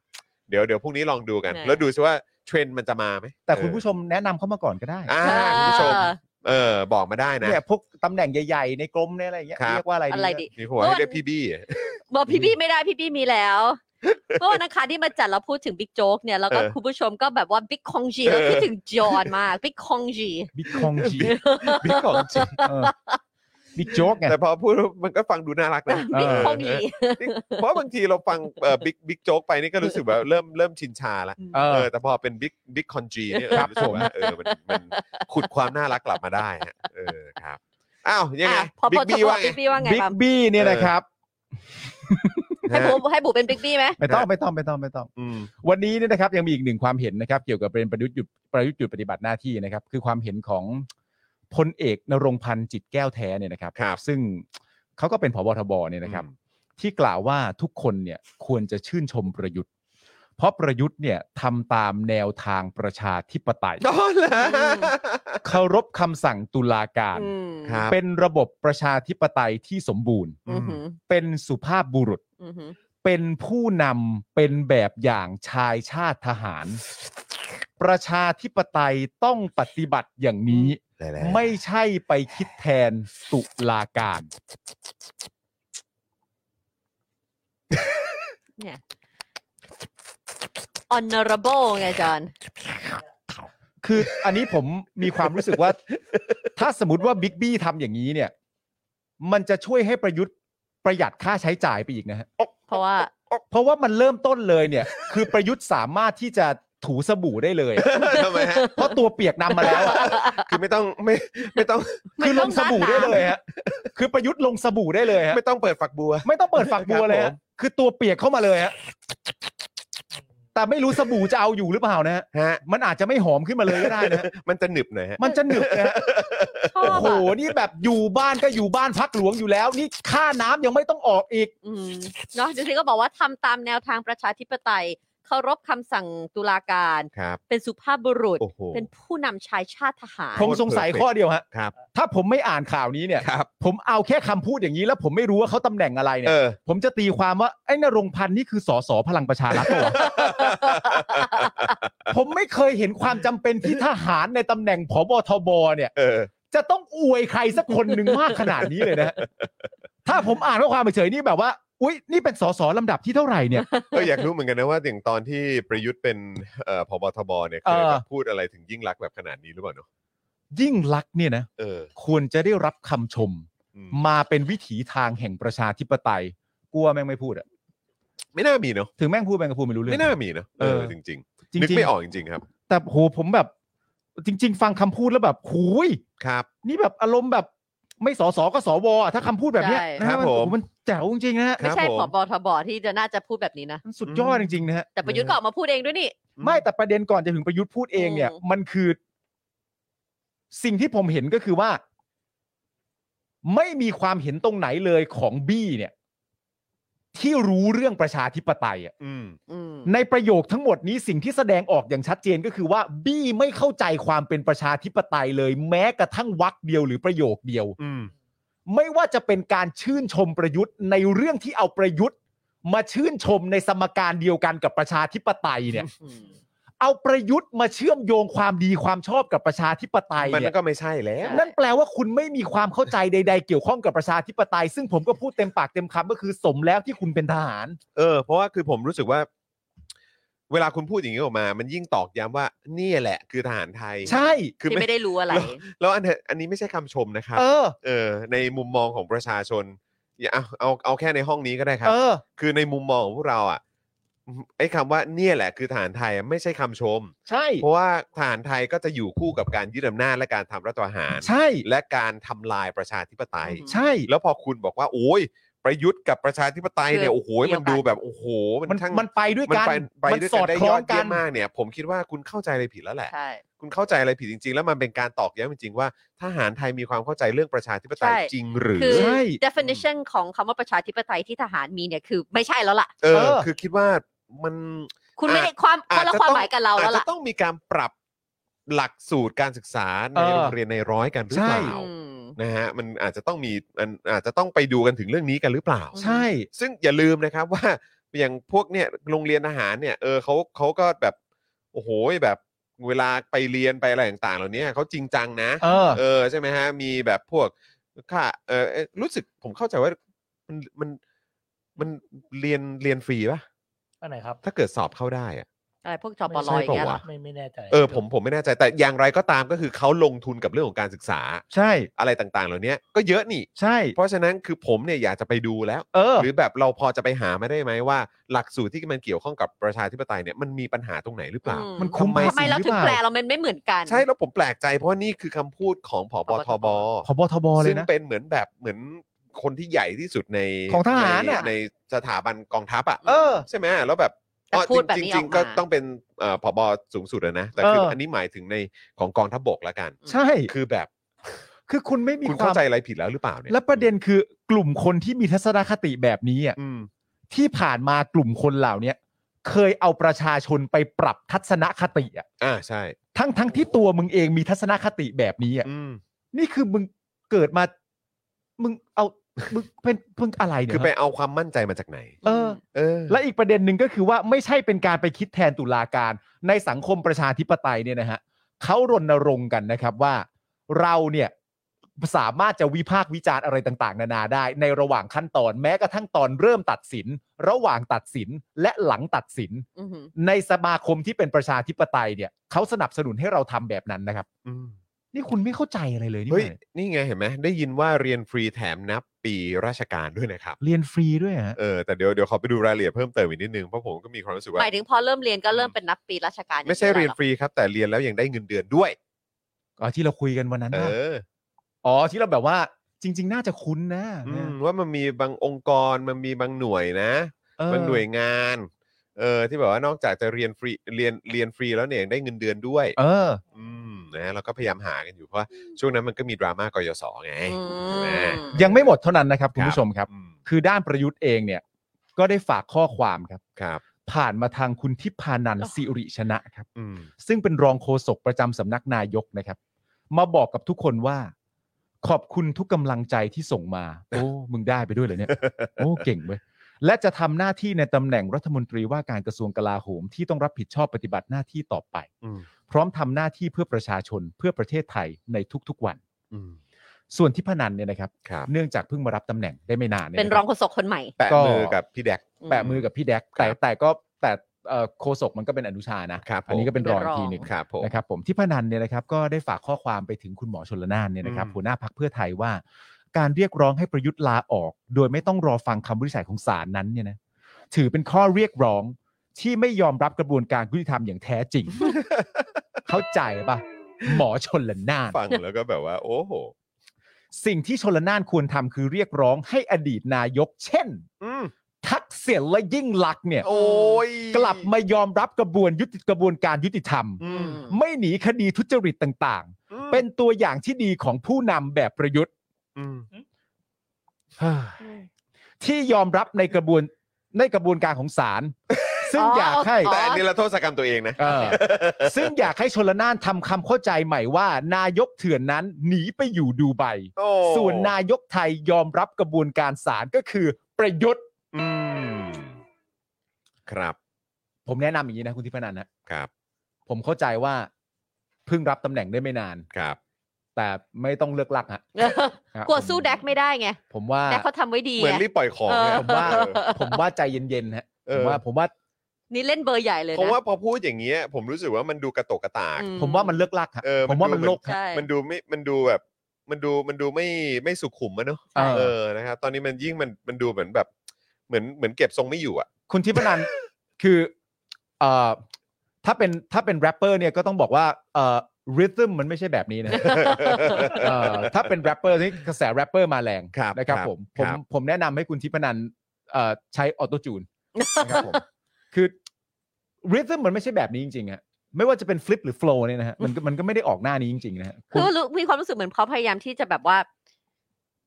A: เดี๋ยวเดี๋ยวพรุ่งนี้ลองดูกัน
C: แน่
A: แล้วดูซิว่าเทรนด์มันจะมาไหม
B: แต่คุณผู้ชมแนะนำเข้ามาก่อนก็ได้
A: เอออ่า
C: เออ
A: คุณผู้ชมเออบอกมาได้นะ
B: เนี่ยพวกตำแหน่งใหญ่ ๆ ในกรมเนี่ยอะไรอย่างเงี้ย
A: ครับ
B: เรียกว่าอะไร
C: อะไรดี
A: มีหัวให้เรียกพี่บี้อ่ะ
C: บอกพี่บี้ไม่ได้พี่บี้มีแล้วเมื่อวันอังคารที่มาจัดเราพูดถึงบิ๊กโจ๊กเนี่ยแล้วก็
A: เออ
C: คุณผู้ชมก็แบบว่าบิ๊กคองจีแล้วคิดถึงจอห์นมากบิ๊กคองจี
B: บิ๊กคองจี
A: บิ๊กของจริง
B: เออบิ๊กโจ๊กไง
A: แต่พอพูดมันก็ฟังดูน่ารักนะ
C: บิ๊กคอง
A: เอ
C: จี
A: อ เพราะบางทีเราฟังเอ่อบิ๊กบิ๊กโจ๊กไปนี่ก็รู้สึกแบบเริ่มเริ่มชินชาละ
B: เออ
A: เออแต่พอเป็นบิ๊กบิ๊กคอนจีเนี่ยเออ
B: ครับ
A: รู้สึกว่าเออมันมันขุดความน่ารักกลับมาได้ฮะเออครับอ้าวยังไง
C: อ่ะพอพ
A: บิ๊
C: อก จะ
A: บี้
C: บอก
A: ว่าไง
C: บิ๊กบี้ว่าไง
B: บิ๊
C: ค
B: ก
C: รับ
B: บี้เนี่ยนะครับ
C: ให้
A: ฮะ
C: บูให้บูเป็นบิ๊กบี้ไหม
B: ไม่ต้องไม่ต้องไม่ต้องไม่ต้อง
A: อืม
B: วันนี้เนี่ยนะครับยังมีอีกหนึ่งความเห็นนะครับ เกี่ยวกับประเด็นประยุทธ์หยุดประยุทธ์หยุดปฏิบัติหน้าที่นะครับ คือความเห็นของพลเอกนรงค์พันธ์จิตแก้วแท้เนี่ยนะครับ
A: ครับ
B: ซึ่งเขาก็เป็นผบทบเนี่ยนะครับ
A: อืม
B: ที่กล่าวว่าทุกคนเนี่ยควรจะชื่นชมประยุทธ์ เพราะประยุทธ์เนี่ยทำตามแนวทางประชาธิปไต ย
A: นอนเหรอ
C: อืม
B: เคารพคำสั่งตุลาการ
C: อืม
A: ครับ
B: เป็นระบบประชาธิปไตยที่สมบูรณ์
C: อือหือ
B: เป็นสุภาพบุรุษ
C: อือหือ
B: เป็นผู้นำเป็นแบบอย่างชายชาติทหาร ประชาธิปไตยต้องปฏิบัติอย่างนี้
A: ด้แล้ว
B: ไม่ใช่ไปคิดแทนตุลาการ
C: เนี่ย honorable ไงจอน
B: คืออันนี้ผมมีความรู้สึกว่า ถ้าสมมติว่าบิ๊กบี้ทำอย่างนี้เนี่ย มันจะช่วยให้ประยุทธ์ประหยัดค่าใช้จ่ายไปอีกนะฮะ
C: เพราะว่า
B: เพราะว่ามันเริ่มต้นเลยเนี่ย คือประยุทธ์สามารถที่จะถูสบู่ได้เลย
A: ทำไมฮะ
B: เพราะตัวเปียกนำมาแล้วอะ
A: คือไม่ต้องไม่ไม่ต้อง
C: ไม่
B: คือ
C: ต้
B: ล
C: อง
B: งสบู่
C: ล้าง
B: ได้
C: น้ำ
B: เลยฮะ คือประยุทธ์ลงสบู่ได้เลยฮะ
A: ไม่ต้องเปิดฝักบัว
B: ไม่ต้องเปิดฝักบัวเลย
A: ครั
B: ฮะ
A: บผม
B: คือตัวเปียกเข้ามาเลยฮะ แต่ไม่รู้สบู่จะเอาอยู่หรือเปล่านะฮะ
A: ฮะ
B: มันอาจจะไม่หอมขึ้นมาเลยก็ได้นะฮะ
A: มันจะหนึบหน่อยฮะ
B: มันจะหนึบนะฮะ
C: ชอ
B: โอ้
C: บ
B: โห
C: อ่ะ
B: นี่แบบอยู่บ้านก็อยู่บ้านพักหลวงอยู่แล้ว นี่ค่าน้ำยังไม่ต้องออกอีก
C: อืมเนาะจริงๆก็บอกว่าทำตามแนวทางประชาธิปไตย เคารพคำสั่งตุลาการ
A: ครับ
C: เป็นสุภาพบุรุษ
A: โอ้โห
C: เป็นผู้นำชายชาติทหาร
B: ผมสงสัยข้อเดียวฮะ
A: ครับ
B: ถ้าผมไม่อ่านข่าวนี้เนี่ย
A: ครับ
B: ผมเอาแค่คำพูดอย่างนี้แล้วผมไม่รู้ว่าเขาตำแหน่งอะไรเนี่
A: เอย อ
B: ผมจะตีความว่าไอ้นรงค์พันธ์นี่คือสสพลังประชารัฐเห รอ ผมไม่เคยเห็นความจำเป็นที่ทหารในตำแหน่งผบทบเนี่ย
A: เออ
B: จะต้องอวยใครสักคนหนึ่งมากขนาดนี้เลยนะ ถ้าผมอ่านข้อความเฉยๆนี่แบบว่า อุ๊ย นี่เป็นสสลำดับที่เท่าไหร่เนี่ย
A: เอออยากรู้เหมือนกันนะว่าอย่างตอนที่ประยุทธ์เป็นเอ่อพบทบเนี่ยเคย
B: เออ
A: แบบพูดอะไรถึงยิ่งรักษณ์แบบขนาดนี้หรือเปล่าเนาะ
B: ยิ่งลักษณ์เนี่ยนะ
A: เออ
B: ควรจะได้รับคำชม
A: อืม
B: มาเป็นวิถีทางแห่งประชาธิปไตยกลัวแม่งไม่พูดอะ
A: ไม่น่ามีเนาะ
B: ถึงแม่งพูดแม่งก็พูดไม่รู้เรื่อง
A: ไม่น่ามีเนาะเออ
B: เออ
A: จริง
B: จ
A: ๆนึก
B: ริง
A: ไม่ออกจริงๆครับ
B: ๆแต่โหผมแบบ จริง ๆ ฟังคำพูดแล้วแบบหูย
A: ครับ
B: นี่แบบอารมณ์แบบไม่สอสอก็สวอะถ้าคำพูดแบบเนี้ย
C: ใช่
B: นะฮะ
A: ครับ
B: น
A: ผม
B: โอ้โหมันแจ๋วจริงๆนะฮะ
A: ค
C: ไม่
A: รับ
C: ใช่
A: ผม
C: ผบทบที่จะน่าจะพูดแบบนี้นะ
B: มันสุดยอดจริงๆนะฮะ
C: แต่ประยุทธ์ก็ออกมาพูดเองด้วยนี่
B: ไม่แต่ประเด็นก่อนจะถึงประยุทธ์พูดเองเนี่ย
C: อืม
B: มันคือ สิ่งที่ผมเห็นก็คือว่า ไม่มีความเห็นตรงไหนเลยของบี้เนี่ย ที่รู้เรื่องประชาธิปไตยอะ
A: อืม
C: อืม
B: ในประโยคทั้งหมดนี้สิ่งที่แสดงออกอย่างชัดเจนก็คือว่า บี้ไม่เข้าใจความเป็นประชาธิปไตยเลย แม้กระทั่งวรรคเดียวหรือประโยคเดียว
A: อืม
B: ไม่ว่าจะเป็นการชื่นชมประยุทธ์ในเรื่องที่เอาประยุทธ์ มาชื่นชมในสมการเดียวกันกับประชาธิปไตยเนี่ย
C: อืม
B: เอาประยุทธ์มาเชื่อมโยงความดีความชอบกับประชาธิปไตย
A: มัน
B: เนี่ย
A: ก็ไม่ใช่แล้ว
C: ใช่
B: นั่นแปลว่าคุณไม่มีความเข้าใจใด ๆ เกี่ยวข้องกับประชาธิปไตย ซึ่งผมก็พูดเต็มปากเต็มคำก็คือสมแล้วที่คุณเป็นทหาร
A: เออ เพราะว่าคือผมรู้สึกว่า เวลาคุณพูดอย่างนี้ออกมา มันยิ่งตอกย้ำว่านี่แหละ คือทหารไทย
B: ใช่
A: คือ
C: ที่
A: ไม่
C: ไม่ได้รู้อะไร
A: แล้วอันเถอะอันนี้ไม่ใช่คำชมนะครับ
B: เออ
A: เออ ในมุมมองของประชาชนอย่าเอาเอาเอาแค่ในห้องนี้ก็ได้ครับ
B: เออ
A: คือในมุมมองของพวกเราอ่ะ ไอ้คำว่าเนี่ยแหละคือฐานไทยไม่ใช่คำชม
B: ใช่
A: เพราะว่าฐานไทยก็จะอยู่คู่กับการยึดอำนาจและการทำรัฐประหาร
B: ใช่
A: และการทำลายประชาธิปไตย
C: อือฮึ
B: ใช่
A: แล้วพอคุณบอกว่า โอ้ย ประยุทธ์กับประชาธิปไตยเนี่ย
C: คือ
A: โอ้โห
C: เดียวกั
A: มัน นดูแบบโอ้โหมัน
B: มัน
A: ทั้ง
B: มันไปด้วย
A: มัน
B: กัน
A: ไปไป
B: มัน
A: ด้วย
B: ส
A: กั
B: อน ด
A: ได้
B: คล้
A: ย
B: อ
A: อง ด
B: กั
A: เยี่ย
B: น
A: มมากเนี่ย ผมคิดว่าคุณเข้าใจอะไรผิดแล้วแหละ
C: ใช่
A: คุณเข้าใจอะไรผิดจริง ๆ แล้วมันเป็นการตอกย้ำจริงๆว่าทหารไทยมีความเข้าใจเรื่องประชาธิปไตย
C: ใช่
A: จริงหรือ
C: คือ
B: ใช่
C: definition ของคำว่าประชาธิปไตยที่ทหารมีเนี่ยคือไม่ใช่แล้วล่ะ
A: เอ
B: เอ
A: อ
B: อ
A: คือคิดว่ามัน
C: คุณ
A: อาจ
C: ไม่ได้ความ
A: อ
C: ค
A: จ
C: นละ
A: จะ
C: ความ
A: ต้อง
C: หมายกับเรา
A: อา
C: แล้
A: จ
C: ว
A: จะ
C: ล่ะ
A: ต้องมีการปรับหลักสูตรการศึกษาใน
B: เออ
A: โรงเรียนในร้อยกันหรือเปล่า
B: ใช่
C: อืม
A: นะฮะมันอาจจะต้องมีมันอาจจะต้องไปดูกันถึงเรื่องนี้กันหรือเปล่า
B: ใช่
A: ซึ่งอย่าลืมนะครับว่า อย่างพวกเนี่ยโรงเรียนทหารเนี่ยเออเขาเขาก็แบบโอ้โหแบบเวลาไปเรียนไปอะไรต่างๆ เหล่านี้เขาจริงจังนะ
B: เออ
A: เออใช่ไหมฮะมีแบบพวกค่าเออเอ่อรู้สึกผมเข้าใจว่ามันมันมันเรียนเรียนฟรีป่ะ
D: อันไหนครับ
A: ถ้าเกิดสอบเข้าได้อะ
C: อะไรพวกจป
D: ไม่
C: ล
D: ใช่
C: อยางเงี้ย
A: ปะ
C: เหร
A: วะ
C: อ
D: ไม่ไม่แน่ใจ
A: เออผมผมไม่แน่ใจแต่อย่างไรก็ตามก็คือเขาลงทุนกับเรื่องของการศึกษา
B: ใช่
A: อะไรต่างๆ เหล่านี้ก็เยอะนี่
B: ใช่
A: เพราะฉะนั้นคือผมเนี่ยอยากจะไปดูแล้ว
B: เออ
A: หรือแบบเราพอจะไปหามาได้ไหมว่า หลักสูตรที่มันเกี่ยวข้องกับประชาธิปไตยเนี่ยมันมีปัญหาตรงไหนหรือเปล่า
C: อืม
B: มันคุ้ม
A: ทำไม
C: ทำไมเราถึงแปลเรามันไม่เหมือนกัน
A: ใช่แล้วผมแปลกใจเพราะว่านี่คือคำพูดของผบทบ
B: พบทบเล
A: ซึ่
B: ย
A: ง
B: นะ
A: เป็นเหมือนแบบเหมือนคนที่ใหญ่ที่สุดใน
B: ของทหาร
A: ใน
B: น่ะ
A: ในสถาบันกองทัพอ่ะ
B: เออ
A: ใช่ไหมแล้วแบบ
C: แต่พูดแบบ
A: จริ
C: นี้
A: งจริ
C: ออก
A: ง
C: มา
A: ๆก็ต้องเป็นเอ่อผบสูงสุดอะนะแต่คือ
B: เอออั
A: อันนี้หมายถึงในของกองทัพบกแล้วกัน
B: ใช่
A: คือแบบ
B: คือคุณไม่มี
A: คุณ
B: ควา
A: เข้าม ใจอะไรผิดแล้วหรือเปล่าเนี่ย
B: และประเด็นคือกลุ่มคนที่มีทัศนคติแบบนี้อ่ะ
A: อืม
B: ที่ผ่านมากลุ่มคนเหล่าเนี้ยเคยเอาประชาชนไปปรับทัศนคติอ่ะ
A: อ่าใช่
B: ทั้งทั้งที่ตัวมึงเองมีทัศนคติแบบนี้อ่ะ
A: อืม
B: นี่คือมึงเกิดมา มึงเอามึงเป็นมึงอะไรเนี่ย
A: คือไปเอาความมั่นใจมาจากไหน
B: เออ
A: เออ
B: และอีกประเด็นหนึ่งก็คือว่าไม่ใช่เป็นการไปคิดแทนตุลาการ ในสังคมประชาธิปไตยเนี่ยนะฮะเขารณรงค์กันนะครับว่าเราเนี่ยสามารถจะวิพากษ์วิจารณ์อะไรต่างๆ นานาได้ ในระหว่างขั้นตอนแม้กระทั่งตอนเริ่มตัดสิน ระหว่างตัดสินและหลังตัดสิน
C: อือหือ
B: ในสมาคมที่เป็นประชาธิปไตยเนี่ยเขาสนับสนุนให้เราทำแบบนั้นนะครับ
A: อืม
B: นี่คุณไม่เข้าใจอะไรเลยนี่ห
A: เฮ้ย
B: ว่า
A: นี่ไงเห็นไหมได้ยินว่าเรียนฟรีแถมนับปีราชการด้วยนะครับ
B: เรียนฟรีด้วยฮะ
A: เออแต่เดี๋ยวเดี๋ยวขอไปดูรายละเอียดเพิ่มเติมอีกนิดนึงเพราะผมก็มีความรู้สึก
C: ห
A: ว่า
C: มายถึงพอเริ่มเรียนก็เริ่มเป็นนับปีราชการ
A: ไม่ใช่เรียนฟรีครับ แต่เรียนแล้วยังได้เงินเดือนด้วย
B: อ๋อที่เราคุยกันวันนั้น
A: เอ
B: นะ
A: อ
B: อ๋อที่เราแบบว่าจริง ๆ น่าจะคุ้นนะ
A: อว่ามันมีบางองค์กรมันมีบางหน่วยนะ
B: เออ
A: บางหน่วยงานเออที่แบบว่านอกจากจะเรียนฟรีเรียนเรียนฟรีแล้วเนี่ยยังได้เงินเดือนด้วย
B: เออ
A: อืมนะเราก็พยายามหากันอยู่เพราะว่าช่วงนั้นมันก็มีดราม่ากยศไง
C: อื
A: ใช่ไหม
C: ม
B: ยังไม่หมดเท่านั้นนะครับ คุณผู้ชมครับ
A: อืม
B: คือด้านประยุทธ์เองเนี่ย ก็ได้ฝากข้อความครับ
A: ครับ
B: ผ่านมาทางคุณทิพานันท์สิริชนะครับ
A: อืม
B: ซึ่งเป็นรองโฆษกประจำสำนักนายกนะครับ มาบอกกับทุกคนว่า ขอบคุณทุกกำลังใจที่ส่งมา โอ้ มึงได้ไปด้วยเหรอเนี่ย โอ้เก่งเว้ยและจะทำหน้าที่ในตำแหน่งรัฐมนตรีว่าการกระทรวงกลาโหมที่ต้องรับผิดชอบปฏิบัติหน้าที่ต่อไป
A: อืม
B: พร้อมทำหน้าที่เพื่อประชาชนเพื่อประเทศไทยในทุกๆวัน
A: อืม
B: ส่วนทิพานันท์เนี่ยนะครับ
A: ครับ
B: เนื่องจากเพิ่งมารับตำแหน่งได้ไม่นานย
C: เป็นรองโฆษกคนใหม่
A: แปะมือกับพี่แดก
B: แปะมือกับพี่แดกแต่แต่ก็แต่เอ่อโคศกมันก็เป็นอนุชานะครับ
A: ผม
B: อันี้ก็เป็นรอง
C: เป็นร
B: อี
C: อง
B: กทีหนึง
A: ครับผม
B: นะครับผมที่พนันเนี่ยนะครับก็ได้ฝากข้อความไปถึงคุณหมอชนละนานเนี่ยนะครับ
A: อืม
B: หัวหน้าพักเพื่อไทยว่า การเรียกร้องให้ประยุทธ์ลาออก โดยไม่ต้องรอฟังคำวินิจฉัยของศาลนั้นเนี่ยนะถือเป็นข้อเรียกร้องที่ไม่ยอมรับกระบวนการยุติธรรมอย่างแท้ จริง เข้าใจปะหมอชนละนาน
A: ฟังแล้วก็แบบว่า โอ้โห
B: สิ่งที่ชนละนานควรทำคือเรียกร้องให้อดีตนายก เช่น
A: อืม
B: ทักษิณและยิ่งลักษณ์เนี่ย
A: โอ้ย
B: กลับมายอมรับกระบวนยุติกระบวนการยุติธรรม
A: อืม
B: ไม่หนีคดีทุจริตต่าง
A: อืม
B: ๆ เป็นตัวอย่างที่ดีของผู้นำแบบประยุทธ์
A: อืม
B: ที่ยอมรับในกระบวนในกระบวนการของ ศาลซึ่ง
C: อ๋ออย
B: อากให้
C: อ๋
A: แต่อันนี้เราโทษกรรมตัวเองนะ
B: เออซึ่งอยากให้ชนละนานทำคำเข้าใจใหม่ว่า นายกเถื่อนนั้นหนีไปอยู่ดูไบ
A: โอ้
B: ส่วนนายกไทยยอมรับกระบวนการศาลก็คือประยุทธ์
A: อืมครับ
B: ผมแนะนำอย่างนี้นะคุณทิพนันนะครับ ผมเข้าใจว่าเพิ่งรับตำแหน่งได้ไม่นาน
A: ครับ
B: แต่ไม่ต้องเลิกลักฮะ
C: กลัวสู้แดกไม่ได้ไง
B: ผมว่า
C: แดกเขาทำไว้ดี
A: เหมือน
C: ไง
A: รีบปล่อยของเนี่ย
C: เออ
B: ผม ว่าผมว่าใจเย็นๆฮะ
A: เอ
B: ผม
A: อ
B: ว่าผมว่า
C: นี่เล่นเบอร์ใหญ่เลย
A: เพราะ
C: นะ
A: ว่าพอพูดอย่างเงี้ย ผมรู้สึกว่ามันดูกระตกกระตาก
C: อื
B: ผมว่ามันเลิกลักฮะ
A: เออ
B: ผมว่า
A: มั
B: มัน
A: น
B: โล
A: ดู
B: กฮะ
C: ใช่
A: มันดูไม่มันดูแบบ มันดูมันดูไม่ไม่สุขุมอะเนอะ
B: เออ
A: เออนะครับตอนนี้มันยิ่งมันมันดูเหมือนแบบ เหมือนเหมือนเก็บทรงไม่อยู่อ่ะ
B: คุณทิพนัน คือเอ่อถ้าเป็นถ้าเป็นแรปเปอร์เนี่ยก็ต้องบอกว่าเอ่อริทึมมันไม่ใช่แบบนี้นะ เอ่อถ้าเป็นแรปเปอร์นี่กระแสแรปเปอร์มาแรง
A: ครับ
B: นะครับ
A: ครับ
B: ผม
A: ค
B: ผ
A: รั
B: ม
A: บ
B: ผมแนะนำให้คุณทิพนันเอ่อใช้ออโตจูนนะครับผมคือริทึมมันไม่ใช่แบบนี้จริงๆฮะไม่ว่าจะเป็นฟลิปหรือโฟล์เนี่ยนะฮะมันก็มันก็ไม่ได้ออกหน้านี้จริงๆนะฮะ
C: คือรู้มีความรู้สึกเหมือนเขาพยายามที่จะแบบว่า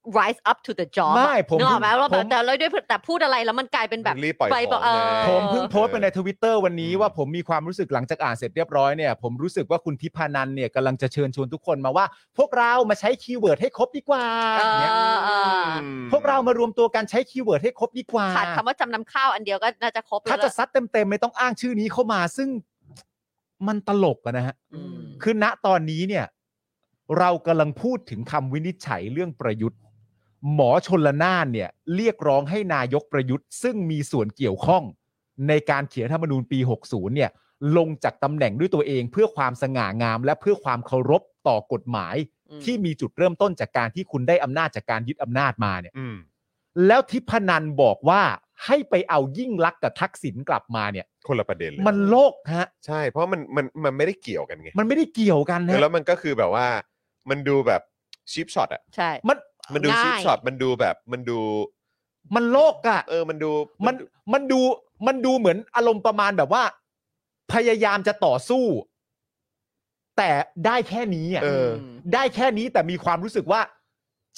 C: rise up to the job อะ
B: ไม่ผม
C: นึกออกไหมว่า
B: ผ
C: แบบ
B: ม
C: แต่เราด้วยแต่พูดอะไรแล้วมันกลายเป็นแบบ
A: รีบปล่อย
C: ไป
A: ของ
C: เออ
A: ไ
B: ผมเพิ่งโพสต์ไปในทวิตเตอร์วันนี้
A: อืม
B: ว่าผมมีความรู้สึกหลังจากอ่านเสร็จเรียบร้อยเนี่ยผมรู้สึกว่าคุณทิพานันเนี่ยกำลังจะเชิญชวนทุกคนมาว่า พวกเรามาใช้คีย์เวิร์ดให้ครบดีกว่า
C: เออ
B: เนี่ย
C: เออ
A: อืม
B: พวกเรามารวมตัวกันใช้คีย์เวิร์ดให้ครบดีกว่า
C: ขาดคำว่าจำนำข้าวอันเดียวก็น่าจะครบแล้
B: ถ้าว จะ
C: ล่ะ
B: ซัดเต็มๆเลยต้องอ้างชื่อนี้เข้ามาซึ่งมันตลกอะนะฮะ
C: อืม
B: คือณตอนนี้เนี่ย เรากำลังพูดถึงคำวินิจฉัยเรื่องประยุทธ์ หมอชนละนานเนี่ย เรียกร้องให้นายกประยุทธ์ ซึ่งมีส่วนเกี่ยวข้อง ในการเขียนรัฐธรรมนูญปี 60 เนี่ย ลงจากตำแหน่งด้วยตัวเอง เพื่อความสง่างาม และเพื่อความเคารพต่อกฎหมาย
C: อืม
B: ที่มีจุดเริ่มต้นจากการที่คุณได้อำนาจจากการยึดอำนาจมาเนี่ย
A: อืม
B: แล้วทิพนันบอกว่าให้ไปเอายิ่งลักษณ์กับทักษิณกลับมาเนี่ย
A: คนละประเด็นเลย
B: มันโลกฮะ
A: ใช่ เพราะมันมันมันไม่ได้เกี่ยวกันไง
B: มันไม่ได้เกี่ยวกันนะ
A: แล้วมันก็คือแบบว่า มันดูแบบชิปช็อตอ่ะ
C: ใช่
B: มัน
A: มันดู
C: ง่าย
A: ชิปช็อตมันดูแบบมันดู
B: มันโลกอะ
A: เออมันดู
B: มันมันดูมันดูเหมือนอารมณ์ประมาณแบบว่า พยายามจะต่อสู้ แต่ได้แค่นี้อะ
A: เออ
C: ม
B: ได้แค่นี้แต่มีความรู้สึกว่า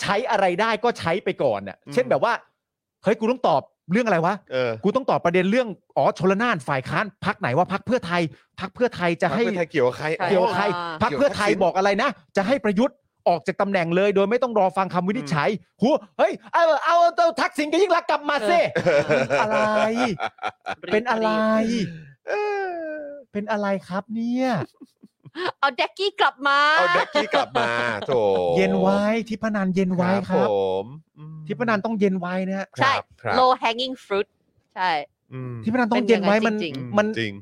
B: ใช้อะไรได้ก็ใช้ไปก่อนน่ะ
A: อืม
B: เช่นแบบว่าเฮ้ยกูต้องตอบเรื่องอะไรวะ
A: เออ
B: กูต้องตอบประเด็นเรื่องอ๋อชลนานฝ่ายค้านพักไหนว่าพักเพื่อไทยพักเพื่อไทยจะ
A: พรรค
B: ให้
A: เพื่อไทยเกี่ยวกับใคร
C: ใช่
B: เกี่ยวกับ
A: อ๋อ
B: ใคร
C: อ่า
B: พักเพื่อไทย
A: เกี่ยวกับทักษิณ
B: บอกอะไรนะ จะให้ประยุทธ์ออกจากตำแหน่งเลย โดยไม่ต้องรอฟังคำวินิจฉัยหัวเฮ้ยเอาเอาเอาทักษิณกับยิ่งรักษณ์กลับมาเซ
A: เออ
B: อะไร เป็นอะไร
A: เออ
B: เป็นอะไรครับเนี่ย
C: เอาแดกกี้กลับมา
A: เอาแบ็กกี้กลับมาโถ
B: เย็นไว้ทิพนันเย็นไว้ค
A: ผ
B: รับ
A: มอืม
B: ทิพนันต้องเย็นไว้นะฮะ
C: ใช่
A: ครับ
C: low hanging fruit ใช่
A: อืม
B: ทิพนันต้องเย็นไว้มัน
C: เป็นอย่างนั้นจริง
B: มัน
A: จริง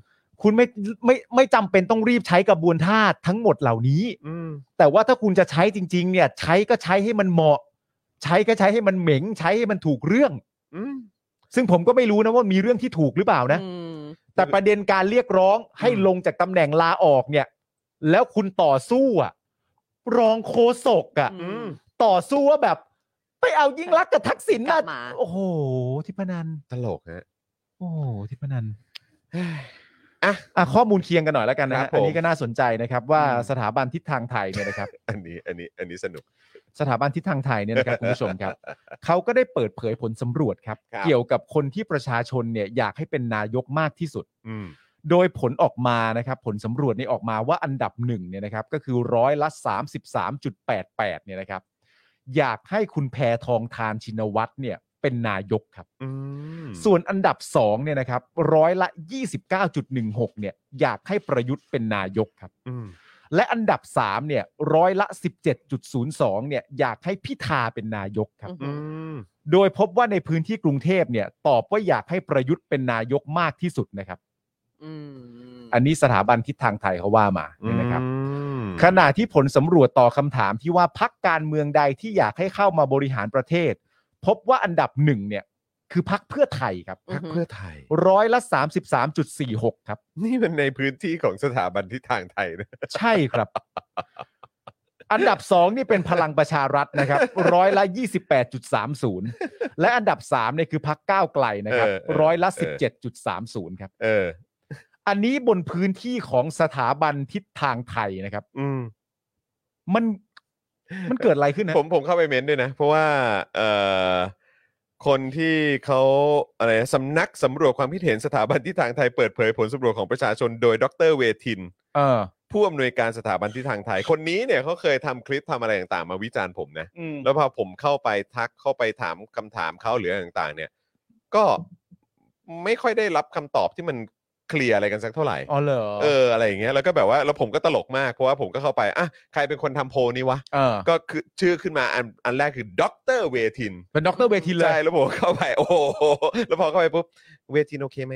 B: คุณไม่ไม่ไม่จำเป็นต้องรีบใช้กระบวนท่าทั้งหมดเหล่านี้
A: อืม
B: แต่ว่าถ้าคุณจะใช้จริง ๆ เนี่ย ใช้ก็ใช้ให้มันเหมาะ ใช้ก็ใช้ให้มันเหม็งใช้ให้มันถูกเรื่อง
A: อืม
B: ซึ่งผมก็ไม่รู้นะว่ามีเรื่องที่ถูกหรือเปล่านะ
C: อืม
B: แต่ประเด็นการเรียกร้องให้ลงจากตำแหน่งลาออกเนี่ย แล้วคุณต่อสู้อ่ะ รองโคศกอ่ะ
C: อืม
B: ต่อสู้ว่าแบบ ไปเอายิ่งรักษณ์กับทักษิณ
C: กลับมา
B: โอ้โห ทิพนัน
A: ตลกฮะ
B: โอ้โหทิพนัน
A: อ่ะ
B: อ่ะข้อมูลเคียงกันหน่อยแล้วกันนะ
A: ครั
B: ฮะ
A: บผม
B: อันนี้ก็น่าสนใจนะครับ ว่า
A: อืม
B: สถาบันทิศทางไทยเนี่ยนะครับ
A: อันนี้อันนี้อันนี้สนุก
B: สถาบันทิศทางไทยเนี่ยนะครับคุณผู้ชมครับ เขาก็ได้เปิดเผยผลสำรวจครับ
A: ครับ
B: เกี่ยวกับคนที่ประชาชนเนี่ยอยากให้เป็นนายกมากที่สุด
A: อืม
B: โดยผลออกมานะครับ ผลสำรวจนี่ออกมาว่าอันดับหนึ่งเนี่ยนะครับ ก็คือร้อยละ 33.88เนี่ยนะครับ อยากให้คุณแพทองทานชินวัตรเนี่ยเป็นนายกครับ
A: อืม
B: ส่วนอันดับสองเนี่ยนะครับร้อยละ 29.16เนี่ยอยากให้ประยุทธ์เป็นนายกครับ
A: อืม
B: และอันดับสามเนี่ยร้อยละ 17.02เนี่ยอยากให้พิธาเป็นนายกครับ
C: อื
A: อื
C: ม
A: ม
B: โดยพบว่าในพื้นที่กรุงเทพเนี่ยตอบว่าอยากให้ประยุทธ์เป็นนายกมากที่สุดนะครับ
C: อืม
B: อันนี้สถาบันทิศทางไทยเขาว่ามาเนี่ยนะครับ
A: อืม
B: ขณะที่ผลสำรวจต่อคำถามที่ว่าพักการเมืองใดที่อยากให้เข้ามาบริหารประเทศ พบว่าอันดับหนึ่งเนี่ย คือพักเพื่อไทยครับ
A: พรรคเพื่อไทย
B: ร้อยละ 33.46 ครับ
A: นี่มันในพื้นที่ของสถาบันทิศทางไทยนะ
B: ใช่ครับ อันดับสองนี่เป็นพลังประชารัฐนะครับร้อยละ 28.30 และอันดับสามเนี่ยคือพักก้าวไกลนะครับ
A: เออเออ
B: ร้อยละ 17.30 ครับ
A: เออ
B: อันนี้บนพื้นที่ของสถาบันทิศทางไทยนะครับ
A: อืม
B: มันมันเกิดอะไรขึ้นนะ
A: ผมผมเข้าไปเม้นด้วยนะ เพราะว่าเอ่อคนที่เขาอะไรนะสำนักสำรวจความคิดเห็นสถาบันทิศทางไทยเปิดเผยผลสำรวจของประชาชนโดยดรเวทิน
B: เออ
A: ผู้อำนวยการสถาบันทิศทางไทย คนนี้เนี่ยเขาเคยทำคลิปทำอะไรต่างๆ มาวิจารณ์ผมนะ แล้วพอผมเข้าไปทักเข้าไปถามคำถามเขาหรืออะไรต่างๆ เนี่ย ก็ไม่ค่อยได้รับคำตอบที่มันเคลียร์อะไรกันสักเท่าไหร่
B: อ๋อเหรอ
A: เอออะไรอย่างเงี้ยแล้วก็แบบว่าแล้วผมก็ตลกมากเพราะว่าผมก็เข้าไปอ่ะใครเป็นคนทำโพลนี้วะ
B: เออ
A: ก็คือชื่อขึ้นมาอันอันแรกคือดรเวทิน
B: เป็นด็อกเตอร์เวทีเล
A: ใช่
B: ย
A: แล้วผมก็เข้าไป โอ้โหแล้วพอเข้าไปปุ๊บเวทินโอ เคไหม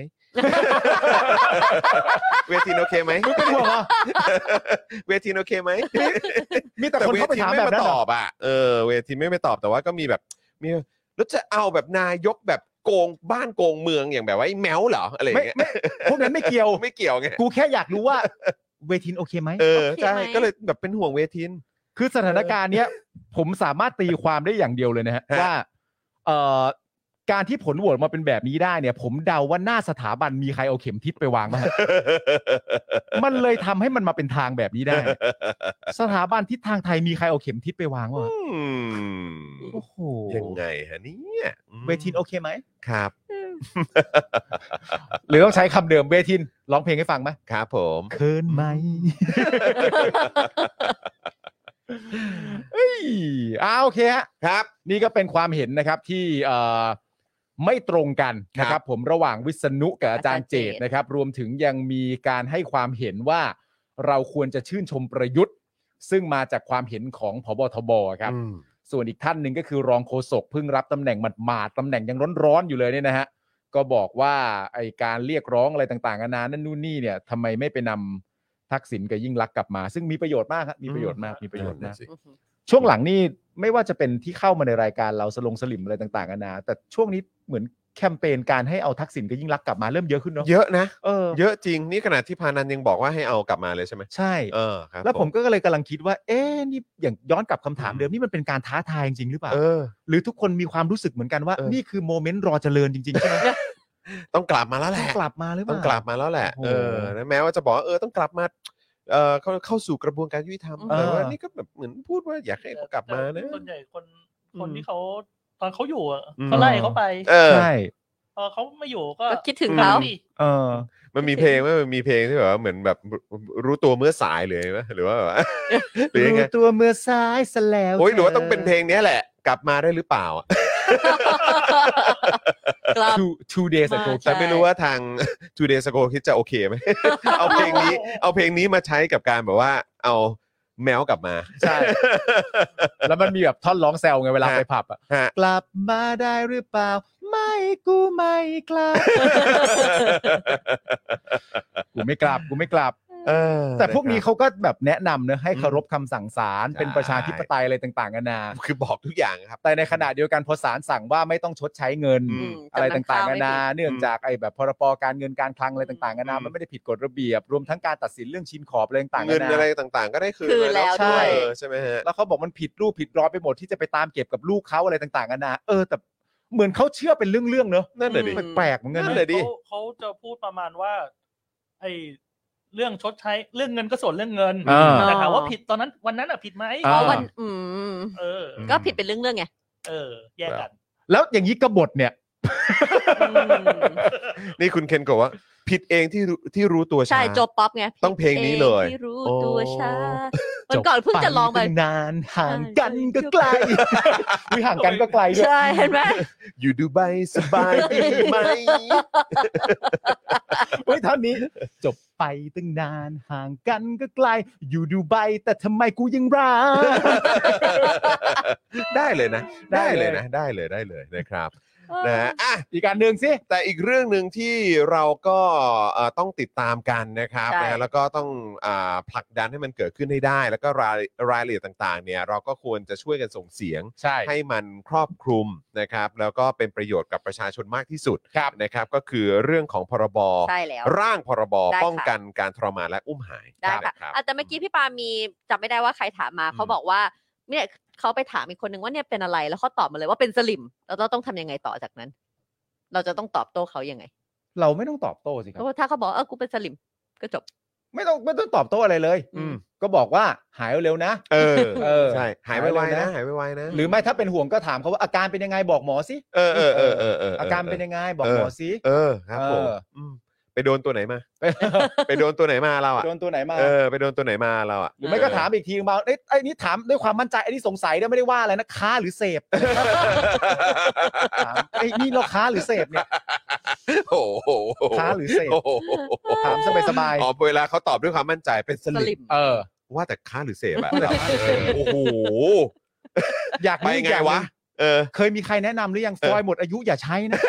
A: เวทินโอเคไหม
B: เป็นห่วงเหรอ
A: เวทินโอเคไหม
B: มีแต่คนเข้าไปถามแบบนั้น
A: ต่เว
B: เหร
A: ทีไม่ต
B: อ
A: อบอ่ะเออเวทีไม่ไปตอบแต่ว่าก็มีแบบมีแล้วจะเอาแบบนายกแบบ โกงบ้านโกงเมืองอย่างแบบว่าไอ้แมวเหรออะไรอย่าง
B: ไม่
A: เงี้ย
B: ไม่พวกนั้นไม่เกี่ยว
A: ไม่เกี่ยวไง
B: กูแค่อยากรู้ว่าเวทินโอเคไหม
A: เออ
C: โอเค
A: ใช่
C: ไหม
A: ก็เลยแบบเป็นห่วงเวทิน
B: คือสถานการณ์เนี้ย ผมสามารถตีความได้อย่างเดียวเลยนะฮะ
A: ฮะ
B: ว่าเอ่อการที่ผลโหวตมาเป็นแบบนี้ได้เนี่ย ผมเดาว่าหน้าสถาบันมีใครเอาเข็มทิศไปวาง บ้างฮะ มันเลยทำให้มันมาเป็นทางแบบ นี้ได้ สถาบันทิศทางไทยมีใครเอาเข็มทิศไปวาง
A: อ
B: วะ
A: ืม
B: โอ้โห
A: ยังไงฮะเนี่ยอืม
B: เวทินโอเคไหม
A: ครับ
B: หรือต้องใช้คำเดิมเวทินร้องเพลงให้ฟังไหม
A: ครับผม
B: เคินไหม เอ้ยอ่าโอเคฮะ
A: ครับ
B: นี่ก็เป็นความเห็นนะครับที่เอ่อไม่ตรงกันนะค
A: ครั
B: รับบ ผมระหว่างวิษณุกับอาจารย์
C: อาจารย์
B: เจ
C: เจต
B: ตนะครับ รวมถึงยังมีการให้ความเห็นว่าเราควรจะชื่นชมประยุทธ์ ซึ่งมาจากความเห็นของพบทบครับ
A: อืม
B: ส่วนอีกท่านหนึ่งก็คือรองโฆษกเพิ่งรับตำแหน่งหมาดๆตำแหน่งยังร้อนๆอยู่เลยเนี่ยนะฮะก็บอกว่าไอการเรียกร้องอะไรต่างๆนานานั่นนู่นนี่เนี่ยทำไมไม่ไปนำทักษิณกับยิ่งรักษณ์กลับมา ซึ่งมีประโยชน์มากครับมีประโยชน์มากมีประโยชน์มาก
C: อื้อหือ
B: ช่วงหลังนี่ไม่ว่าจะเป็นที่เข้ามาในรายการเราสลงสลิมอะไรต่างๆกันานาแต่ช่วงนี้เหมือนแคมเปญการให้เอาทักษิณกับยิ่งรักษณ์กลับมาเริ่มเยอะขึ้นเนาะ
A: เยอะนะ
B: เออ
A: เยอะจริง นี่ขนาดที่พานันยังบอกว่าให้เอากลับมาเลยใช่ไหม
B: ใช่
A: เออครับ
B: แล้วผมก็เลยกำลังคิดว่า เอ๊ะนี่อย่างย้อนกลับคำถามเดิมนี่มันเป็นการท้าทายจริงๆหรือเปล่า
A: เออ
B: หรือทุกคนมีความรู้สึกเหมือนกันว่า
A: เออ
B: นี่คือโมเมนต์รอเจริญจริงๆใช่ไหม
A: ต้องกลับมาแล้วแหละ
B: กลับมาหรือเป
A: ต้อ
B: ล่า
A: งกลับมาแล้วแหละ
B: โอ้
A: เอ
B: โห
A: อนะแม้ว่าจะบอกว่าเออต้องกลับมา เออเข้าเข้าสู่กระบวนการยุติธรรม
B: เออ
A: แต่ว่านี่ก็แบบเหมือนพูดว่าอยากให้เขากลับมานะ
D: ส่วนใหญ่คนคน
A: อืม
D: ที่เขาตอนเขาอยู่อะ
A: อืม
D: เขาไล่เขาไป
A: เออ
B: ใช่
D: พอเขาไม่อยู่ก็
C: ก็คิดถึง
A: อืม
C: เขา
D: ดิ
B: เออ
A: มันมีเพลงไหมมันมีเพลงที่แบบว่าเหมือนแบบรู้ตัวเมื่อสายเลยไหมหรือว่าแบบว่า หรือยังไง
B: รู้ตัวเมื่อซ้ายซะแล้ว
A: โอ้ยหรือว่า
B: ธ
A: ต้องเป็นเพลงเนี้ยแหละ กลับมาได้หรือเปล่าอะ
C: กลับ
B: two two days ago
C: ใช่
A: แต่ไม่รู้ว่าทาง Two Days Ago คิดจะโอเคไหม เอาเพลงนี้ เอาเพลงนี้มาใช้กับการแบบว่าเอาแมวกลับมา
B: ใช่ แล้วมันมีแบบท่อนร้องแซวไงเวลา
A: ฮะ
B: ไปผับอะ
A: ฮะ
B: กลับมาได้หรือเปล่า ไม่กูไม่กลับ กูไม่กลับกูไม่กลับ
A: เออ
B: แต่พวกนี้
A: ะครั
B: เขาก็แบบแนะนำเนอะให้เคารพคำสั่งศาล
A: ใช่
B: เป็นประชาธิปไตยอะไรต่างๆกันานา
A: บคือบอกทุกอย่างครับ
B: แต่ในขณะเดียวกันพอศาลสั่งว่าไม่ต้องชดใช้เงิน
A: อื
C: อืม
B: อะไร
C: จำนำ
B: ต่าง
C: ข้ว
B: ๆ
C: ไม่
B: นานา
C: ผิด
B: เนื่องจากไอ้แบบพรบการเงินการคลังอะไรต่างๆนานา
A: อืม
B: มันไม่ได้ผิดกฎระเบียบ รวมทั้งการตัดสินเรื่องชินขอบอะไรต่างๆ
A: เงิ
B: นาน นา
A: อะไรต่างๆ ก็ได้คืน
C: คืน
A: มา
C: แล้ว
B: ใช่
C: ด้วย
A: เออใช่ไหมฮะ
B: แล้วเขาบอกมันผิดรูปผิดรอยไปหมดที่จะไปตามเก็บกับลูกเขาอะไรต่างๆนานาเออแต่เหมือนเขาเชื่อเป็นเรื่องๆเนอะ
A: นั่นน่ะดิ
C: อืม
B: แปลกๆเหมือนกัน
A: นั่
B: นะ
A: นแหละดิ
D: เขาเขาจะพูดประมาณว่า ไอเรื่องชดใช้เรื่องเงินก็ส่วนเรื่องเงิน
B: อ่า
D: แต่ถามว่าผิดตอนนั้นวันนั้นอะผิดไหม
B: อ่า
C: เพราะวันอืม
D: เออ
C: ก็ผิดเป็นเรื่องๆไง
D: เออ แยกกัน
B: แล้วอย่างนี้กบฏเนี่ย
C: อืม
A: นี่คุณเคนก็บอกว่า ผิดเองที่รู้ที่รู้ตัวช้า
C: ใช่โจป๊อปไง
A: ต้องเพลงนี้เลย
C: ที่รู้ตัวช้า
B: โอ้
C: วันก่อนเพิ่งจะลองไป
B: จบตั้นานห่างกันก็ไกลมีห่างกันก็ไกลด้วย
C: ใช่เห็นไหม
A: อยู่ดูไบสบายดีไหม
B: เฮ้ยเท่านี้ จบไปตั้งนานห่างกันก็ไกล อยู่ดูไบแต่ทำไมกูยังรัก
A: ได้เลยนะ
B: ได้
A: ได้เล
B: เลย ย
A: นะได้เลยได้เลยนะครับนะฮะอ่ะ
B: อีกการหนึ่งสิ
A: แต่อีกเรื่องหนึ่งที่เราก็เอ่อต้องติดตามกันนะครับ
C: ใช่
A: นะฮะแล้วก็ต้องอ่าผลักดันให้มันเกิดขึ้นให้ได้ แล้วก็รายรายละเอียดต่างๆ เนี่ย เราก็ควรจะช่วยกันส่งเสียง
B: ใช่
A: ให้มันครอบคลุมนะครับ แล้วก็เป็นประโยชน์กับประชาชนมากที่สุด
B: ครับ
A: นะครับ ก็คือเรื่องของพรบ
C: ใช่แล้ว
A: ร่างพรบ
C: ได้ค่ะ
A: ป้องกันการทรมานและอุ้มหาย
C: ได้
A: น
C: ค่ะ
A: รับ
C: อ่ะแต่เมื่อกี้พี่ปามีจำไม่ได้ว่าใครถามมา เขาบอกว่าเนี่ยเขาไปถามอีกคนนึงว่าเนี่ยเป็นอะไรแล้วเขาตอบมาเลยว่าเป็นสลิมแล้วเราต้องทำยังไงต่อจากนั้น เราจะต้องตอบโต้เขายังไง
B: เราไม่ต้องตอบโต้สิครั
C: เพ
B: บ
C: ราะว่าถ้าเขาบอกเออกูเป็นสลิมก็จบ
B: ไม่ต้องไม่ต้องตอบโต้อะไรเลย
C: อืม
B: ก็บอกว่าหายเร็วๆนะ
A: เออ
B: เออ
A: ใช่หายไวๆนะ หา
B: หาย ยเร็วนะ
A: ไวๆนะ
B: หรือไม่ถ้าเป็นห่วงก็ถามเขาว่าอาการเป็นยังไงบอกหมอสิ
A: เออเออเออเออเออ
B: อาการเป็นยังไงบอกหมอสิ
A: เออครับผม
B: เออ
A: มไปโดนตัวไหนมา ไปโดนตัวไหนมาเราอ่ะ
B: โดนตัวไหนมา
A: เออไปโดนตัวไหนมาเราอ่ะ
B: หรือไม่ก็ถามอีกทีบางเอ้ยไอ้นี่ถามด้วยความมั่นใจไอ้นี่สงสัยเนี่ยไม่ได้ว่าอะไรนะค้าหรือเสพ ถามไอ้นี่เราค้าหรือเสพเนี่ย
A: โอ้โห
B: ค้าหรือเสพ
A: โอ้โห
B: ถามสบายสบายๆ
A: อ๋อเวลาเขาตอบด้วยความมั่นใจเป็นส
C: ส
A: ลิ
C: ลิ
A: ม
C: ม
B: เออ
A: ว่าแต่ค้าหรือเสพอะ
B: ว่าแต่ค้าหรือเสพ
A: โอ้โห
B: อยาก
A: ไป
B: รู้อีก
A: ไง
B: อย่างห
A: วะ
B: นึ่ง
A: เออ
B: เคยมีใครแนะนำหรือยังซอยหมดอายุอย่าใช้ นะ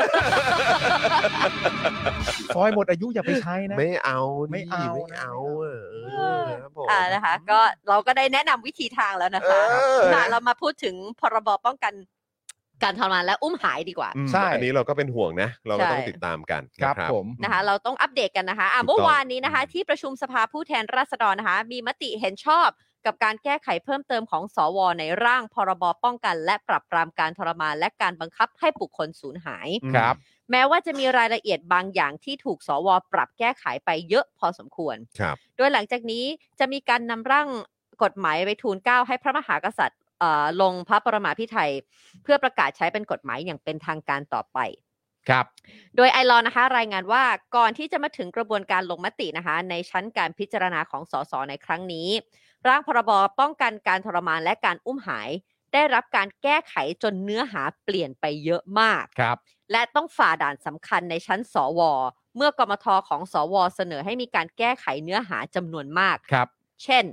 B: ซอยหมดอายุอย่าไปใช้นะ
A: ไม่เอา
B: ไม่เอา
A: ไม่เอาเออเออครับผม
C: อ่านะคะก็เราก็ได้แนะนำวิธีทางแล้วนะคะ
A: เออ
C: ค่ะเรามาพูดถึงพรบป้องกัน การทรมานและอุ้มหายดีกว่า
A: อืม
B: ใช่
A: อันนี้เราก็เป็นห่วงนะ เราก็
C: ใช่
A: ต้องติดตามกัน
B: ครั
A: นะ
B: บผม
C: นะคะเราต้องอัปเดตกันนะคะอ่ะ
A: ถูกต้อง
C: เมื่อวานนี้นะคะ ที่ประชุมสภาผู้แทนราษฎรนะคะ มีมติเห็นชอบกับการแก้ไขเพิ่มเติมของสวในร่างพรบป้องกัน และปรับปรามการทรมานและการบังคับให้บุคคลสูญหาย
A: อืม
B: ครับ
C: แม้ว่าจะมีรายละเอียดบางอย่างที่ถูกสวปรับแก้ไขไปเยอะพอสมควร
A: ครับ
C: โดยหลังจากนี้จะมีการนำร่างกฎหมายไปทูลเกล้าให้พระมหากษัตริย์เอ่อลงพระประมาพิไทยเพื่อประกาศใช้เป็นกฎหมายอย่างเป็นทางการต่อไป
B: ครับ
C: โดยไอรอนะคะ รายงานว่าก่อนที่จะมาถึงกระบวนการลงมตินะคะ ในชั้นการพิจารณาของสสในครั้งนี้ ร่างพรบป้องกันการทรมานและการอุ้มหาย ได้รับการแก้ไขจนเนื้อหาเปลี่ยนไปเยอะมาก
B: ครับ
C: และต้องฝ่าด่านสำคัญในชั้นสว เมื่อกมทของสว เสนอให้มีการแก้ไขเนื้อหาจำนวนมาก
B: ครับ
C: เช่น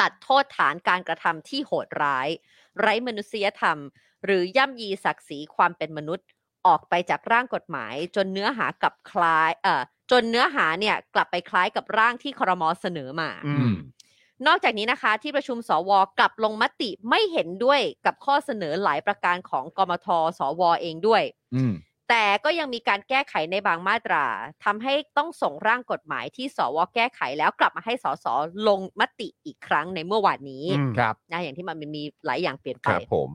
C: ตัดโทษฐานการกระทำที่โหดร้าย ไร้มนุษยธรรม หรือย่ำยีศักดิ์ศรีความเป็นมนุษย์ออกไปจากร่างกฎหมาย จนเนื้อหากลับคล้ายเอ่อจนเนื้อหาเนี่ยกลับไปคล้ายกับร่างที่ครมเสนอมา
B: อืม
C: นอกจากนี้นะคะ ที่ประชุมสวกลับลงมติไม่เห็นด้วยกับข้อเสนอหลายประการของกมทสวเองด้วย
B: อืม
C: แต่ก็ยังมีการแก้ไขในบางมาตราทำให้ต้องส่งร่างกฎหมายที่สวแก้ไขแล้วกลับมาให้สสลงมติอีกครั้งในเมื่อวานนี้
A: อืม
B: ครับ
C: นะอย่างที่มันมีหลายอย่างเปลี่ยนไป
A: ครับผม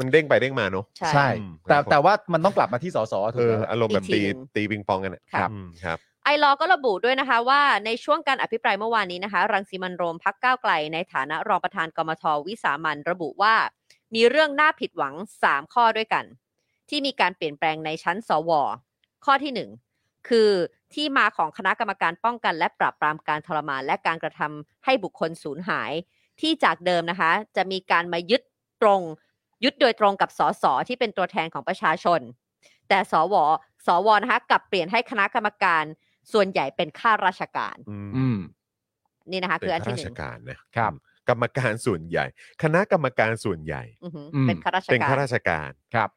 A: มันเด้งไปเด้งมาเนอะ
B: ใช่
A: อืม
B: แต่
A: ครับผม
B: แต่ว่ามันต้องกลับมาที่สสถู
A: เอก
B: ไห
A: อ
B: ม
A: อารมณ์แบบตีตีปิงปองกันอะ
B: ครับ
A: อืมครับ
C: ไอรอว์ก็ระบุด้วยนะคะว่าในช่วงการอภิปรายเมื่อวานนี้นะคะ รังสีมันโรมพักก้าวไกลในฐานะรองประธานกมทวิสามันระบุว่า มีเรื่องน่าผิดหวัง 3 ข้อด้วยกัน ที่มีการเปลี่ยนแปลงในชั้นสว ข้อทีหนึ่1 คือที่มาของคณะกรรมการป้องกัน และปราบปรามการทรมาน และการกระทำให้บุคคลสูญหาย ที่จากเดิมนะคะ จะมีการมายึดตรง ยึดโดยตรงกับสสที่เป็นตัวแทนของประชาชน แต่สวสวนะคะกลับเปลี่ยนให้คณะกรรมการส่วนใหญ่เป็นข้าราชการ
A: อืม
B: อืม
C: นี่นะคะ
A: เป็
C: คื
A: น
C: ออัน
A: ข้ารา
C: ที่ห
A: ช
C: นึ่ง
A: การนะครับ กรรมการส่วนใหญ่ คณะกรรมการส่วนใหญ่
C: อือหืออ
B: ม
C: เป็นข้าราช
A: เป็น
C: การ
A: ข้าราชการ
B: ครับ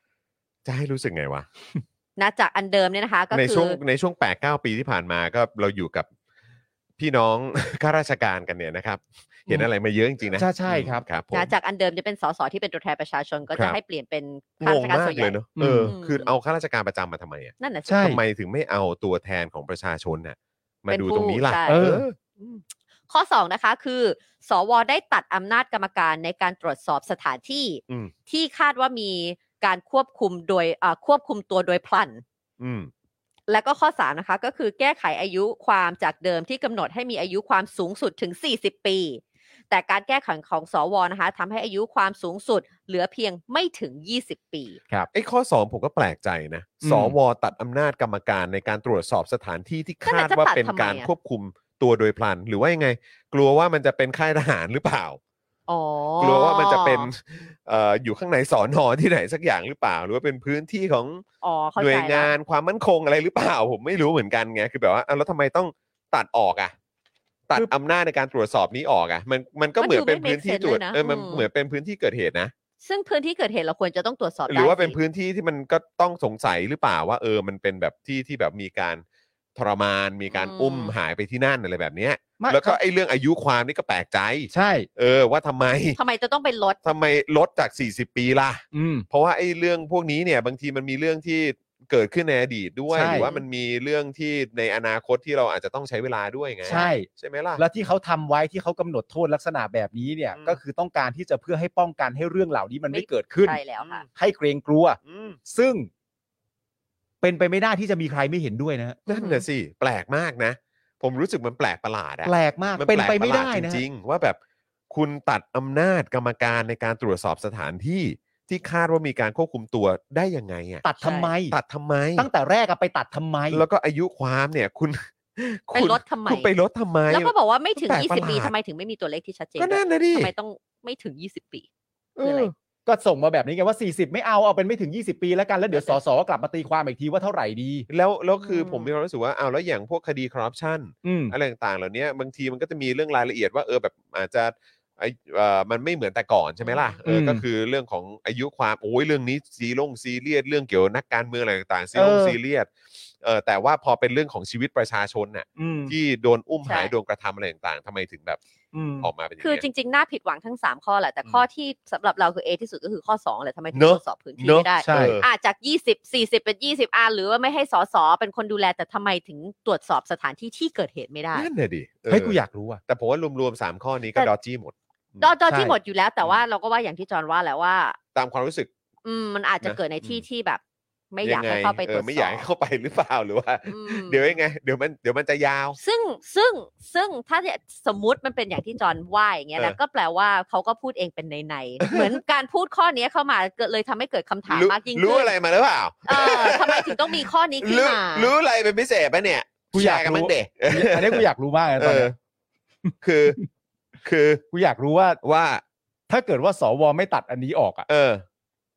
A: จะให้รู้สึกไงวะ
C: นะจากอันเดิมเนี่ยนะคะ ก็
A: ใน
C: คื
A: ช่วง
C: อ
A: ในช่วงแปดเก้าปีที่ผ่านมาก็เราอยู่กับพี่น้อง ข้าราชการกันเนี่ยนะครับ เห็นอะไรมาเยอะจริงๆนะ
B: ใช่ใช่ครับ
A: ครับผม
C: นะจากอันเดิมจะเป็นสสที่เป็นตัวแทนประชาชนก็
A: ครั
C: จะ
A: บ
C: ให้เปลี่ยนเป็น
A: ง
C: ข้าราช
A: ง
C: การ
A: มาก
C: ส่วนให
A: เล
C: ญ่
A: ยเนอะเอออ
C: ม
A: คือเอาข้าราชการประจำมาทำไมอ่ะ
C: นั่นแหละสิ
B: ใช่
A: ทำไมถึงไม่เอาตัวแทนของประชาชนน่ะมา
C: เป็น
A: ดู
C: ผู้
A: ตรงนี้ล่ะ
C: ใช่
A: เออ
C: ข้อ 2 นะคะคือ สวได้ตัดอำนาจกรรมการในการตรวจสอบสถานที่
A: อืม
C: ที่คาดว่ามีการควบคุมโดยเอ่อควบคุมตัวโดยพลัน
A: อืม
C: และก็ข้อ 3 นะคะ ก็คือแก้ไขอายุความจากเดิมที่กำหนดให้มีอายุความสูงสุดถึง 40 ปี แต่การแก้ไขของสวนะคะทำให้อายุความสูงสุดเหลือเพียงไม่ถึง 20 ปี
A: ไอ้ข้อสองผมก็แปลกใจนะ
B: อืม
A: สวตัดอำนาจกรรมการในการตรวจสอบสถานที่ที่
C: นั่นแห
A: คา
C: ละ
A: ดว่า
C: จะตัด
A: เป็น
C: ทำไม
A: การ
C: อะ
A: ควบคุมตัวโดยพลัน หรือว่ายังไง กลัวว่ามันจะเป็นค่ายทหารหรือเปล่า
C: อ๋อก
A: ลัวว่ามันจะเป็นเอ่ออยู่ข้างในสอนอที่ไหนสักอย่างหรือเปล่า หรือว่าเป็นพื้นที่ของ
C: อ๋อเข้า
A: หน่
C: ใจ
A: วย
C: แล้
A: งาว นความมั่นคงอะไรหรือเปล่า ผมไม่รู้เหมือนกันไงคือแบบว่าอ้าวแล้วทำไมต้องตัดออกอ่ะ ตัดอำนาจในการตรวจสอบนี้ออกอ่ะ มันมันก็
C: มัน
A: เหมือน
C: ดู
A: เป็น
C: ไม่
A: พื้น
C: make
A: ที่
C: sense
A: ตรวจ
C: เลยนะ
A: เออมัน
C: อืม
A: เหมือนเป็นพื้นที่เกิดเหตุนะ
C: ซึ่งพื้นที่เกิดเหตุเราควรจะต้องตรวจสอบ
A: หรือว่าเป็น
C: ได้สิ
A: พื้นที่ที่มันก็ต้องสงสัยหรือเปล่าว่า เออมันเป็นแบบที่ที่แบบมีการทรมาน มีการ
C: อืม
A: อุ้มหายไปที่นั่นอะไรแบบเนี้ย
B: ไม่
A: แล้วก็ไอ้เรื่องอายุความนี่ก็แปลกใจ
B: ใช่
A: เออ ว่าทำไม
C: ทำไมจะต้องเป็นรถ
A: ทำไมลดจาก 40 ปีล่ะ
B: อืม
A: เพราะว่าไอ้เรื่องพวกนี้เนี่ยบางทีมันมีเรื่องที่เกิดขึ้นในอดีตด้วย
B: ใช่
A: หรือว่ามันมีเรื่องที่ในอนาคตที่เราอาจจะต้องใช้เวลาด้วยไง
B: ใช่
A: ใช่ไหมล่ะ
B: แล้วที่เขาทำไว้ที่เขากำหนดโทษลักษณะแบบนี้เนี่ย
A: อืม
B: ก็คือต้องการที่จะเพื่อให้ป้องกันให้เรื่องเหล่านี้มันไม่
C: ไม่
B: เกิดขึ้น
C: ใช่แล้วค่ะ
B: ให้เกรงกลัว
A: อืม
B: ซึ่ง เป็นไปไม่ได้ที่จะมีใครไม่เห็นด้วยนะฮะ
A: นั่นน่ะสิแปลกมากนะ ผมรู้สึกมันแปลกประหลาดอะ
B: แปลกมาก
A: มัน
B: เป็น
A: แลก
B: ไป
A: ระ
B: ไม่
A: หลา
B: ได้
A: จ
B: นะฮะ
A: ริง ๆ ว่าแบบคุณตัดอำนาจกรรมการในการตรวจสอบสถานที่ที่คาดว่ามีการควบคุมตัวได้ยังไงอะ
B: ตัดทำไม
A: ตัดทำไม
B: ตั้งแต่แรกอะไปตัดทำไม
A: แล้วก็อายุความเนี่ย คุณ
C: ไปลดทำไม
A: คุณไปลดทำไม
C: แล้วก็บอกว่าไม่ถึง
A: แปลกประหลาด
C: 20 ปีทำไมถึงไม่มีตัวเลขที่ชัดเจน
A: ก็นั่นน่ะดิ
C: ทำไมต้องไม่ถึง 20 ปี
A: เอ
C: คืออะไร
A: อ
B: ก็ส่งมาแบบนี้ไงว่า 40 ไม่เอา เอาเป็นไม่ถึง 20 ปีแล้วกัน แล้วเดี๋ยวสสกลับมาตีความอีกทีว่าเท่าไหร่ดี
A: แล้วแล้วคืออ
C: ม
A: ผมมีความรู้สึกว่าอ้าวแล้วอย่างพวกคดีคอร์รัปชัน
B: อืม
A: อะไรต่างๆเหล่านี้บางทีมันก็จะมีเรื่องรายละเอียดว่าเออแบบอาจจะไอเอ่อมันไม่เหมือนแต่ก่อนใช่ไหมล่ะเอออ
B: ม
A: ก็คือเรื่องของอายุความโอ้ยเรื่องนี้ซีลงซีเรียสเรื่องเกี่ยวนักการเมืองอะไรต่างๆซีลง
B: เออ
A: ซีเรียส เออแต่ว่าพอเป็นเรื่องของชีวิตประชาชนน่ะ
D: อืม
A: ที่โดนอุ้มหาย
C: ใช่
A: โดนกระทำอะไรต่างๆทำไมถึงแบบ
D: อืม
A: ออกมาเป็นย่าง
C: คือ
A: เงี้ย
C: จริงๆ น่าผิดหวังทั้ง 3 ข้อแหละ แต่ข้อที่สำหรับเราคือเอที่สุดก็คือข้อ2แหละทำไมถึง
A: เนอะ
C: ตรวจสอบพื้นที่
A: เนอะ
C: ไม่ได้
A: ใช่
C: อ่ะจาก 20 40 เป็น 20อ่ะหรือว่าไม่ให้สสเป็นคนดูแลแต่ทำไมถึงตรวจสอบสถานที่ที่เกิดเหตุไม่ได้
A: นั่นน่ะดิเ
B: เฮ้ยกูอยากรู้อ่ะ
A: แต่ผมว่ารวมๆสามข้อนี้ก็
C: แต่
A: ดอจี้หมด
C: ดอจอที่
B: ใช่
C: หมดอยู่แล้วแต่ว่าเราก็ว่าอย่างที่จอห์นว่าแหละว่า
A: ตามความรู้สึก
C: อืมมันอาจจะ
A: นะ
C: เกิดในที่
A: อืม
C: ที่แบบ ไม่อยากให้เข้าไป
A: ยังง
C: ตรวจสอบ
A: ไม่อยากให้เข้าไปหรือเปล่าหรือว่า
C: อืม
A: เดี๋ยวยังไง เดี๋ยวมันเดี๋ยวมันจะยาว
C: ซึ่งซึ่งซึ่งถ้าเนี่ยสมมติมันเป็นอย่างที่จอห์นว่าอย่างเงี้ยนะ
A: เออ
C: ก็แปลว่าเขาก็พูดเองเป็นในในๆ เหมือนการพูดข้อเนี้ยเข้ามาเกิดเลยทำให้เกิดคำถาม
A: รู้
C: มากยิ่ง
A: รู้
C: ขึ้น
A: อะไรมาหรือเปล่า
C: เออทำไมถึงต้องมีข้อนี้ขึ้น
A: รู้
C: มา
A: รู้อะไรเป็นพิเศษปะเนี่ย
B: กูอยาก
A: แชร์กัน
B: รู้
A: มั้งเด็ก
B: อันนี้กูอยากรู้มากเลยตอนเนี้ย
A: คือ คือ
B: กูอยากรู้ว่า
A: ว่า
B: ถ้าเกิดว่าสวไม่ตัดอันนี้ออกอ่ะ
A: เออ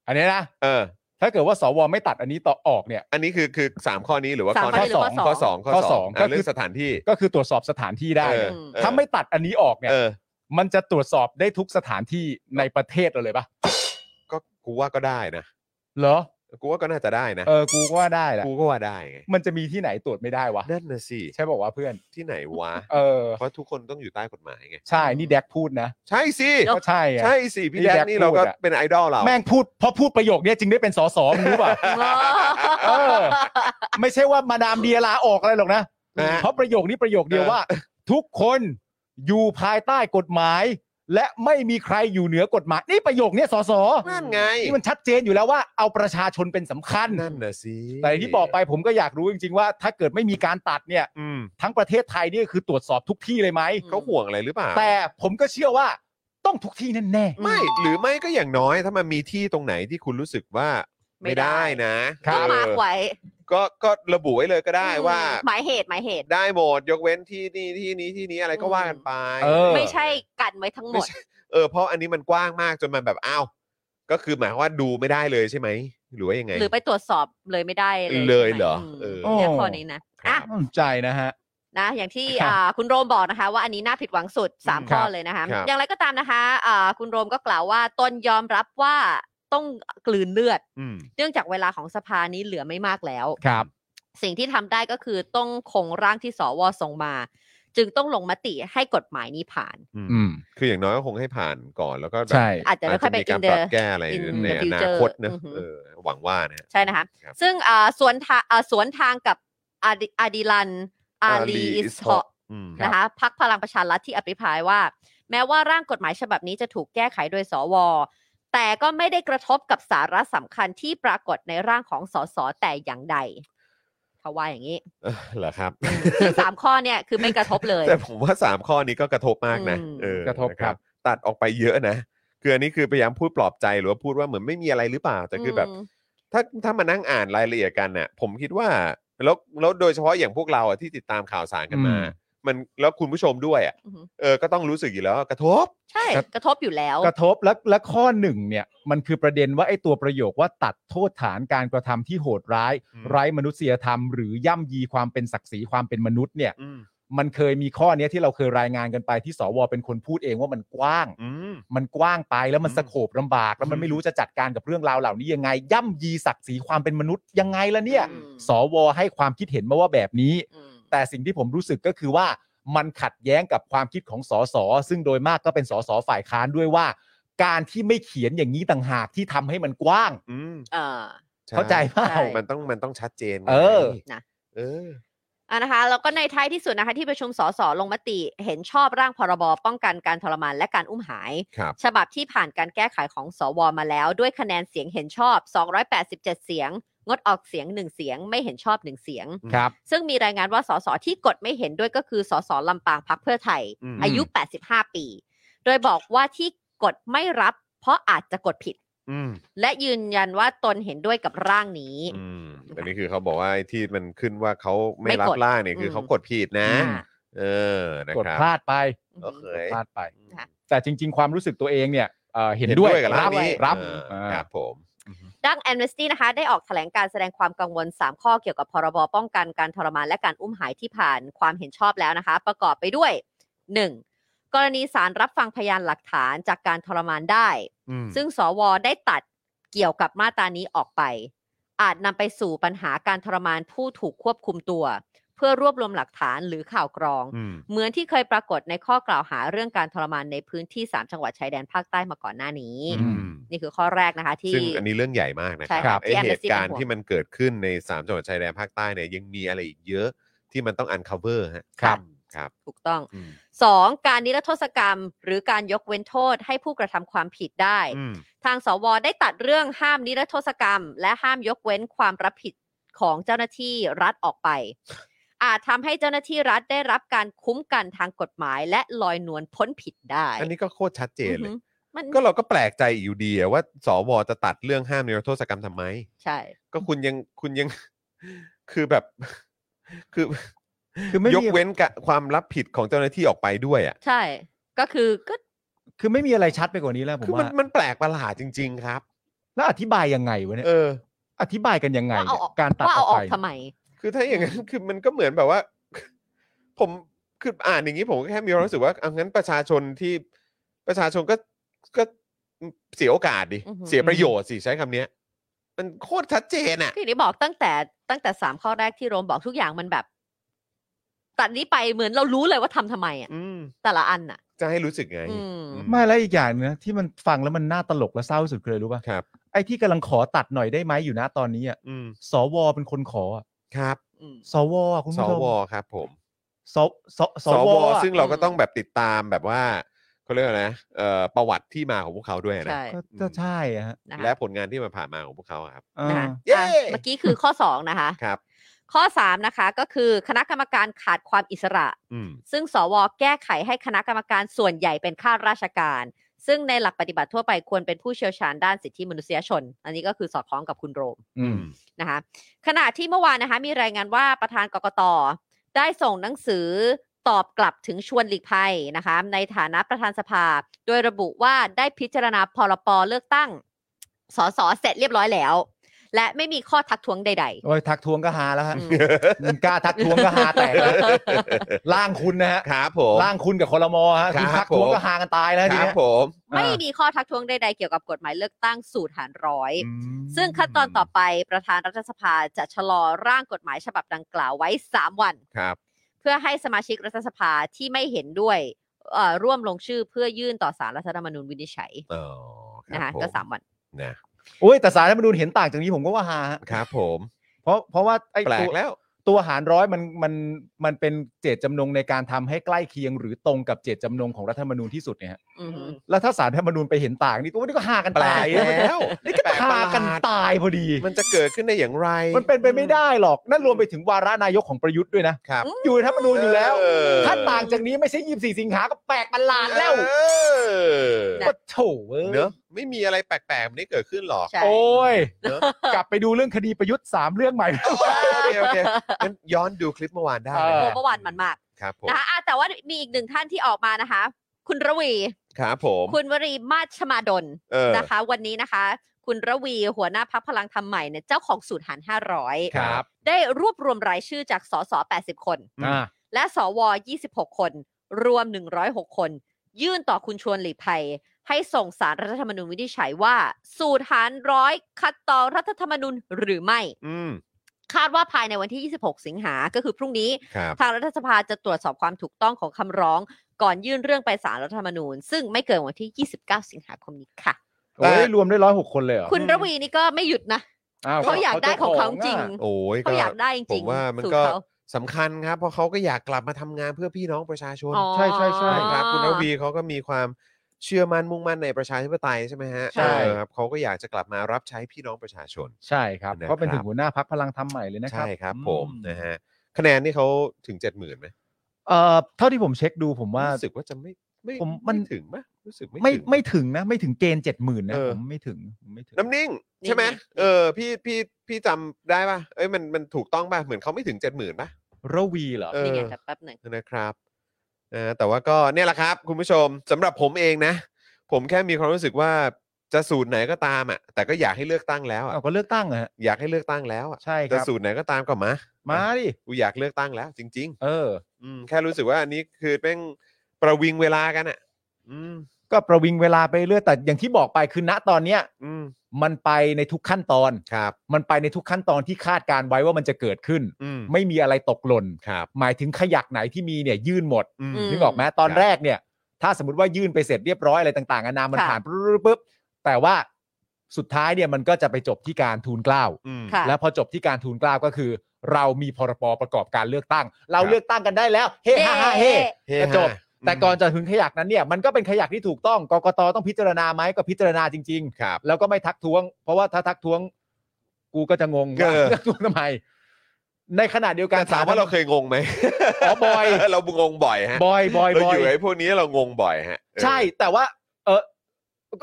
B: อันเนี้ยนะ
A: เออ
B: ถ้าเกิดว่าสวไม่ตัดอันนี้ต่อออกเนี่ย
A: อันนี้คือคือสามข้อนี้หรือว่า
C: สาม
A: ข้อไห
C: ข้อ
A: น
C: นี้หรือข้อสอง
A: ข้อสอง
B: ข้
A: ข้อ
B: อ
A: ส
B: ส
A: อ
B: อง ง
A: อ่ะ
B: ก็คือ
A: เรื่องสถานที่
B: ก็คือตรวจสอบสถานที่ได้
A: เออ
C: ม
A: เออ
B: ถ้าไม่ตัดอันนี้ออกเนี่ย
A: เออ
B: มันจะตรวจสอบได้ทุกสถานที่ในประเทศเราเลยปะ
A: ก็กูว่าก็ได้นะ
B: เหรอ
A: กูว่าก็น่าจะได้นะ
B: เออ กูก็ว่าได้แหละ
A: กูก็ว่าได้ไง
B: มันจะมีที่ไหนตรวจไม่ได้วะ
A: นั่นนะสิ
B: ใช่บอกว่าวะเพื่อน
A: ที่ไหนวะ
B: เออ
A: เพราะทุกคนต้องอยู่ใต้กฎหมายไง
B: ใช่ นี่แดกพูดนะ
A: ใช่สิ
B: ก็ใช่ไง
A: ใช่สิพี่
B: นี่
A: แด
B: แด
A: ก
B: ก
A: นี่เราก็
B: พูดอะ
A: เป็นไอดอลเรา
B: แม่งพูด เพราะพูดประโยคเนี้ยจึงได้เป็นสสมึงรู้ป่ะ
C: เออ
B: เออ ไม่ใช่ว่ามาดามเดียลาออกอะไรหรอกนะ
A: นะฮะ
B: เพราะประโยคนี้ประโยคเดียว
A: เออ
B: ว่า ทุกคนอยู่ภายใต้กฎหมาย และไม่มีใครอยู่เหนือกฎหมาย นี่ประโยคเนี้ยสส
A: นั่นไง
B: นี่มันชัดเจนอยู่แล้วว่าเอาประชาชนเป็นสำคัญ
A: นั่นนะสิ
B: แต่อย่างที่บอกไปผมก็อยากรู้จริงๆว่า ถ้าเกิดไม่มีการตัดเนี่ย
A: อืม
B: ทั้งประเทศไทยนี่คือตรวจสอบทุกที่เลยไหม
A: เขาห่วงอะไรหรือเปล่า
B: แต่ผมก็เชื่อว่าต้องทุกที่แน่
A: ไม่หรือไม่ก็อย่างน้อยถ้ามันมีที่ตรงไหนที่คุณรู้สึกว่าไม่ได้นะ
C: ก็
A: เอ
C: มา
A: อ
C: ไว้
A: ก็ก็ระบุไว้เลยก็ได้ว่า
C: อืมหมายเหตุหมายเหตุ
A: ได้หมดยกเว้นที่นี่ที่นี้ที่นี้อะไรก็ว่ากันไป
B: ๆ เออ
C: ไม่ใช่กันไว้ทั้งหม
A: ไม่
C: ด
A: ใช่ เออเพราะอันนี้มันกว้างมากจนมันแบบอ้าวก็คือหมายความว่าดูไม่ได้เลยใช่ไหมหรือว่ายังไง
C: หรือไปตรวจสอบเลยไม่ได้เลย
A: เลยเหรอ
C: ม
A: เออ
C: เนี่ยข้อนี้นะอ่ะ
B: น่าสนใจนะฮะ
C: นะอย่างที่
B: ครับ
C: อ่าคุณโรมบอกนะคะ ว่าอันนี้น่าผิดหวังสุด 3 ข้อ
B: ครับ
C: เลยนะคะ
A: ครับ
C: อย่างไรก็ตามนะคะอ่าคุณโรมก็กล่าวว่าตนยอมรับว่าต้องกลืนเลือด
A: อืม
C: เนื่องจากเวลาของสภานี้เหลือไม่มากแล้ว
B: ครับ
C: สิ่งที่ทำได้ก็คือต้องคงร่างที่สวส่งมา จึงต้องลงมติให้กฎหมายนี้ผ่าน
B: อืม
A: คืออย่างน้อยก็คงให้ผ่านก่อนแล้วก็แบบ
B: ใช่
C: อาจจะไม่ค่อยไป
A: มี
C: กิ
A: การ
C: น
A: ป
C: เดอ
A: รับแก้อะไร
C: in
A: ใน
C: the
A: อนาคตนะ
C: future
A: เออหวังว่านะ
C: ใช่นะคะ
A: รับ
C: ซึ่งอ่าสวนทางอ่าสวนทางกับอาดิอาดิลันอาลี
A: Ali
C: อิ
A: is
C: สฮอ
A: hot อืม
C: นะคะพักพลังประชารัฐที่อภิปรายว่า แม้ว่าร่างกฎหมายฉบับนี้จะถูกแก้ไขโดยสว แต่ก็ไม่ได้กระทบกับสาระสำคัญที่ปรากฏในร่างของสสแต่อย่างใดเขาว่าอย่างนี้
A: เออเหรอครับ
C: ซึ่งสามข้อเนี่ยคือไม่กระทบเลย
A: แต่ผมว่า 3 ข้อนี้ก็กระทบมากนะ
C: อืม
A: เออก
B: ระทบครับ
A: ตัดออกไปเยอะนะคืออันนี้คือพยายามพูดปลอบใจหรือว่าพูดว่าเหมือนไม่มีอะไรหรือเปล่า แต่คือแบบ
C: ม
A: ถ้าถ้ามานั่งอ่านรายละเอียดกันเนี่ยผมคิดว่าแล้วแล้วโดยเฉพาะอย่างพวกเราอ่ะที่ติดตามข่าวสารกันมา
B: อืม
A: มันแล้วคุณผู้ชมด้วยอ่ะ
C: อือหือ
A: เออก็ต้องรู้สึกอยู่แล้วว่ากระทบ
C: ใช่กระทบอยู่แล้ว
B: กระทบและและข้อหนึ่งเนี่ย มันคือประเด็นว่าไอ้ตัวประโยคว่าตัดโทษฐานการกระทำที่โหดร้าย
A: อืม
B: ไร้มนุษยธรรม หรือย่ำยีความเป็นศักดิ์ศรีความเป็นมนุษย์เนี่ย
A: อืม
B: มันเคยมีข้อเนี้ยที่เราเคยรายงานกันไปที่สวเป็นคนพูดเองว่ามันกว้าง
A: อืม
B: มันกว้างไปแล้วมัน
A: อืม
B: สโคบลำบาก แล้วมันไม่รู้จะจัดการกับเรื่องราวเหล่านี้ยังไง ย่ำยีศักดิ์ศรีความเป็นมนุษย์ยังไงล่ะเนี่ย
C: อืม
B: สวให้ความคิดเห็นมาว่าแบบนี้
C: อืม
B: แต่สิ่งที่ผมรู้สึกก็คือว่ามันขัดแย้งกับความคิดของสสซึ่งโดยมากก็เป็นสสฝ่ายค้านด้วยว่า การที่ไม่เขียนอย่างนี้ต่างหากที่ทำให้มันกว้าง
A: อืม
C: เออ
B: เข้าใจเปล่า
C: ใช่
A: มันต้องมันต้องชัดเจนไง
B: เออ
C: นะ
A: เออ
C: อ่ะนะคะแล้วก็ในท้ายที่สุดนะคะที่ประชุมสสลงมติเห็นชอบร่างพรบป้องกันการทรมานและการอุ้มหาย
A: ครับ
C: ฉบับที่ผ่านการแก้ไขของสวมาแล้ว ด้วยคะแนนเสียงเห็นชอบ 287 เสียง งดออกเสียง 1 เสียง ไม่เห็นชอบ 1 เสียง
B: ครับ
C: ซึ่งมีรายงานว่าสสที่กดไม่เห็นด้วยก็คือสสลำปางพักเพื่อไทย
A: อืม
C: อายุ 85 ปี โดยบอกว่าที่กดไม่รับ เพราะอาจจะกดผิด
A: อืม
C: และยืนยันว่าตนเห็นด้วยกับร่างนี้
A: อืมอันนี้คือเขาบอกว่าไอ้ที่มันขึ้นว่าเขาไม่
C: ไม่
A: รั
C: ก
A: บ
C: ด
A: ร่างเนี่ยคือ
C: ม
A: เขากดผิดนะ
C: อ่า
A: เออนะ
B: กด
A: ครับ
B: พลาดไป
A: โอเค
B: กดพลาดไป
C: ค่ะ
B: แต่จริง ๆ ความรู้สึกตัวเองเนี่ยเอ่อเห็นด้วย
A: กับ
B: รั
A: ร่าง
B: บ
A: นี้
B: รับ
A: เออ
B: อ่า
A: ครับผม
C: ดังแอนเวสตี้นะคะได้ออกแถลงการแสดงความกังวล 3 ข้อเกี่ยวกับพรบป้องกันการทรมานและการอุ้มหายที่ผ่านความเห็นชอบแล้วนะคะ ประกอบไปด้วย 1. กรณีสารรับฟังพยานหลักฐานจากการทรมานได้
A: อืม
C: ซึ่งสวได้ตัดเกี่ยวกับมาตรานี้ออกไป อาจนำไปสู่ปัญหาการทรมานผู้ถูกควบคุมตัว เพื่อรวบรวมหลักฐานหรือข่าวกรอง
A: อืม
C: เหมือนที่เคยปรากฏในข้อกล่าวหาเรื่องการทรมานในพื้นที่ 3 จังหวัดชายแดนภาคใต้มาก่อนหน้านี้
B: อื
A: อืม
C: นี่คือข้อแรกนะคะที่
A: ซึ่งอันนี้เรื่องใหญ่มากนะค
C: ใช่ครั
A: รับบ ไอ
C: ที่
A: เห
C: Amnesty
A: ตุการณ์
C: เป็นห่วง
A: ที่มันเกิดขึ้นใน 3 จังหวัดชายแดนภาคใต้เนี่ยยังมีอะไรอีกเยอะที่มันต้อง uncover ฮะ
B: ครับ
A: ครับ
C: ถูกต้อง
A: อืม
C: 2. การนิรโทษกรรม หรือการยกเว้นโทษให้ผู้กระทำความผิดได้
A: อืม
C: ทางสวได้ตัดเรื่องห้ามนิรโทษกรรม และห้ามยกเว้นความรับผิดของเจ้าหน้าที่รัฐออกไป อาจทำให้เจ้าหน้าที่รัฐได้รับการคุ้มกันทางกฎหมาย และลอยนวลพ้นผิดได้
A: อันนี้ก็โคตรชัดเจนเลย
C: อือหือมัน
A: ก็เราก็แปลกใจอยู่ดีอะว่าสวจะตัดเรื่องห้ามนิรโทษกรรมทำไม
C: ใช่
A: ก็คุณยังคุณยัง คือแบบ คือ
E: คือไม่มี
A: ยกเว้นกะความรับผิดของเจ้าหน้าที่ออกไปด้วยอ่ะ
C: ใช่ ก็คือก็
B: คือไม่มีอะไรชัดไปกว่านี้แล้วผม
A: คือมัน
B: ว่า
A: มันแปลกประหลาดจริง ๆ ครับ
B: แล้วอธิบายยังไงวะเนี่ย
A: เออ
B: อธิบายกันยังไง
C: ว่าเอา
B: เนี่ย
C: ออก
B: การตัด
C: ว่า
B: อ
C: เอา
B: อ
C: อ
B: กไป
C: อกทำไม
A: คือถ้าอย่างนั้น คือมันก็เหมือนแบบว่า ผมคืออ่านอย่างนี้ผมก็แค่มีความรู้สึกว่าเอางั้นประชาชนที่ประชาชนก็ก็เสียโอกาสดิ
C: อือหือ
A: เสียประโยชน์สิใช้คำเนี้ย มันโคตรชัดเจนอ่ะ
C: คืออย่างที่บอกตั้งแต่ตั้งแต่สามข้อแรกที่โรมบอกทุกอย่างมันแบบ ตัดนี้ไปเหมือนเรารู้เลยว่าทำทำไมอ่ะ
A: อืม
C: แต่ละอันอ่ะ
A: จะให้รู้สึกไง
C: อืม
B: ไม่แล้วอีกอย่างนะที่มันฟังแล้วมันน่าตลกและเศร้าที่สุดคืออะไรรู้ป่ะ
A: ครับ
B: ไอ้ที่กำลังขอตัดหน่อยได้ไหมอยู่นะตอนนี้อ่ะ
A: อืม
B: สวเป็นคนขออะ
A: ครับ
C: อืม
B: สวอะคุณ
A: ส
B: ผู้ชม
A: วครับผม
B: สสส
A: สว
B: วอะ
A: ซึ่งเราก็
C: อืม
A: ต้องแบบติดตามแบบว่าเขาเรียกอะไรนะเอ่อประวัติที่มาของพวกเขาด้วยนะ
C: ใช่
B: ก็ก็ใช่อะฮะ
C: นะคะ
A: และผลงานที่มันผ่านมาของพวกเขาอะครับ
B: อ่า
C: นะคะ
A: เย้
C: อ่ะเมื่อกี้คือข้อ 2 นะคะ
A: ครับ
C: ข้อ 3 นะคะก็คือคณะกรรมการขาดความอิสระ
A: อืม
C: ซึ่งสวแก้ไขให้คณะกรรมการส่วนใหญ่เป็นข้าราชการ ซึ่งในหลักปฏิบัติทั่วไปควรเป็นผู้เชี่ยวชาญด้านสิทธิมนุษยชน อันนี้ก็คือสอดคล้องกับคุณโรม
B: อืม
C: นะคะขณะที่เมื่อวานนะคะมีรายงานว่าประธานกกตได้ส่งหนังสือตอบกลับถึงชวนหลีกภัยนะคะในฐานะประธานสภา โดยระบุว่าได้พิจารณาพรปเลือกตั้งสสเสร็จเรียบร้อยแล้ว และไม่มีข้อทักท้วงใด ๆ
B: โอ้ยทักทวงก็หาแล้วฮะ
C: อืม
B: มึงกล้าทักทวงก็หาแตกนะร่างคุณนะฮะ
A: ครับผม
B: ร่างคุณกับคอรมอฮะ
A: ครับ
B: คุณทักทวงก็หากันตายแล้ว
A: ค
B: ที
A: รับ
B: เนี้ย
A: ผม
C: ไม่มีข้อทักท้วงใดๆเกี่ยวกับกฎหมายเลือกตั้งสูตรหารร้อย
B: อืม
C: ซึ่งขั้นตอนต่อไปประธานรัฐสภาจะชะลอร่างกฎหมายฉบับดังกล่าวไว้ 3 วัน
A: ครับ
C: เพื่อให้สมาชิกรัฐสภาที่ไม่เห็นด้วยเอ่อร่วมลงชื่อเพื่อยื่นต่อสารรัฐธรรมนูญวินิจฉัย
A: อ๋อรับ
C: นะคะ
A: ผม
C: ก็ 3 วัน
A: นะ
B: โอ้ยแต่สารรัฐธรรมนูญเห็นต่างจากนี้ผมก็ว่าหาฮะ
A: ครับผม
B: เพราะเพราะว่าไอ้
A: แปล
B: ตั
A: ก
B: ว
A: แล้ว
B: ตัวหารร้อยมันมันมันเป็นเจตจำนงในการทำให้ใกล้เคียง หรือตรงกับเจตจำนงของรัฐธรรมนูญที่สุดเนี่ยฮะ
C: อือหือ
B: แล้วถ้าสารรัฐธรรมนูญไปเห็นต่างนี่ตัวนี้ก็หากัน
A: แปล
B: ตาก ย
A: แล้ว
B: นี่ก็
A: แปลก
B: หา
A: ประหลา
B: กัน
A: ด
B: ตายพอดี
A: มันจะเกิดขึ้นได้อย่างไร
B: มันเป็นไปไม่ได้หรอกนั่นรวมไปถึงวาระนายกของประยุทธ์ด้วยนะครับอยู่ในรัฐธรรมนูญอยู่แล้ว
A: เออ
B: ถ้าต่างจากนี้ไม่ใช่ยี่สี่สิงหาก็แปลกประหลาดแล้ว
A: เออ
B: ก็โถเว้ย
A: เนอะไม่มีอะไรแปลกๆแบบนี้เกิดขึ้นหรอก
C: ใช่
B: โอ้ย
A: เนอะ
B: กลับไปดูเรื่องคดีประยุทธ์สามเรื่องใหม่
A: โอเคโอเคงั้นย้อนดูคลิปเมื่อวานได้นะ
B: เออ
C: เมื่อวานมันมาก
A: ครับผม
C: นะคะอ่ะแต่ว่ามีอีกหนึ่งท่านที่ออกมานะคะ คุณระวี
A: ครับผม
C: คุณวรีมาชมาดล
A: เออ
C: นะคะ วันนี้นะคะ คุณระวีหัวหน้าพักพลังธรรมใหม่เนี่ยเจ้าของสูตรหาร500
A: ครับ
C: ได้รวบรวมรายชื่อจากสส80 คน
A: อ่า
C: และสว 26 คน รวม 106 คน ยื่นต่อคุณชวนหลีกภัย ให้ส่งสารรัฐธรรมนูญวินิจฉัยว่า สูตรหารร้อยขัดต่อรัฐธรรมนูญหรือไม่
A: อืม
C: คาดว่าภายในวันที่ 26 สิงหา ก็คือพรุ่งนี้
A: ครับ
C: ทางรัฐสภาจะตรวจสอบความถูกต้องของคำร้อง ก่อนยื่นเรื่องไปสารรัฐธรรมนูญ ซึ่งไม่เกินวันที่ 29 สิงหาคมนี้ค่ะ
B: โอ้ยรวมได้ร้อยหกคนเลยเหรอ
C: คุณระวีนี่ก็ไม่หยุดนะ
B: อ้ว
C: เขาอยากได้ของเขาจริง
A: โอ้ย
C: เขาอยากได้จ
A: ผ
C: ริ
A: ม
C: ง
A: ว่ามัน
C: สูต
A: ก็
C: รเขา
A: สำคัญครับ เพราะเขาก็อยากกลับมาทำงานเพื่อพี่น้องประชาชน
C: อ๋อ
B: ใช่ใช่ใช่
A: ใช่ครับ คุณระวีเขาก็มีความเชื่อมั่นมุ่งมั่นในประชาธิปไตยใช่ไหมฮะ
B: ใช่
A: เออครับเขาก็อยากจะกลับมารับใช้พี่น้องประชาชน
B: ใช่ครับ
A: นะครับ
B: ก็เป็นถึงหัวหน้าพักพลังทำใหม่เลยนะครั
A: ใช่
B: บ
A: ครับผม
B: อื
A: นะฮะคะแนนนี่เขาถึงเจ็ดหมื่นไหม
B: เอ่อเท่าที่ผมเช็คดูผมว่า
A: รู้สึกว่าจะไม่ไม่
B: ผมมัน
A: ไถึงไหมรู้สึกไม่
B: ไม่
A: ถึง
B: ไม่ถึงนะ ไม่ถึงเกณฑ์เจ็ดหมื่นนะ
A: เออ
B: ผมไม่ถึงผมไม่ถึง
A: น้ำนิ่งใช่ไหม
C: นิ่งๆ
A: เออพี่พี่พี่จำได้ป่ะเอ้ยมันมันถูกต้องป่ะเหมือนเขาไม่ถึงเจ็ดหมื่นป่ะ
B: ระวีเหรอ
A: เออ
C: นี่ไงแต่แป๊บหนึ่ง
A: นะครับเออแต่ว่าก็เนี่ยแหละครับคุณผู้ชมสำหรับผมเองนะ ผมแค่มีความรู้สึกว่าจะสูตรไหนก็ตามอ่ะ แต่ก็อยากให้เลือกตั้งแล้วอ่ะ
B: เอาก็เลือกตั้งเหรอฮะ
A: อยากให้เลือกตั้งแล้วอ่ะ
B: ใช่ค
A: จะ
B: รับ
A: สูตรไหนก็ตามก็มา
B: มาดิ
A: กูอยากเลือกตั้งแล้ว จริง
B: เออ
A: ๆ อืมแค่รู้สึกว่าอันนี้คือแม่งประวิงเวลากันอ่ะ อืม
B: ก็ประวิงเวลาไปเรื่อยแต่อย่างที่บอกไปคือณตอนเนี้ย
A: อืม
B: มันไปในทุกขั้นตอน
A: ครับ
B: มันไปในทุกขั้นตอนที่คาดการไว้ว่ามันจะเกิดขึ้น
A: อืม
B: ไม่มีอะไรตกหล่น
A: ครับ
B: หมายถึงขยักไหนที่มีเนี่ยยื่นหมด
A: อืม
C: อืม
B: นึกออกไหมตอน
A: ครับ
B: แรกเนี่ย ถ้าสมมติว่ายื่นไปเสร็จเรียบร้อยอะไรต่างๆนานามัน
C: ค่ะ
B: ผ่านปุ๊บปุ๊บแต่ว่าสุดท้ายเนี่ยมันก็จะไปจบที่การทูลเกล้า
A: อืม
C: ค่ะ
B: แล้วพอจบที่การทูลเกล้าก็คือ เรามีพรบประกอบการเลือกตั้ง เรา
A: ครับ
B: เลือกตั้งกันได้แล้วเฮ้ฮ่าฮ่าเฮ้
A: เฮ้
B: กระจบ
A: ฮะ
B: แต่ก่อนจะถึงขยักนั้นเนี่ยมันก็เป็นขยักที่ถูกต้องกกตต้องพิจารณาไหมก็พิจารณาจริง
A: ครับ
B: ๆ แล้วก็ไม่ทักท้วง เพราะว่าถ้าทักท้วง กูก็จะงง
A: เออ
B: ว่าทักท้วงทำไมในขณะเดียวกัน
A: แต่ถามว่าเราเคยงงไหม
B: อ๋อบอย
A: เรางงบ่อยฮะ
B: บอยบอย
A: เรา
B: บอ
A: อย ยู่ไอ้พวกนี้เรางงบ่อยฮะเออ
B: ใช่แต่ว่า เออ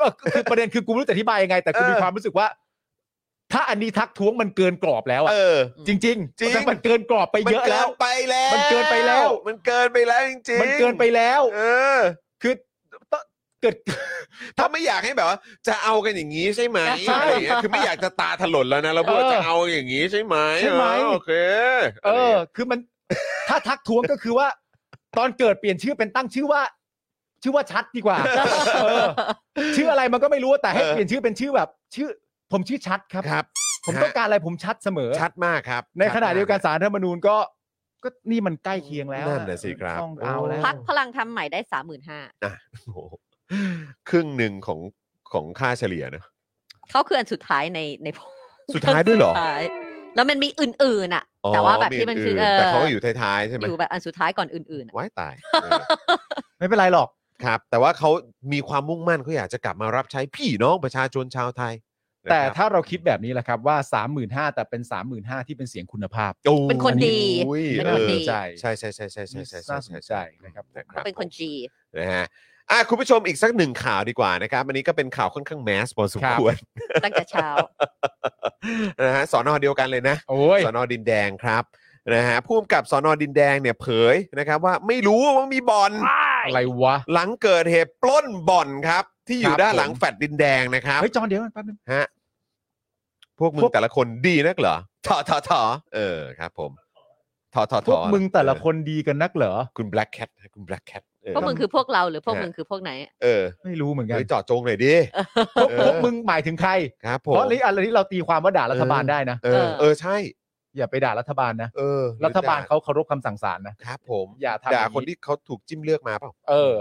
B: ก็ก็คือประเด็นคือกูไม่รู้จะอธิบายยังไง แต่กู
A: เออ
B: มีความรู้สึกว่า ถ้าอันนี้ทักท้วงมันเกินกรอบแล้วอะ
A: เออ
B: จริง ๆ จริง
A: จริง
B: มันเกินกรอบไปเยอะแล้ว
A: มันกินไปแล้ว
B: มันเกินไปแล้ว
A: มันเกินไปแล้วจริงๆ
B: มันเกินไปแล้ว
A: เออ
B: คือต้องเกิด
A: ถ้าไม่อยากให้แบบว่าจะเอากันอย่างนี้ใช่ไหม
B: ใช่
A: อะไรอย่างเงี้ยคือไม่อยากจะตาถลนแล้วนะเราพูดว่า
B: เออ
A: จะเอาอย่างนี้ใช่ไหม
B: ใช่ไหม
A: เออโอเค
B: เออ คือมัน ถ้าทักท้วงก็คือว่า ตอนเกิดเปลี่ยนชื่อเป็นตั้งชื่อว่า ชื่อว่าชัดดีกว่าเออชื่ออะไรมันก็ไม่รู้แต่ให้เปลี่ยนชื่อเป็นชื่อแบบ ชื่อ ผมชื่อชัดครับ
A: ครับ
B: ผมต้องการอะไรผมชัดเสมอ
A: ชัดมากครับ
B: ในขณะเดียวกันสารรัฐธรรมนูญก็ ก็นี่มันใกล้เคียงแล้ว
A: นั่นน่ะสิครับ
B: ต้องเอาแล้ว
C: พักพลังทำใหม่ได้สามหมื่นห้า
A: โอ้โหครึ่งหนึ่งของของค่าเฉลี่ยนะ
C: เขาคืออันสุดท้ายในในโพล
A: สุดท้ายด้วยเหรอ
C: ท้ายแล้วมันมีอื่นๆอ่ะ แต่ว่าแบบที่มันคือเออ
A: แต่เขาก็อยู่ท้ายๆใช่ไหม
C: อยู่แบบอันสุดท้ายก่อนอื่นๆอะ
A: ว้ายตายเออ
B: ไม่เป็นไรหรอก
A: ครับ แต่ว่าเขามีความมุ่งมั่นเขาอยากจะกลับมารับใช้พี่น้องประชาชนชาวไทยนะครับ
B: แต่ถ้าเราคิดแบบนี้แหละครับว่า 35,000แต่เป็น 35,000ที่เป็นเสียงคุณภาพ
A: โอ้ย
C: เป็นคนดี
A: โอ้ย
C: เป็น
A: เอ
C: คน
A: อ
C: ดี
B: ใช่
A: ใช่ใช่ใช่ใช่ใช่ใช่ใช่
B: น่าสนใจนะครับ
A: นะครับ
C: เป็นคนจี
A: นะฮะอ่ะคุณผู้ชมอีกสักหนึ่งข่าวดีกว่านะครับอันนี้ก็เป็นข่าวค่อนข้างแมสพอสมควร
C: ตั้งแต่ เช้า
A: นะฮะสอนอเดียวกันเลยนะ
B: โอ้ย
A: สอนอดินแดงครับนะฮะผู้กำกับสอนอดินแดงเนี่ยเผยนะครับว่าไม่รู้ว่ามีบ่อน
B: อะไรวะ
A: หลังเกิดเหตุปล้นบ่อนครับ ที่อยู่
B: ครับ
A: ด้านหลัง
B: ผม
A: แฟลตดินแดงนะครับ
B: เฮ้ยจอนเดี๋ยวแป๊บนึง
A: ฮะพวกมึง
B: พวก
A: แต่ละคนดีนักเหรอถอถอถอเออครับ ผมถอถอถอ
B: พวกมึงแต่ละ
A: เออ
B: คนดีกันนักเหรอ
A: คุณแบล็กแคทคุณแบล็กแคท
C: พวกมึงคือพวกเราหรือพวกมึงคือพวกไหน
A: เออ
B: ไม่รู้เหมือนกัน
A: เฮ้ยเจอดจงหน่อยดิ
B: พวก
A: เออ
B: พวกมึงหมายถึงใคร
A: ครับผม
B: เพราะอันนี้เราตีความว่าด่ารัฐบาลได้นะ
A: เออ
C: เออ
A: เออใช่
B: อย่าไปด่ารัฐบาลนะ
A: เออ
B: รัฐบาล
A: หอด่
B: เขาเคารพคำสั่งศาลนะ
A: ครับ ผม
B: อย่าทำ
A: ด่า
B: อย่างนี้
A: คนที่เขาถูกจิ้มเลือกมาเปล่า
B: เออ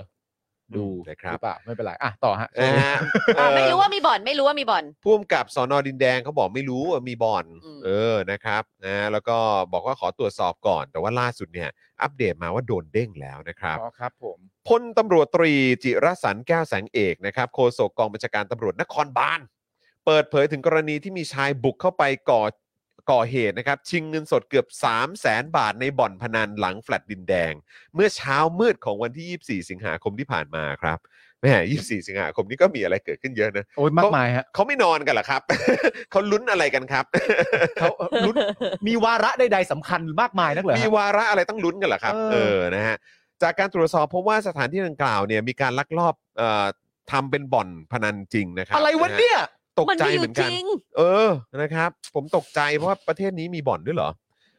A: ม
B: ดู
A: นะครับ
B: หอเปล่าไม่เป็นไรอ่ะต่อฮะ
A: นะฮะ
C: อ่ะไม่
A: เออ
C: รู้ว่ามีบ่อนไม่รู้ว่ามีบ่อน
A: ผู้กำกับสอนอดินแดงเขาบอกไม่รู้ว่ามีบ่อน
C: อืม
A: เออนะครับนะแล้วก็บอกว่าขอตรวจสอบก่อน แต่ว่าล่าสุดเนี่ย อัปเดตมาว่าโดนเด้งแล้วนะครับ
B: อ๋อครับผม
A: พลตำรวจตรีจิรสันแก้วแสงเอกนะครับโฆษกกองบัญชาการตำรวจนครบาลเปิดเผยถึงกรณีที่มีชายบุกเข้าไปก่อก่อเหตุนะครับ ชิงเงินสดเกือบ 3 0 0แสนบาทในบ่อนพนันหลังแฟลตดินแดง เมื่อเช้ามืดของวันที่ 24 สิงหาคมที่ผ่านมาครับแหม่24 สิงหาคมนี้ก็มีอะไรเกิดขึ้นเยอะนะ
B: โอ้ยมากมายฮะ
A: เขาไม่นอนกันเหรอครับ เขาลุ้นอะไรกันครับ
B: เขาเอ่อลุ้นมีวาระใดๆสำคัญมากมายนักเหรอ
A: มี
B: ฮะ
A: วาระอะไรต้องลุ้นกันเหรอครับ
B: เออ
A: เออ นะฮะ จากการตรวจสอบพบว่าสถานที่ดังกล่าวเนี่ยมีการลักลอบเอ่อทำเป็นบ่อนพนันจริงนะครับ
B: อะไรวะ
A: ฮ
B: เนี่ย
A: ตก
C: มัน
A: ใจ
C: มีอ
A: เหมื
C: ยู่
A: อน
C: จ
A: กัน
C: ริง
A: เออ นะครับ ผมตกใจเพราะว่าประเทศนี้มีบ่อนด้วยเหรอ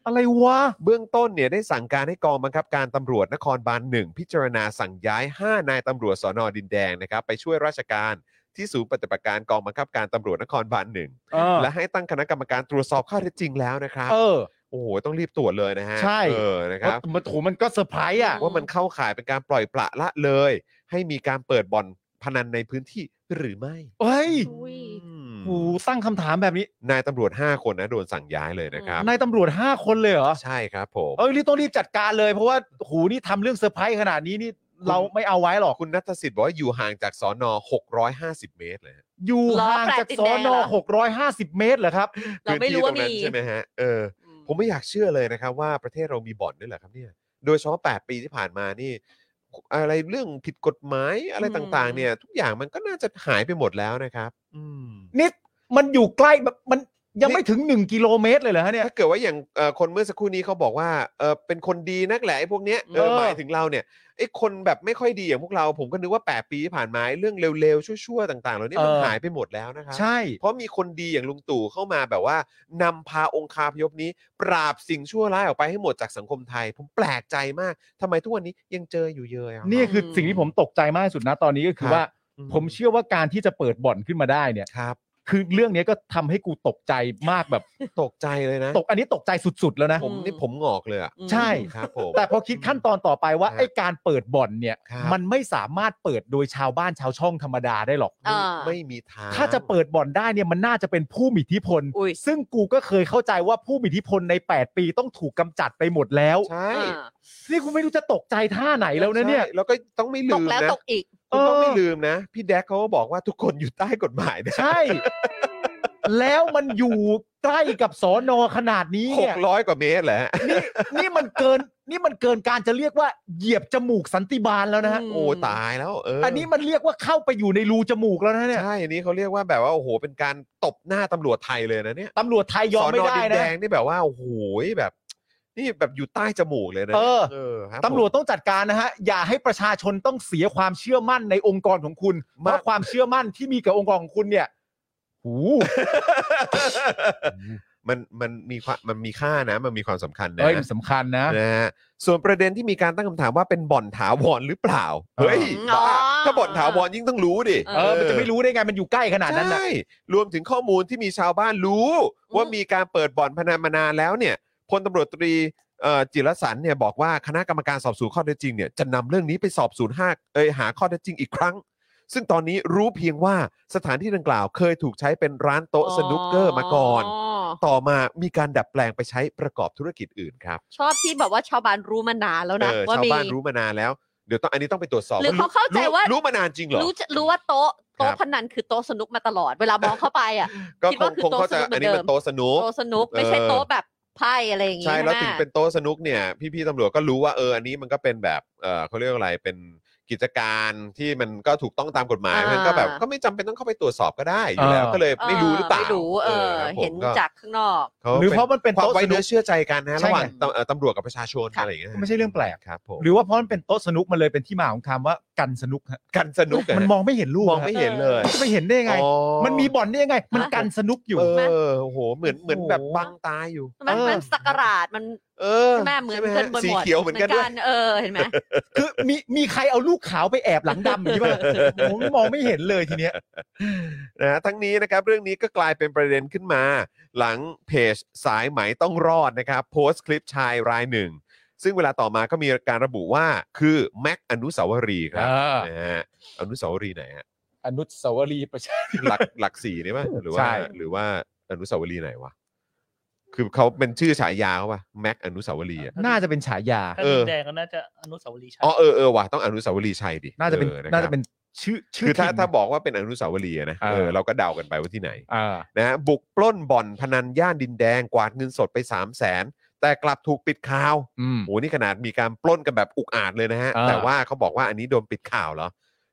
B: อะไรวะ
A: เบื้องต้นเนี่ยได้สั่งการให้กองบังคับการตำรวจนครบาลหนึ่งพิจารณาสั่งย้าย 5 นายตำรวจสอนอดินแดงนะครับ ไปช่วยราชการที่ศูนย์ปฏิบัติการกองบังคับการตำรวจนครบาลหนึ่ง
B: เออ
A: และให้ตั้งคณะกรรมการตรวจสอบข้อเท็จจริงแล้วนะครับ
B: เออ
A: โอ้โหต้องรีบตรวจเลยนะฮะ
B: ใช่
A: เออนะครับ
B: มันโถมันก็เซอร์ไพรส์อ่ะ
C: ม
A: ว่ามันเข้าข่ายเป็นการปล่อยปละละเลย ให้มีการเปิดบ่อนพนันในพื้นที่หรือไม่
B: เฮ้ย
C: อุ้ย
A: อืม
B: โหตั้งคำถามแบบนี้
A: นายตำรวจ 5 คนนะโดนสั่งย้ายเลยนะครับ
B: นายตำรวจ 5 คนเลยเหรอ
A: ใช่ครับผม
B: เอ้ยรีบต้องรีบจัดการเลยเพราะว่าโหูนี่ทำเรื่องเซอร์ไพรส์ขนาดนี้นี่เราไม่เอาไว้หรอก
A: คุณนัทสิทธิ์บอกว่าอยู่ห่างจากสอนอ650 เมตรเลยฮะ
B: อยู่ห่าง
C: ล้อ
B: จาก
C: แปดติด
B: ส
C: แด
B: องน
C: เหร
B: อ
C: อ
B: 650 เมตรเหรอครับ
C: เราไม่
A: พื้น
C: รู้
A: ที่ตร
C: ว่า
A: ง
C: มี
A: นั้นใช่ไหมฮะเออ
C: อืม
A: ผมไม่อยากเชื่อเลยนะครับ ว่าประเทศเรามีบ่อนด้วยเหรอครับเนี่ย โดยเฉพาะ8ปีที่ผ่านมานี่ อะไรเรื่องผิดกฎหมายอะไรต่างๆ เนี่ย ทุกอย่างมันก็น่าจะหายไปหมดแล้วนะครับ อืม
B: นี่มันอยู่ใกล้แบบมันยังไม่ถึง 1 กิโลเมตรเลยเหรอฮะเนี่ย
A: ถ้าเกิดว่าอย่างเอ่อคนเมื่อสักครู่นี้เขาบอกว่าเออเป็นคนดีนักแหละไอ้พวกเนี้ยเออ
B: เออ
A: หมายถึงเราเนี่ยไอ้คนแบบไม่ค่อยดีอย่างพวกเราผมก็นึกว่า 8 ปีที่ผ่านมาไอ้เรื่องเร็วๆ ชั่วๆ ต่างๆเหล่านี้มันหายไปหมดแล้วนะครับ
B: ใช่
A: เพราะมีคนดีอย่างลุงตู่เข้ามาแบบว่านำพาองคาพยพนี้ ปราบสิ่งชั่วร้ายออกไปให้หมดจากสังคมไทย ผมแปลกใจมากทำไมทุกวันนี้ยังเจออยู่เยอะอะ
B: นี่คือสิ่งที่ผมตกใจมากที่สุดนะตอนนี้ก็คื
A: ค
B: อ
A: รับ
B: ว่า
A: อืม
B: ผมเชื่อว่าการที่จะเปิดบ่อนขึ้นมาได้เนี่ย
A: ครับ
B: คือเรื่องเนี้ยก็ทำให้กูตกใจมากแบบ
A: ตกใจเลยนะ
B: ตกอันนี้ตกใจสุดๆแล้วนะ
A: ผมนี่ผมงอกเลยอ่ะ
C: อืม
B: ใช่
A: ครับผม
B: แต่พอคิดขั้นตอนต่อไป
A: ค
B: ว่า
A: รับ
B: ไอ้การเปิดบ่อนเนี่ย
A: ครับ
B: มันไม่สามารถเปิดโดยชาวบ้านชาวช่องธรรมดาได้หรอก
C: เออ
A: ไม่มีทาง
B: ถ้าจะเปิดบ่อนได้เนี่ยมันน่าจะเป็นผู้มีอิทธิพล
C: อุ๊ย
B: ซึ่งกูก็เคยเข้าใจว่าผู้มีอิทธิพลใน 8 ปีต้องถูกกำจัดไปหมดแล้ว
A: ใช่
C: เออ
B: นี่กูไม่รู้จะตกใจท่าไหนแล้วนะเนี่ย
A: ใช่แล้วก็ต้องไม่ลื
C: ตก
A: ม
C: แล้ว
A: นะ
C: ตกอีก
A: คุณต้อง
B: เออ
A: ไม่ลืมนะ พี่แดกเขาก็บอกว่าทุกคนอยู่ใต้กฎหมายนะ
B: ใช่ แล้วมันอยู่ใกล้กับสอนอขนาดนี้
A: ห
B: เนี่
A: ก
B: ย
A: ร้อยกว่าเมตรแหละ
B: นี่นี่มันเกิน นี่มันเกินการจะเรียกว่าเหยียบจมูกสันติบาลแล้วนะฮะ
C: อืม
A: โอ้ตายแล้วเออ
B: อั
A: อั
B: นนี้มันเรียกว่าเข้าไปอยู่ในรูจมูกแล้วนะเนี่ย
A: ใช่อันนี้เขาเรียกว่าแบบว่าโอ้โหเป็นการตบหน้าตำรวจไทยเลยนะเนี่ย
B: ตำรวจไทยยอมไม่ได้
A: สดิ
B: นะ
A: แดงนี่แบบว่าโอ้โหแบบ นี่แบบอยู่ใต้จมูกเลยนะ
B: เออ
A: คบ
B: ตำรวจ
A: ผม
B: ต้องจัดการนะฮะ อย่าให้ประชาชนต้องเสียความเชื่อมั่นในองค์กรของคุณเพ
A: มาก
B: ราะความเชื่อมั่นที่มีกับองค์กรของคุณเนี่ยหู
A: มันมันมีความมันมีค่านะ มันมีความสำคัญนะ
B: เอ้ยมันสำคัญนะ
A: นะฮะส่วนประเด็นที่มีการตั้งคำถามว่าเป็นบ่อนถาวรหรือเปล่า
B: เออ
A: เฮ้ยบ้า
C: อ๋อ
A: ถ้าบ่อนถาวรยิ่งต้องรู้ดิ
B: เออมันจะไม่รู้ได้ไงมันอยู่ใกล้ขนาดนั้นนะ
A: ใช่รวมถึงข้อมูลที่มีชาวบ้านรู้
C: อืม
A: ว่ามีการเปิดบ่อนพนันมานานแล้วเนี่ยพลตำรวจตรีเอ่อจิรสันเนี่ยบอกว่าคณะกรรมการสอบสวนข้อเท็จจริงเนี่ยจะนำเรื่องนี้ไปสอบสวนห้าเอยหาข้อเท็จจริงอีกครั้ง ซึ่งตอนนี้รู้เพียงว่าสถานที่ดังกล่าวเคยถูกใช้เป็นร้านโต๊ะสนุกเกอร์มาก่อน ต่อมามีการดัดแปลงไปใช้ประกอบธุรกิจอื่นครับ
C: ชอบที่แบบว่าชาวบ้านรู้มานานแล้วนะ
A: เออ
C: ว่า
A: ชาว
C: มี
A: บ้านรู้มานานแล้ว เดี๋ยวต้องอันนี้ต้องไปตรวจสอบ
C: หรือเขาเข้าใจว่า
A: รู้มานานจริงเหรอ
C: รู้จะรู้ว่าโต๊ะโต๊ะ
A: ครับ
C: พนันคือโต๊ะสนุกมาตลอด เวลามองเข้าไปอ่ะ
A: ก็
C: คิด
A: ค
C: ว่าง คือ
A: คงเข้าใจ
C: โต๊ะสนุกเหมื
A: อั
C: อน
A: นี้
C: นเดิม
A: เป็นโต๊ะสนุก
C: โต๊ะสนุกไม่ใช่
A: เออ
C: โต๊ะแบบไพ่อะไรอย่างงี้
A: ใช่แล้วถึง
C: ไหม
A: เป็นโต๊ะสนุกเนี่ย พี่ๆตำรวจก็รู้ว่าเอออันนี้มันก็เป็นแบบเออเขาเรียกอะไรเป็นกิจการที่มันก็ถูกต้องตามกฎหมาย
C: อ่ามั
A: มันก็แบบก็ไม่จำเป็นต้องเข้าไปตรวจสอบก็ได้อยู่แล้วก็เลยไม่รู้หรือเปล่า
C: ไม่รู้เออ
A: ครับผม
C: เห็นจากข้างนอก
A: ก็
B: หรือเพราะมันเป็น
A: ความ
B: โต๊ะ
A: ไว้
B: สนุ
A: เนื้
B: ก
A: อเชื่อใจกันนะ
B: ใช่
A: ระหว่าง
B: ไง
A: ตำเอ่อตำรวจกับประชาชน
C: ค่ะ
A: อะไรอย่างเงี้ย
B: ก็ไม่ใช่เรื่องแปลก
A: ครับผม
B: หรือว่าเพราะมันเป็นโต๊ะสนุกมันเลยเป็นที่มาของคำว่ากันสนุกฮะ
A: กันสนุกอะ
B: มันมองไม่เห็นลูก
A: มองไม่เห็นเลย
B: จะไปเห็นได้ยังไง
A: อ๋อ
B: มันมีบ่อนได้ยังไง มันกันสนุกอยู่
A: เออโอ้โห เหมือน เหมือนแบบบังตาอยู่
C: มัน
B: เออ
C: มันสักการาดมัน
A: เออ
C: ใช่ไหมเหมือน
A: ใช่ไ
C: กันไป
A: สี
C: หมด
A: เขียวเหมือนกันด้วย
C: เออเห็นไหม
B: คือมีมีใครเอาลูกขาวไปแอบหลังดำอย่างนี้ป่ะผมมองไม่เห็นเลยทีเนี้ย
A: นะฮะทั้งนี้นะครับ เรื่องนี้ก็กลายเป็นประเด็นขึ้นมา หลังเพจสายไหมต้องรอดนะครับ โพสต์คลิปชายรายหนึ่ง ซึ่งเวลาต่อมาก็มีการระบุว่าคือแม็กอนุสาวรีย์ครับ
B: อ่า
A: นะฮะอนุสาวรีย์ไหนฮะ
B: อนุสาวรีย์ประชา
A: หลักหลักสี่นี่ป่ะหรือ
B: ใช่
A: ว่าหรือว่าอนุสาวรีย์ไหนวะ คือเขาเป็นชื่อฉายาเขาป่ะแม็กอนุสาวรีย์อะ
B: น่าจะเป็นฉายา
D: ถ้า
A: เออ
D: ดินแดงก็น่าจะอนุสาวรีย์ชัย
A: อ๋อเออเออว่ะต้องอนุสาวรีย์ชัยดิ
B: น่าจะเป็น
A: ออครับ
B: น่าจะเป็นชื่อชื่อ
A: คือถ้า
B: ถิ่น
A: ถ้าบอกว่าเป็นอนุสาวรีย์อะนะ
B: เออ
A: เออเราก็เดากันไปว่าที่ไหน
B: อ่า
A: นะฮะบุกปล้นบ่อนพนันย่านดินแดงกวาดเงินสดไป 3 0 0แสนแต่กลับถูกปิดข่าว
B: อืม
A: โหนี่ขนาดมีการปล้นกันแบบอุกอาจเลยนะฮะ
B: อ่า
A: แต่ว่าเขาบอกว่าอันนี้โดนปิดข่าวเหรอ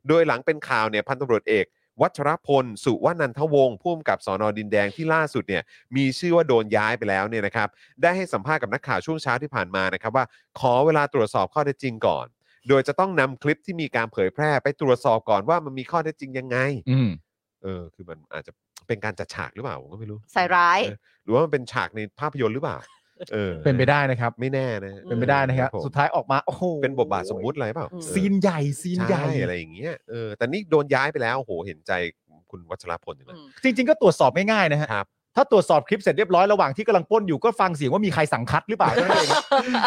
A: โดยหลังเป็นข่าวเนี่ยพันตำรวจเอก วัชรพล สุวนันทวงศ์ผู้กำกับสอนอดินแดงที่ล่าสุดเนี่ยมีชื่อว่าโดนย้ายไปแล้วเนี่ยนะครับได้ให้สัมภาษณ์กับนักข่าวช่วงเช้าที่ผ่านมานะครับว่า ขอเวลาตรวจสอบข้อเท็จจริงก่อน โดยจะต้องนำคลิปที่มีการเผยแพร่ไปตรวจสอบก่อนว่ามันมีข้อเท็จจริงยังไง
B: อืม
A: เออคือมันอาจจะเป็นการจัดฉากหรือเปล่าผมก็ไม่รู้
C: ใส่ร้าย
A: เออหรือว่ามันเป็นฉากในภาพยนตร์หรือเปล่า เออ
B: เป็นไปได้นะครับ
A: ไม่แน่นะ
B: เป็นไปได้นะครับ
A: ผม
B: สุดท้ายออกมาโอ้โห
A: เป็นบทบาทสมมุติอะไรเปล่าเออ
B: ซีนใหญ่ซีนใหญ่
A: ช่อะไรอย่างเงี้ยเออแต่นี่โดนย้ายไปแล้วโอ้โหเห็นใจคุณวัชรพลจังเลย
B: จริง ๆ ก็ตรวจสอบง่ายๆนะฮะ
A: ครับ
B: ถ้าตรวจสอบคลิปเสร็จเรียบร้อยระหว่างที่กำลังปล้นอยู่ก็ฟังเสียงว่ามีใครสั่งคัดหรือเปล่า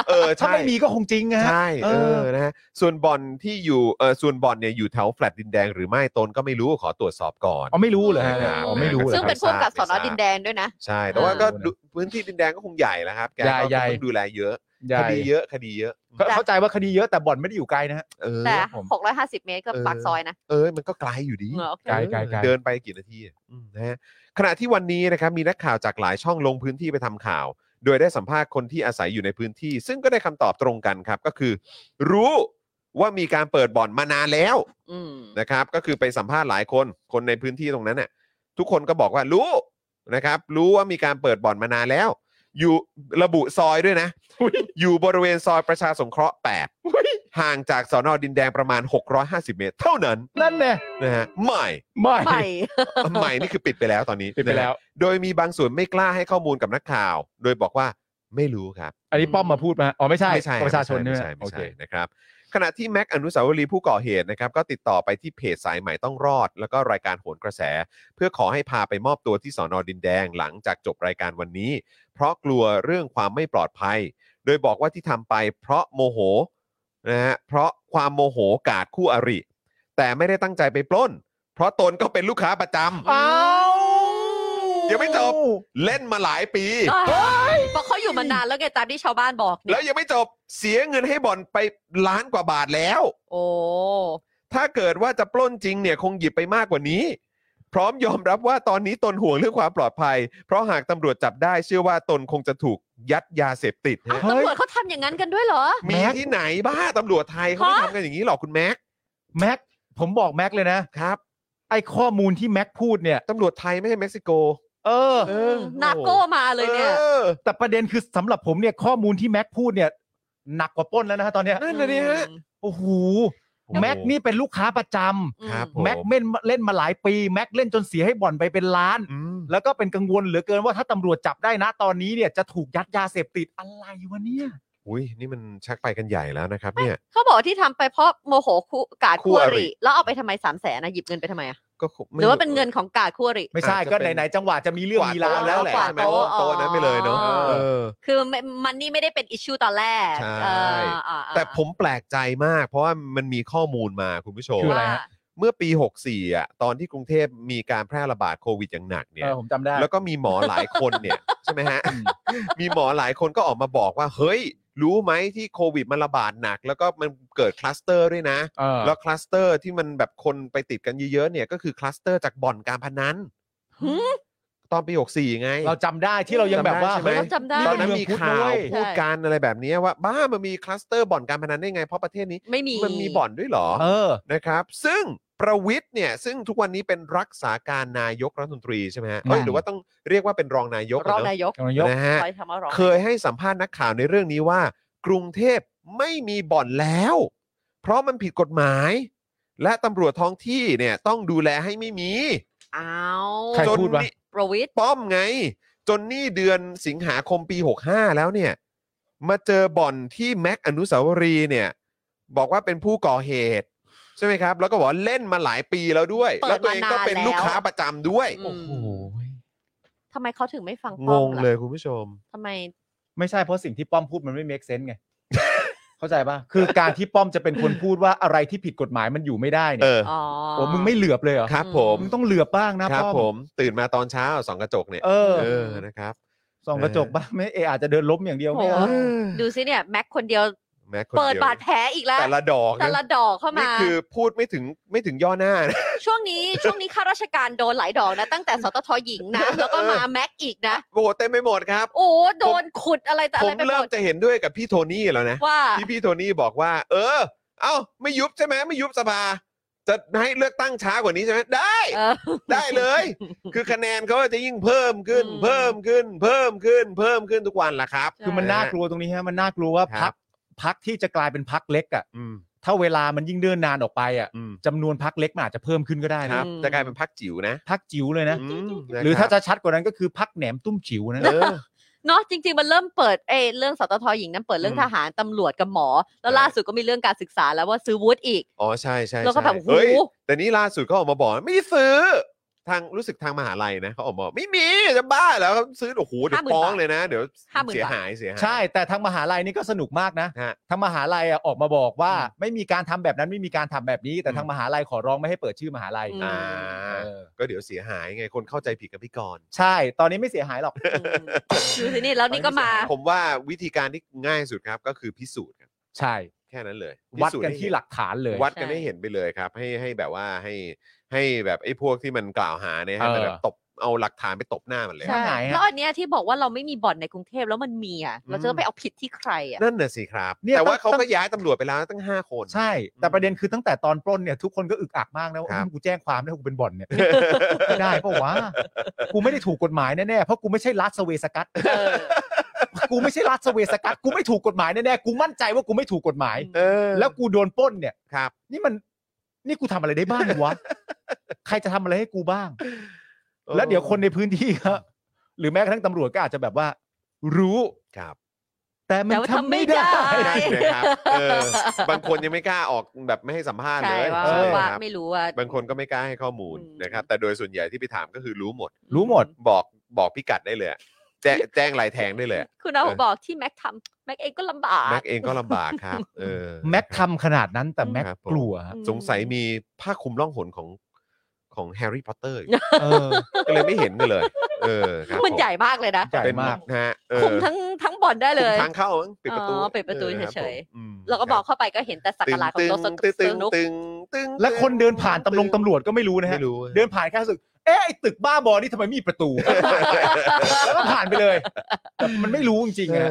A: เออ
B: ถ้า
A: ใช่
B: ไม่มีก็คงจริงนะฮะ
A: ใช่เอ
B: เอ
A: อ
B: อ
A: นะฮะส่วนบอลที่อยู่เออส่วนบอลเนี่ยอยู่แถวแฟลตดินแดงหรือไม่ตนก็ไม่รู้ขอตรวจสอบก่อน
B: อ๋อไม่รู้เหรอฮะ
A: ใช่ครับ
B: อ๋อไม่รู้เหร
C: ซึ่
B: อง ค
C: เป็นพ
B: รับ
C: วกกับสอนอดินแดงด้วยนะ
A: ใช่แต่ว่าก็
B: อ่า
A: ดูพื้นที่ดินแดงก็คงใหญ่แล้วครับแก
B: ใหญ่
A: ก็
B: ใหญ่
A: ต้องดูแลเยอะ
B: ใหญ่
A: คดีเยอะคดีเยอะ
B: เข้าเข้าใจว่าคดีเยอะแต่บ่อนไม่ได้อยู่ไกลนะฮะ
A: เออ
C: แต่
B: ผม
C: 650 เมตรก็
A: เออ
C: ปากซอยนะ
A: เออมันก็ไกลอยู่ดี
C: เออโอเค
B: ไกลไกลไกล
A: เดินไปกี่นาทีอะอืมนะฮะขณะที่วันนี้นะครับมีนักข่าวจากหลายช่องลงพื้นที่ไปทำข่าว โดยได้สัมภาษณ์คนที่อาศัยอยู่ในพื้นที่ ซึ่งก็ได้คำตอบตรงกันครับ ก็คือ รู้ว่ามีการเปิดบ่อนมานานแล้ว
C: อืม
A: นะครับ ก็คือไปสัมภาษณ์หลายคนคนในพื้นที่ตรงนั้นน่ะทุกคนก็บอกว่ารู้นะครับ รู้ว่ามีการเปิดบ่อนมานานแล้ว อยู่ระบุซอยด้วยนะ อยู่บริเวณซอยประชาสงเคราะห์8ห่างจากสอนอดินแดงประมาณ 650 เมตร เท่านั้น
B: นั่นแน่
A: นะฮะใหม่
B: ไม่
C: ใหม่
A: ใหม่นี่คือปิดไปแล้วตอนนี้
B: ปิดไปแล้ว
A: นะฮะโดยมีบางส่วนไม่กล้าให้ข้อมูลกับนักข่าว โดยบอกว่าไม่รู้ครับ
B: อันนี้ป้อมมาพูดมาอ๋อไม่ใช่
A: ไม่ใช่
B: ประชาชน
A: ไม่ใช่
B: ใช่ไหม
A: ไม่
B: โอ
A: ใช่
B: เค
A: นะครับ ขณะที่แม็กอนุสาวรีย์ผู้ก่อเหตุนะครับ ก็ติดต่อไปที่เพจสายใหม่ต้องรอด แล้วก็รายการโหนกระแส เพื่อขอให้พาไปมอบตัวที่สอนอดินแดงหลังจากจบรายการวันนี้ เพราะกลัวเรื่องความไม่ปลอดภัย โดยบอกว่าที่ทำไปเพราะโมโหนะฮะเพราะความโมโหกาดคู่อริ แต่ไม่ได้ตั้งใจไปปล้น เพราะตนก็เป็นลูกค้าประจำ ยังไม่จบ เล่นมาหลายปี
C: เพราะเขาอยู่มานานแล้วไงตามที่ชาวบ้านบอก
A: แล้ว
C: เนี่
A: ย ยังไม่จบเสียเงินให้บ่อนไปล้านกว่าบาทแล้ว
C: โอ้
A: ถ้าเกิดว่าจะปล้นจริงเนี่ยคงหยิบไปมากกว่านี้ พร้อมยอมรับว่าตอนนี้ตนห่วงเรื่องความปลอดภัย เพราะหากตำรวจจับได้เชื่อว่าตนคงจะถูกยัดยาเสพติด
C: เอ้า
A: ฮะ
C: ตำรวจเขาทำอย่างนั้นกันด้วยเหรอ
A: มีที่ไหนบ้าตำรวจไทยเขาไม่ทำกันอย่างนี้หรอกคุณแม็ก
B: แม็กผมบอกแม็กเลยนะครับ ไอข้อมูลที่แม็กพูดเนี่ย
A: ตำรวจไทยไม่ใช่เม็กซิโก
B: เออ
A: เออ
C: นาโก้มาเลยเนี่ย
A: ออ
B: แต่ประเด็นคือสำหรับผมเนี่ยข้อมูลที่แม็กพูดเนี่ย หนักกว่าปล้นแล้วนะฮะตอนเนี้ย
A: นั่นเลยฮะ
B: โอ้โหแม็กนี่เป็นลูกค้าประจำ
A: ครับผ
B: แม็กเล่นเล่นมาหลายปีแม็กเล่นจนเสียให้บ่อนไปเป็นล้าน
A: อืม
B: แล้วก็เป็นกังวลเหลือเกินว่าถ้าตำรวจจับได้นะตอนนี้เนี่ยจะถูกยัดยาเสพติดอะไรวะเนี่ย
A: อุ้ยนี่มันชักไปกันใหญ่แล้วนะครับเนี่ย
C: เขาบอกว่าที่ทำไปเพราะโมโหคู่กาดคู่อ
A: คู่อริ
C: ริ แล้วเอาไปทำไมสามแสนนะหยิบเงินไปทำไมอะ
A: ก็คง
C: ห
A: ไม่
C: รือว่าเป็นเงินของกาดคู่อริ
B: ไม่ใช่
A: อาจจะ
B: ก็
A: เป็น
B: ไหนๆจังหวะจะมีเรื่องมีราวแล้วแหละ
C: กวาด
A: ใช่ไหม
C: โต๊ะ
A: โต๊ะนั้นไปเลยเนาะ
C: อ๋อ
A: เออ
B: อ
C: คือไม่มันนี่ไม่ได้เป็นอิชชูตอนแรก
A: ใช่
C: เอออ่าอ่า
A: แต่ผมแปลกใจมาก เพราะว่ามันมีข้อมูลมาคุณผู้ชม
B: คืออะไร
C: ว่า
B: ฮะ
A: เมื่อปี 64อ่ะตอนที่กรุงเทพมีการแพร่ระบาดโควิดอย่างหนักเนี่
B: เอย อผมจำได้
A: แล้วก็มีหมอหลายคน เนี่ย ใช่ไหมฮะ มีหมอหลายคนก็ออกมาบอกว่า เฮ้ย รู้ไหมที่โควิดมันระบาดหนัก แล้วก็มันเกิดคลัสเตอร์ด้วยนะ
B: เออ
A: แล้วคลัสเตอร์ที่มันแบบคนไปติดกันเยอะๆเนี่ยก็คือคลัสเตอร์จากบ่อนการพนัน
C: หืม
A: ตอนปี 64 ไง
B: เราจำได้ที่เรายังแบบว่า
A: จำได้
B: เฮ้ย
A: ใช่ไหตอน
C: เราจำได้
A: นั้นมีข่าว
B: เฮ้ย
A: พูดการอะไรแบบนี้ว่า บ้ามันมีคลัสเตอร์บ่อนการพนันได้ไง เพราะประเทศนี้
C: ไม่มี
A: มันมีบ่อนด้วยเหรอ
B: เออ
A: นะครับ ซึ่งประวิทย์เนี่ย ซึ่งทุกวันนี้เป็นรักษาการนายกรัฐมนตรีใช่ไหมฮะเอ้ย
B: อืม
A: หรือว่าต้องเรียกว่าเป็นรองนายกอะ
C: รอง
A: เนอะ
C: นายก
B: กำลังยก
A: นะฮะ
C: คอยทำว่ารอง
A: เคยให้สัมภาษณ์นักข่าวในเรื่องนี้ว่า กรุงเทพไม่มีบ่อนแล้ว เพราะมันผิดกฎหมาย และตำรวจท้องที่เนี่ยต้องดูแลให้ไม่มี
C: อ้าว
B: ใคร
A: จน
B: พูดวะ
A: นี่
C: ประวิตร
A: ป้อมไง จนนี่เดือนสิงหาคมปี 65 แล้วเนี่ย มาเจอบ่อนที่แม็กอนุสาวรีย์เนี่ย บอกว่าเป็นผู้ก่อเหตุ ใช่ไหมครับ แล้วก็บอกว่าเล่นมาหลายปีแล้วด้วย แล้วตัวเองก็เป็นลูกค้าประจำด้วย
C: อืมทำไมเขาถึงไม่ฟัง
A: ง
C: ป้อม
A: ง
C: ล่ะ
A: เลยคุณผู้ชม
C: ทำไม
B: ไม่ใช่เพราะสิ่งที่ป้อมพูดมันไม่ make sense ไง เข้าใจป่ะ คือการที่ป้อมจะเป็นคนพูดว่าอะไรที่ผิดกฎหมายมันอยู่ไม่ได้
A: เอ
B: เนี่ย
A: อ
C: อ๋อ
B: โอ้มึงไม่เหลือบเลยเหรอ
A: ครับผม
B: มึงต้องเหลือบบ้างนะครับ ป้อม
A: ผมตื่นมาตอนเช้าสองกระจกเนี่ย
B: เออ
A: เออ นะครับ
B: ส่องกระจกบ้างไม่เออาจจะเดินล้มอย่างเดียว
C: โอ้
B: ไม่เอา
C: ดูสิเนี่ยแม็กคนเดียว
A: แม้คน
C: เปิด
A: เดียว
C: บาดแผลอีกแล้ว
A: แต่ละดอก
C: แต่ละดอกเข้า
A: นี่
C: มา
A: คือพูดไม่ถึงไม่ถึงย่อหน้านะ
C: ช่วงนี้ช่วงนี้ข้าราชการโดนหลายดอกนะ ตั้งแต่สตทหญิง นะ แล้วก็มาแม็กอีกนะ
A: โอ้โหเต็มไปหมดครับ
C: โอ้โดนขุดอะไรแต่
A: ผ
C: อะ
A: ม
C: ไรไปห
A: เริ่
C: ม
A: ม
C: ด
A: จะเห็นด้วยกับพี่โทนี่แล้วนะ
C: ว่า
A: ที่พี่โทนี่บอกว่า เออ เอ้า ไม่ยุบใช่ไหมไม่ยุบสภา จะให้เลือกตั้งช้ากว่านี้ใช่ไหมได้
C: เอ อ
A: ได้เลย คือคะแนนเขาจะยิ่งเพิ่มขึ้น
C: อืม
A: เพิ่มขึ้น เพิ่มขึ้น เพิ่มขึ้นทุกวันละครับ
B: คือมันน่ากลัวตรงนี้ฮะมันน่ากลัวว่า
A: ครั
B: พั
A: บ
B: กพักที่จะกลายเป็นพักเล็กอ่ะ
A: อืม
B: ถ้าเวลามันยิ่งเดินนานออกไปอ่ะ
A: อืม
B: จำนวนพักเล็กมันอาจจะเพิ่มขึ้นก็ได้
A: ค
B: นะ
A: รับ จะกลายเป็นพักจิ๋วนะ
B: พักจิ๋วเลยนะ
A: อืม
B: หรือ
A: นะค
B: ถ้า
A: บ
B: จะชัดกว่านั้นก็คือพักแหนมตุ้มจิ๋วนะ
A: เออ
C: เนาะจริง ๆ มันเริ่มเปิดเอยเรื่องสตทหญิงนั้นเปิดเรื่อง
A: อืม
C: ทหารตำรวจกับหมอ แล้ว
A: ใช่
C: ล่าสุดก็มีเรื่องการศึกษาแล้วว่าซื้อวุฒิอีก
A: อ๋อใช่ใช่
C: แล้วก็แบบ
A: ใช่
C: โอ้โห
A: เฮ้ยแต่นี่ล่าสุดเขาออกมาบอกไม่ได้ซื้อ ทางรู้สึกทางมหาลัยนะเขาออกมาบอกไม่มีจะบ้าแล้วเขาซื้อโอ้โหเดี๋ยว
C: 50,000
A: ฟ้องเลยนะ เดี๋ยว
C: ห้าหมื่น
A: เสียหายเสียหาย
B: ใช่ แต่ทางมหาลัยนี่ก็สนุกมากนะ
A: ฮะ
B: ทางมหาลัยอะออกมาบอกว่า ไม่มีการทำแบบนั้นไม่มีการทำแบบนี้ แต่
A: อืม
B: ทางมหาลัยขอร้องไม่ให้เปิดชื่อมหาลัย
C: อืม
A: อ่า
B: เออ
A: ก็เดี๋ยวเสียหายไงคนเข้าใจผิดกันพี่กรณ์
B: ใช่ ตอนนี้ไม่เสียหายหรอก
C: อืมดูสินี่แล้วนี่ก็มา
A: ผมว่าวิธีการที่ง่ายสุดครับก็คือพิสูจน์กัน
B: ใช่
A: แค่นั้นเลย
B: วัด
A: พิสูจ
B: กัน
A: ใเ
B: ที่หลักฐานเลย
A: วัดกัน
C: ใช่
A: ให้เห็นไปเลยครับ ให้ให้แบบว่าให้ให้แบบไอ้พวกที่มันกล่าวหาเนี่ยให้มัน
B: เออ
A: แบบตบเอาหลักฐานไปตบหน้ามันเลย
B: ใช่ หายฮะ
C: แล้วอันเนี้ยที่บอกว่าเราไม่มีบ่อนในกรุงเทพแล้วมันมีอ่ะ เรา
A: อื
C: จะ
A: ม
C: ไปเอาผิดที่ใครอ่ะ
A: นั่นน่ะสิครับ
B: เนี่ย
A: แต่ว่าเขา
B: ต้อง
A: ก็ย้ายตำรวจไปแล้วตั้งห้าคน
B: ใช่ แต่ประเด็นคือตั้งแต่ตอนปล้นเนี่ยทุกคนก็อึกอักมากนะว่า
A: ครับ
B: เอ้ยกูแจ้งความนะกูเป็นบ่อนเนี่ย ไม่ได้ปะวะกูไม่ได้ถูกกฎหมายแน่ๆเพราะกูไม่ใช่ลัสเวสกัสกูไม่ใช่ลัสเวสกัสกูไม่ถูกกฎหมายแน่ๆกูมั่นใจว่ากูไม่ถูกกฎหมาย
A: เออ
B: แล้วกูโดนปล้นเนี่ย
A: ครับ
B: นี่มันนี่กูทำอะไรได้บ้างวะ ใครจะทำอะไรให้กูบ้าง
A: เออ
B: แล้วเดี๋ยวคนในพื้นที่ก็หรือแม้กระทั่งตำรวจก็อาจจะแบบว่า รู้
A: ครับ
B: แต่ แต่มัน
C: แต่ว่า
B: ทำ
C: ทำไม่
B: ไม่ได้
C: ได้
A: นั่นนะครับเออบางคนยังไม่กล้าออกแบบไม่ให้สัมภาษณ์
C: ใช่
A: เลย
C: ว่า
A: ใช่
C: ว่า
A: ครับ
C: ไม่รู้ว่า
A: บางคนก็ไม่กล้าให้ข้อมูล
C: อืม
A: นะครับ แต่โดยส่วนใหญ่ที่ไปถามก็คือรู้หมด
B: รู้หมด
A: บอกบอกพิกัดได้เลยอะแจ้งแจ้งลายแทงได้เลยอะ
C: คุณเอา
A: เออ
C: บอกที่แม็กทำแม็กเองก็ลำบาก
A: แม็กเองก็ลำบากครับเออ
B: แม็กทำขนาดนั้นแต่แม็ก
A: ครับผม
B: กลัว
C: อืม
A: สงสัยมีผ้าคลุมล่องหนของของแฮร์รี่พอตเตอร์
B: เออ
A: ก็เลยไม่เห็นกันเลย เออครับ
C: มัน
A: ผ
C: ใหญ่มากเลยนะ
B: ใหญ่
A: เป็น
B: มาก
A: นะฮะเออ
C: คุมทั้งทั้งบ่อนได้เล
A: คุม
C: ย
A: ทางเข้ามั้งปิดประตู
C: อ๋อปิดประตู
A: ออครับ
C: เฉย
A: ผมม
C: เราก็บอกเข้าไปก็เห็นแต่สักการะของโต๊ะส
A: ตึงตึง
C: นุก
A: ตึงตึง
B: และคนเดินผ่านตำรวจตำรวจก็ไม่รู้นะฮะ
A: ไม่รู้อะ
B: เดินผ่านแค่รู้สึก เอ๊ะไอ้ตึกบ้าบอนี่ทำไมมีประตู แล้วก็ผ่านไปเลยแต่มันไม่รู้จริงๆนะ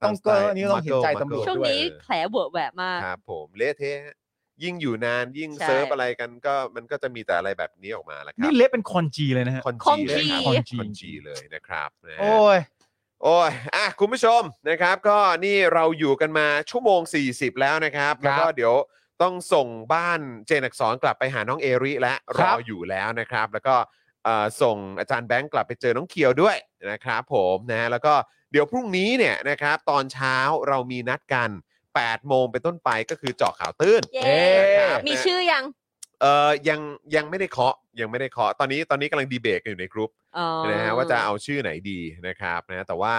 A: เ
B: ต้องก็
A: ามสไล์
B: อันนี้ต้องเห็นใจ
A: Marco
B: ตำรวจ
C: ช่วงนี้แผลบวบแหวะมาก
A: ครับผมเละเทะฮะยิ่งอยู่นานยิ่ง
C: ใช่
A: เซิร์ฟอะไรกันก็มันก็จะมีแต่อะไรแบบนี้ออกมาแหละครั
B: นี่เละเป็นคอนจีเลยนะฮะ
A: คอน
C: คอนจี
A: จีเลย
B: คอนจี
A: คอนจีเลยนะครับนะฮะ
B: โอ้ย
A: โอ้ยอ่ะคุณผู้ชมนะครับก็นี่เราอยู่กันมาชั่วโมง 40 แล้วนะครับ
B: ครับ
A: แล้วก็เดี๋ยวต้องส่งบ้านเจนอักษรกลับไปหาน้องเอริและร
B: ครั
A: อบ อยู่แล้วนะครับ แล้วก็เอ่อส่งอาจารย์แบงค์กลับไปเจอน้องเคียวด้วยนะครับผมนะ แล้วก็เดี๋ยวพรุ่งนี้เนี่ยนะครับตอนเช้าเรามีนัดกัน 8 โมงเป็นต้นไปก็คือเจาะข่าวตื้น
C: เย้
A: นะครับ
C: มีชื่อยัง
A: เออยังยังไม่ได้เคาะยังไม่ได้เคาะตอนนี้ตอนนี้กำลังดีเบตกันอยู่ในกรุ๊ป
C: อ๋อ
A: นะฮะว่าจะเอาชื่อไหนดีนะครับนะแต่ว่า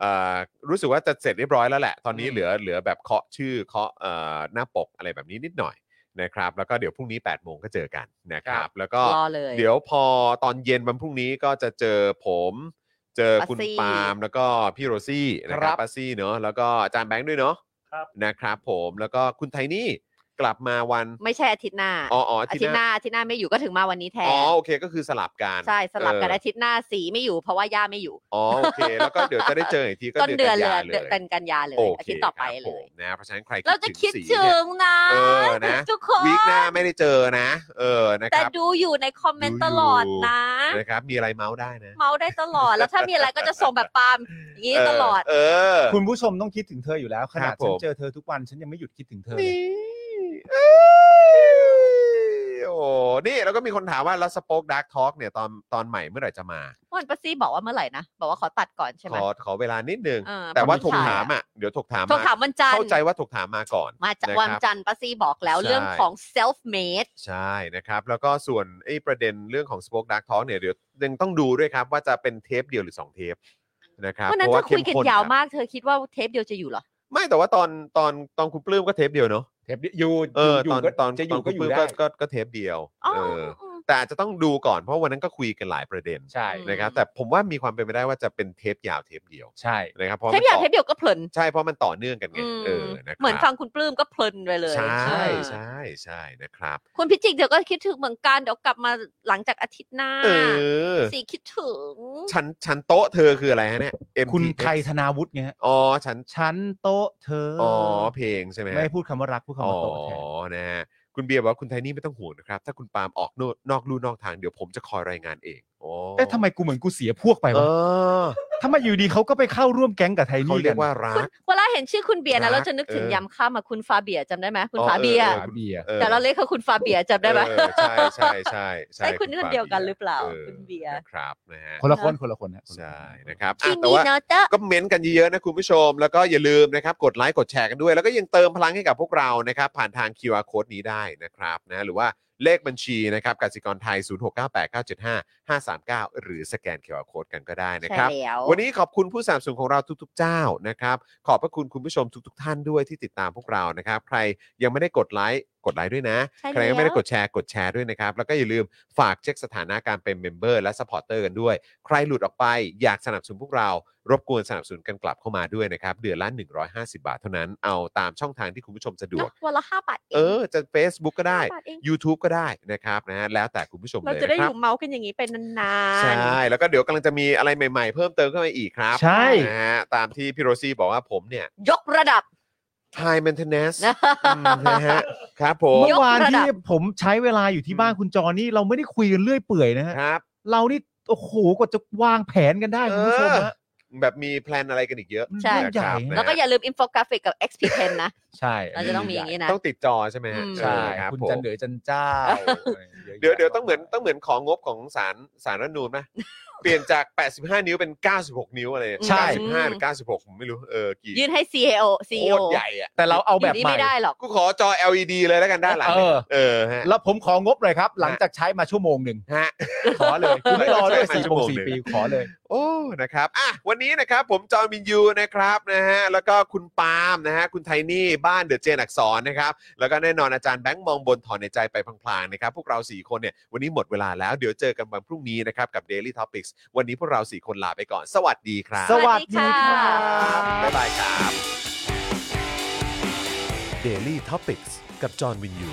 A: เอ่อรู้สึกว่าจะเสร็จเรียบร้อยแล้วแหละ ตอนนี้เหลือเหลือแบบเคาะชื่อเคาะเอ่อหน้าปกอะไรแบบนี้นิดหน่อยนะครับ แล้วก็เดี๋ยวพรุ่งนี้8ปดโมงก็เจอกันนะครับ แล้วก็
C: รอเลย
A: เดี๋ยวพอตอนเย็นวันพรุ่งนี้ก็จะเจอผม เจอคุณ
C: ปาซี่
A: ปาล์มแล้วก็พี่โรซี่นะค
B: ค
A: รั
B: รั
A: บบ ปาซี่เนอะแล้วก็อาจารย์แบงค์ด้วยเนอะ
D: ครับ
A: นะครับ ผมแล้วก็คุณไทนี่กลับมาวัน
C: ไม่ใช่อาทิตย์หน้า
A: อ๋ออ๋อ
C: อา
A: อา
C: ทิตย์หน้าอาทิตย์หน้าไม่อยู่ก็ถึงมาวันนี้แทน
A: อ๋อโอเคก็คือสลับกัน
C: ใช่สลับกัน
A: เออ
C: อาทิตย์หน้าสีไม่อยู่เพราะว่าย่าไม่อยู่
A: อ๋อโอเค แล้วก็เดี๋ยวจะได้เจออีกทีก็
C: ต้น
A: เดื
C: เดื
A: อ
C: อน น
A: กัน
C: เลย
A: ยา
C: เดือน
A: เลย
C: กันยาเลย
A: โอ
C: อา
A: เค
C: ทิตย์ต่อไป
A: ครับ
C: เล
A: ผ
C: ย
A: มนะเพราะฉะนั้นใคร
C: เราจะคิด
A: สี
C: ถึ
A: เนี่ย
C: งนะ
A: เออนะ
C: ทุกค
A: วี
C: น
A: คหน้าไม่ได้เจอนะ เออนะค
C: แต่
A: รับ
C: ดูอยู่ในคอมเมนต์
A: ดูอยู่
C: ตลอดนะ
A: นะครับมีอะไรเมาส์ได้นะ
C: เมาได้ตลอดแล้วถ้ามีอะไรก็จะส่งแบบปาล์มอย่างนี้ตลอด
A: เออ
B: คุณผู้ชมต้องคิดถึงเธออยู่แล้ว ขนา
A: ค
B: ด
A: รับผ
B: ฉัน
A: ม
B: เจอเธอทุกวันฉันยังไม่หยุดคิดถึงเธอเลย
A: นี่เอ้ยโอ้นี่แล้วก็มีคนถามว่าแล้วสป็อกดักทอล์กเนี่ยตอนตอนใหม่เมื่อไหร่จะมา
C: วันปัสซี่บอกว่าเมื่อไหร่นะ บอกว่าขอตัดก่อนใช่
A: ข
C: ไหม
A: อขอเวลานิดนึง
C: เออ
A: แต่ว่า
C: เพ
A: ถก
C: ราะมัน
A: ถาม
C: ช้า
A: อ่ะเดี๋ยวถกถาม
C: โทร
A: มา
C: ถามวันจันทร์
A: เข้าใจว่าถกถามมาก่อน
C: มาจาก
A: นะครับ
C: วันจันทร์ปัสซี่บอกแล้ว
A: ใช่
C: เรื่องของ self made
A: ใช่นะครับ แล้วก็ส่วนไอ้ประเด็นเรื่องของ Spoke Dark Talk เนี่ยเดี๋ยวยังต้องดูด้วยครับว่าจะเป็นเทปเดียวหรือ 2 เทปนะครับ
C: วันนั้น
A: เพราะ
C: จะ
A: ว่า
C: คุยกัน
A: เข้ข้
C: ยาว
A: ครับ
C: มากเธอคิดว่าเทปเดียวจะอยู่เหรอ
A: ไม่แต่ว่าตอนตอนตอนคุณปลื้มก็เทปเดียวเนาะ
B: เทปอยู่
A: เออ
B: อยู่
A: ตอน
B: ก็
A: ตอน
B: จะอยู่
A: ตน
B: ก็
A: คุณ
B: อ
A: ปลื้
B: ยู่
A: ม
B: ได้
A: ก็ก็ก็เทปเดียว
C: อ๋อ
A: เออแต่อาจจะต้องดูก่อนเพราะวันนั้นก็คุยกันหลายประเด็น
B: ใช่
C: ม
A: นะครับ แต่ผมว่ามีความเป็นไปได้ว่าจะเป็นเทปยาวเทปเดียว
B: ใช่
A: นะครับเพราะ
C: เท
A: มัน
C: ปยาว
A: ต่อ
C: เทปเดียวก็เพลิน
A: ใช่เพราะมันต่อเนื่องกันไง
C: อืม
A: เออนะครับ
C: เหมือนฟังคุณปลื้มก็เพลินไปเลย
A: ใช่
C: เออ
A: ใช่ใช่นะครับ
C: คุณพิจิกเดี๋ยวก็คิดถึงเหมือนกันเดี๋ยวกลับมาหลังจากอาทิตย์หน้า
A: เออ
C: สีคิดถึง
A: ชั้นชั้นโต๊ะเธอคืออะไรฮะเนี่ย MTX
B: คุณไทยธนาวุฒิไงฮะ
A: อ๋อฉัน
B: ฉันโต๊ะเธออ
A: อ๋อ เพลงใช่ไหมฮะ
B: ไม่พูดคำว่ารักพูดคำ
A: อ๋อ
B: ว่าโต๊ะแทน
A: นะฮะคุณเบียร์บอกว่าคุณไทนี่ไม่ต้องห่วงนะครับ ถ้าคุณปาล์มออกนอกนอกลู่นอกทางเดี๋ยวผมจะคอยรายงานเองโอ้
B: เอ๊ะทำไมกูเหมือนกูเสียพวกไป
A: เอ
B: วะ
A: อ
B: ทำไมอยู่ดีเขาก็ไปเข้าร่วมแก๊งกับไทย
A: เขา
B: นี่
A: เรียก
B: น
A: ว่ารั
C: คุณ
A: ก
C: เวลาเห็นชื่อคุณเบียร์
A: รั
C: นะ
A: ก
C: เราจะนึกถึง
A: เออย
C: ำข้ามมาคุณฟาเบียจำได้ไหมคุณ
A: อ๋อ
C: ฟาเบีย
A: เออ
B: เบียร์
A: ออ
C: แต่เราเรียกเขาคุณฟาเบียจำได้ไหม
A: เออใช่ใช่ใช่ใช่
C: ใช่คุณคนเดียวกันหรือเปล่า
A: ออ
C: คุณเบียร์
A: นะครับนะฮะ
B: คนละคนคนละคนฮะ
A: ใช่นะครับอ่ะ
C: ที่
A: แต่
C: นี่
A: ว่า
C: เนอะเตอะ
A: ก็เม้นต์กันเยอะๆนะคุณผู้ชม แล้วก็อย่าลืมนะครับ กดไลค์กดแชร์กันด้วย แล้วก็ยังเติมพลังให้กับพวกเรานะครับ ผ่านทาง QR code นี้ได้นะครับนะหรือว่าเลขบัญชีนะครับกสิกรไทย 0698975539 หรือสแกน QR code กันก็ได้นะ
C: ใช่
A: ครับ
C: แล้ว
A: วันนี้ขอบคุณผู้สนับสนุนของเราทุกๆ เจ้านะครับ ขอบพระคุณคุณผู้ชมทุก ๆ ท่านด้วยที่ติดตามพวกเรานะครับ ใครยังไม่ได้กดไลค์กดไลค์ด้วยนะ
C: ใช่แล้ว
A: ใครยังไม่ได้กดแชร์กดแชร์ด้วยนะครับ แล้วก็อย่าลืมฝากเช็คสถานะการเป็นเมมเบอร์และสปอร์เตอร์กันด้วย ใครหลุดออกไปอยากสนับสนุนพวกเรา รบกวนสนับสนุนกันกลับเข้ามาด้วยนะครับ เดือนละ 150 บาทเท่านั้น เอาตามช่องทางที่คุณผู้ชมสะดวก
C: เนอะวันละห้าบาทเอง
A: เออ จะ Facebook ก็ได้
C: ห้าบาทเอง
A: YouTube ก็ได้นะครับนะฮะแล้วแต่คุณผู้ชม
C: เรา
A: เลย
C: จะได้
A: นะ
C: อ
A: ครับ
C: ยู่เมาส์กันอย่างนี้เป็นนาน
A: ใช่ แล้วก็เดี๋ยวกำลังจะมีอะไรใหม่ๆ เพิ่มเติมเข้ามาอีกครับ
B: ใช่
A: นะฮะตามที่พี่โรซี่บอกว่าผมเนี่ย
C: ๆยกระดับ
A: high maintenance อืมนะฮะครับผม
B: เมื่อวาน
C: ยกระดั
B: ที่
C: บ
B: ผมใช้เวลาอยู่ที่บ้านคุณจอนี่เราไม่ได้คุยกันเรื่อยเปื่อยนะฮะ
A: ครับ
B: เรานี่โอ้โหกว่าจะวางแผนกันได้คุณผู้ชมฮะ
A: แบบมีแพลนอะไรกันอีกเยอะ
C: ใช่
A: นะ
B: ให
A: ค
B: ญ่
A: รับ
B: นะ
C: แล้วก็อย่าลืมอินโฟกราฟิกกับ XP10 นะ
B: ใช่
C: เราจะต้องมีอย่างนี้นะ
A: ต้องติดจอใช่ไหมฮะ
C: อืม
B: ใช่
A: เออครับ
B: คุณ
A: ผม
B: จันเดือจันเจ้า
A: เดี๋ยวเดี๋ยวต้องเหมือนต้องเหมือนของงบของสารสารรัฐธรรมนูน ไหม เปลี่ยนจาก 85 นิ้วเป็น 96 นิ้วอะไร
C: ใช่
A: 95หรือ96 ผมไม่รู้เออกี่
C: ยื่นให้ CEO
A: โค
C: CEO
A: ตรใหญ่อะ
B: แต่เราเอา
C: อ
B: แบ
C: ยู่
B: บ
C: นี่
B: ใหม่
C: ไม่ได้หรอก
A: กูขอจอ LED เลยแล้วกันด้านหลัง
B: เออ
A: เออฮะ
B: แล้วผมของบเลยครับ หลังจากใช้มาชั่วโมงหนึ่ง
A: ฮะ
B: ขอเลยคุณไม่รอด้วย
A: ใช้มา
B: สี่
A: ชั่ว
B: โม
A: โม
B: ง
A: ง
B: สี่
A: หนึ่ง
B: ปีขอเลย
A: โอ้ นะครับ อ่ะ วันนี้นะครับ ผมจอห์นวินยูนะครับ นะฮะ แล้วก็คุณปาล์มนะฮะ คุณไทนี่ บ้านเดอะเจนอักษรนะครับ แล้วก็แน่นอนอาจารย์แบงค์มองบนถอนในใจไปพลางๆนะครับ พวกเรา 4 คนเนี่ย วันนี้หมดเวลาแล้ว เดี๋ยวเจอกันวันพรุ่งนี้นะครับ กับ Daily Topics วันนี้พวกเรา 4 คนลาไปก่อน สวัสดีครับ
C: สวัสดีค่ะ
A: บ๊ายบายครับ
F: Daily Topics กับจอห์นวินยู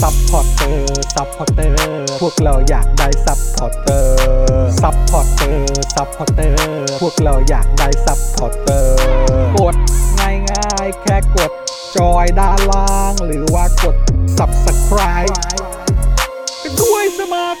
E: ซัพพอร์เตอร์ ซัพพอร์เตอร์ พวกเราอยากได้ซัพพอร์เตอร์ ซัพพอร์เตอร์ ซัพพอร์เตอร์ พวกเราอยากได้ซัพพอร์เตอร์ กดง่ายง่ายๆแค่กด จอยด้านล่าง หรือว่ากด subscribe ไปด้วยสมัคร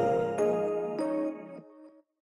E: ์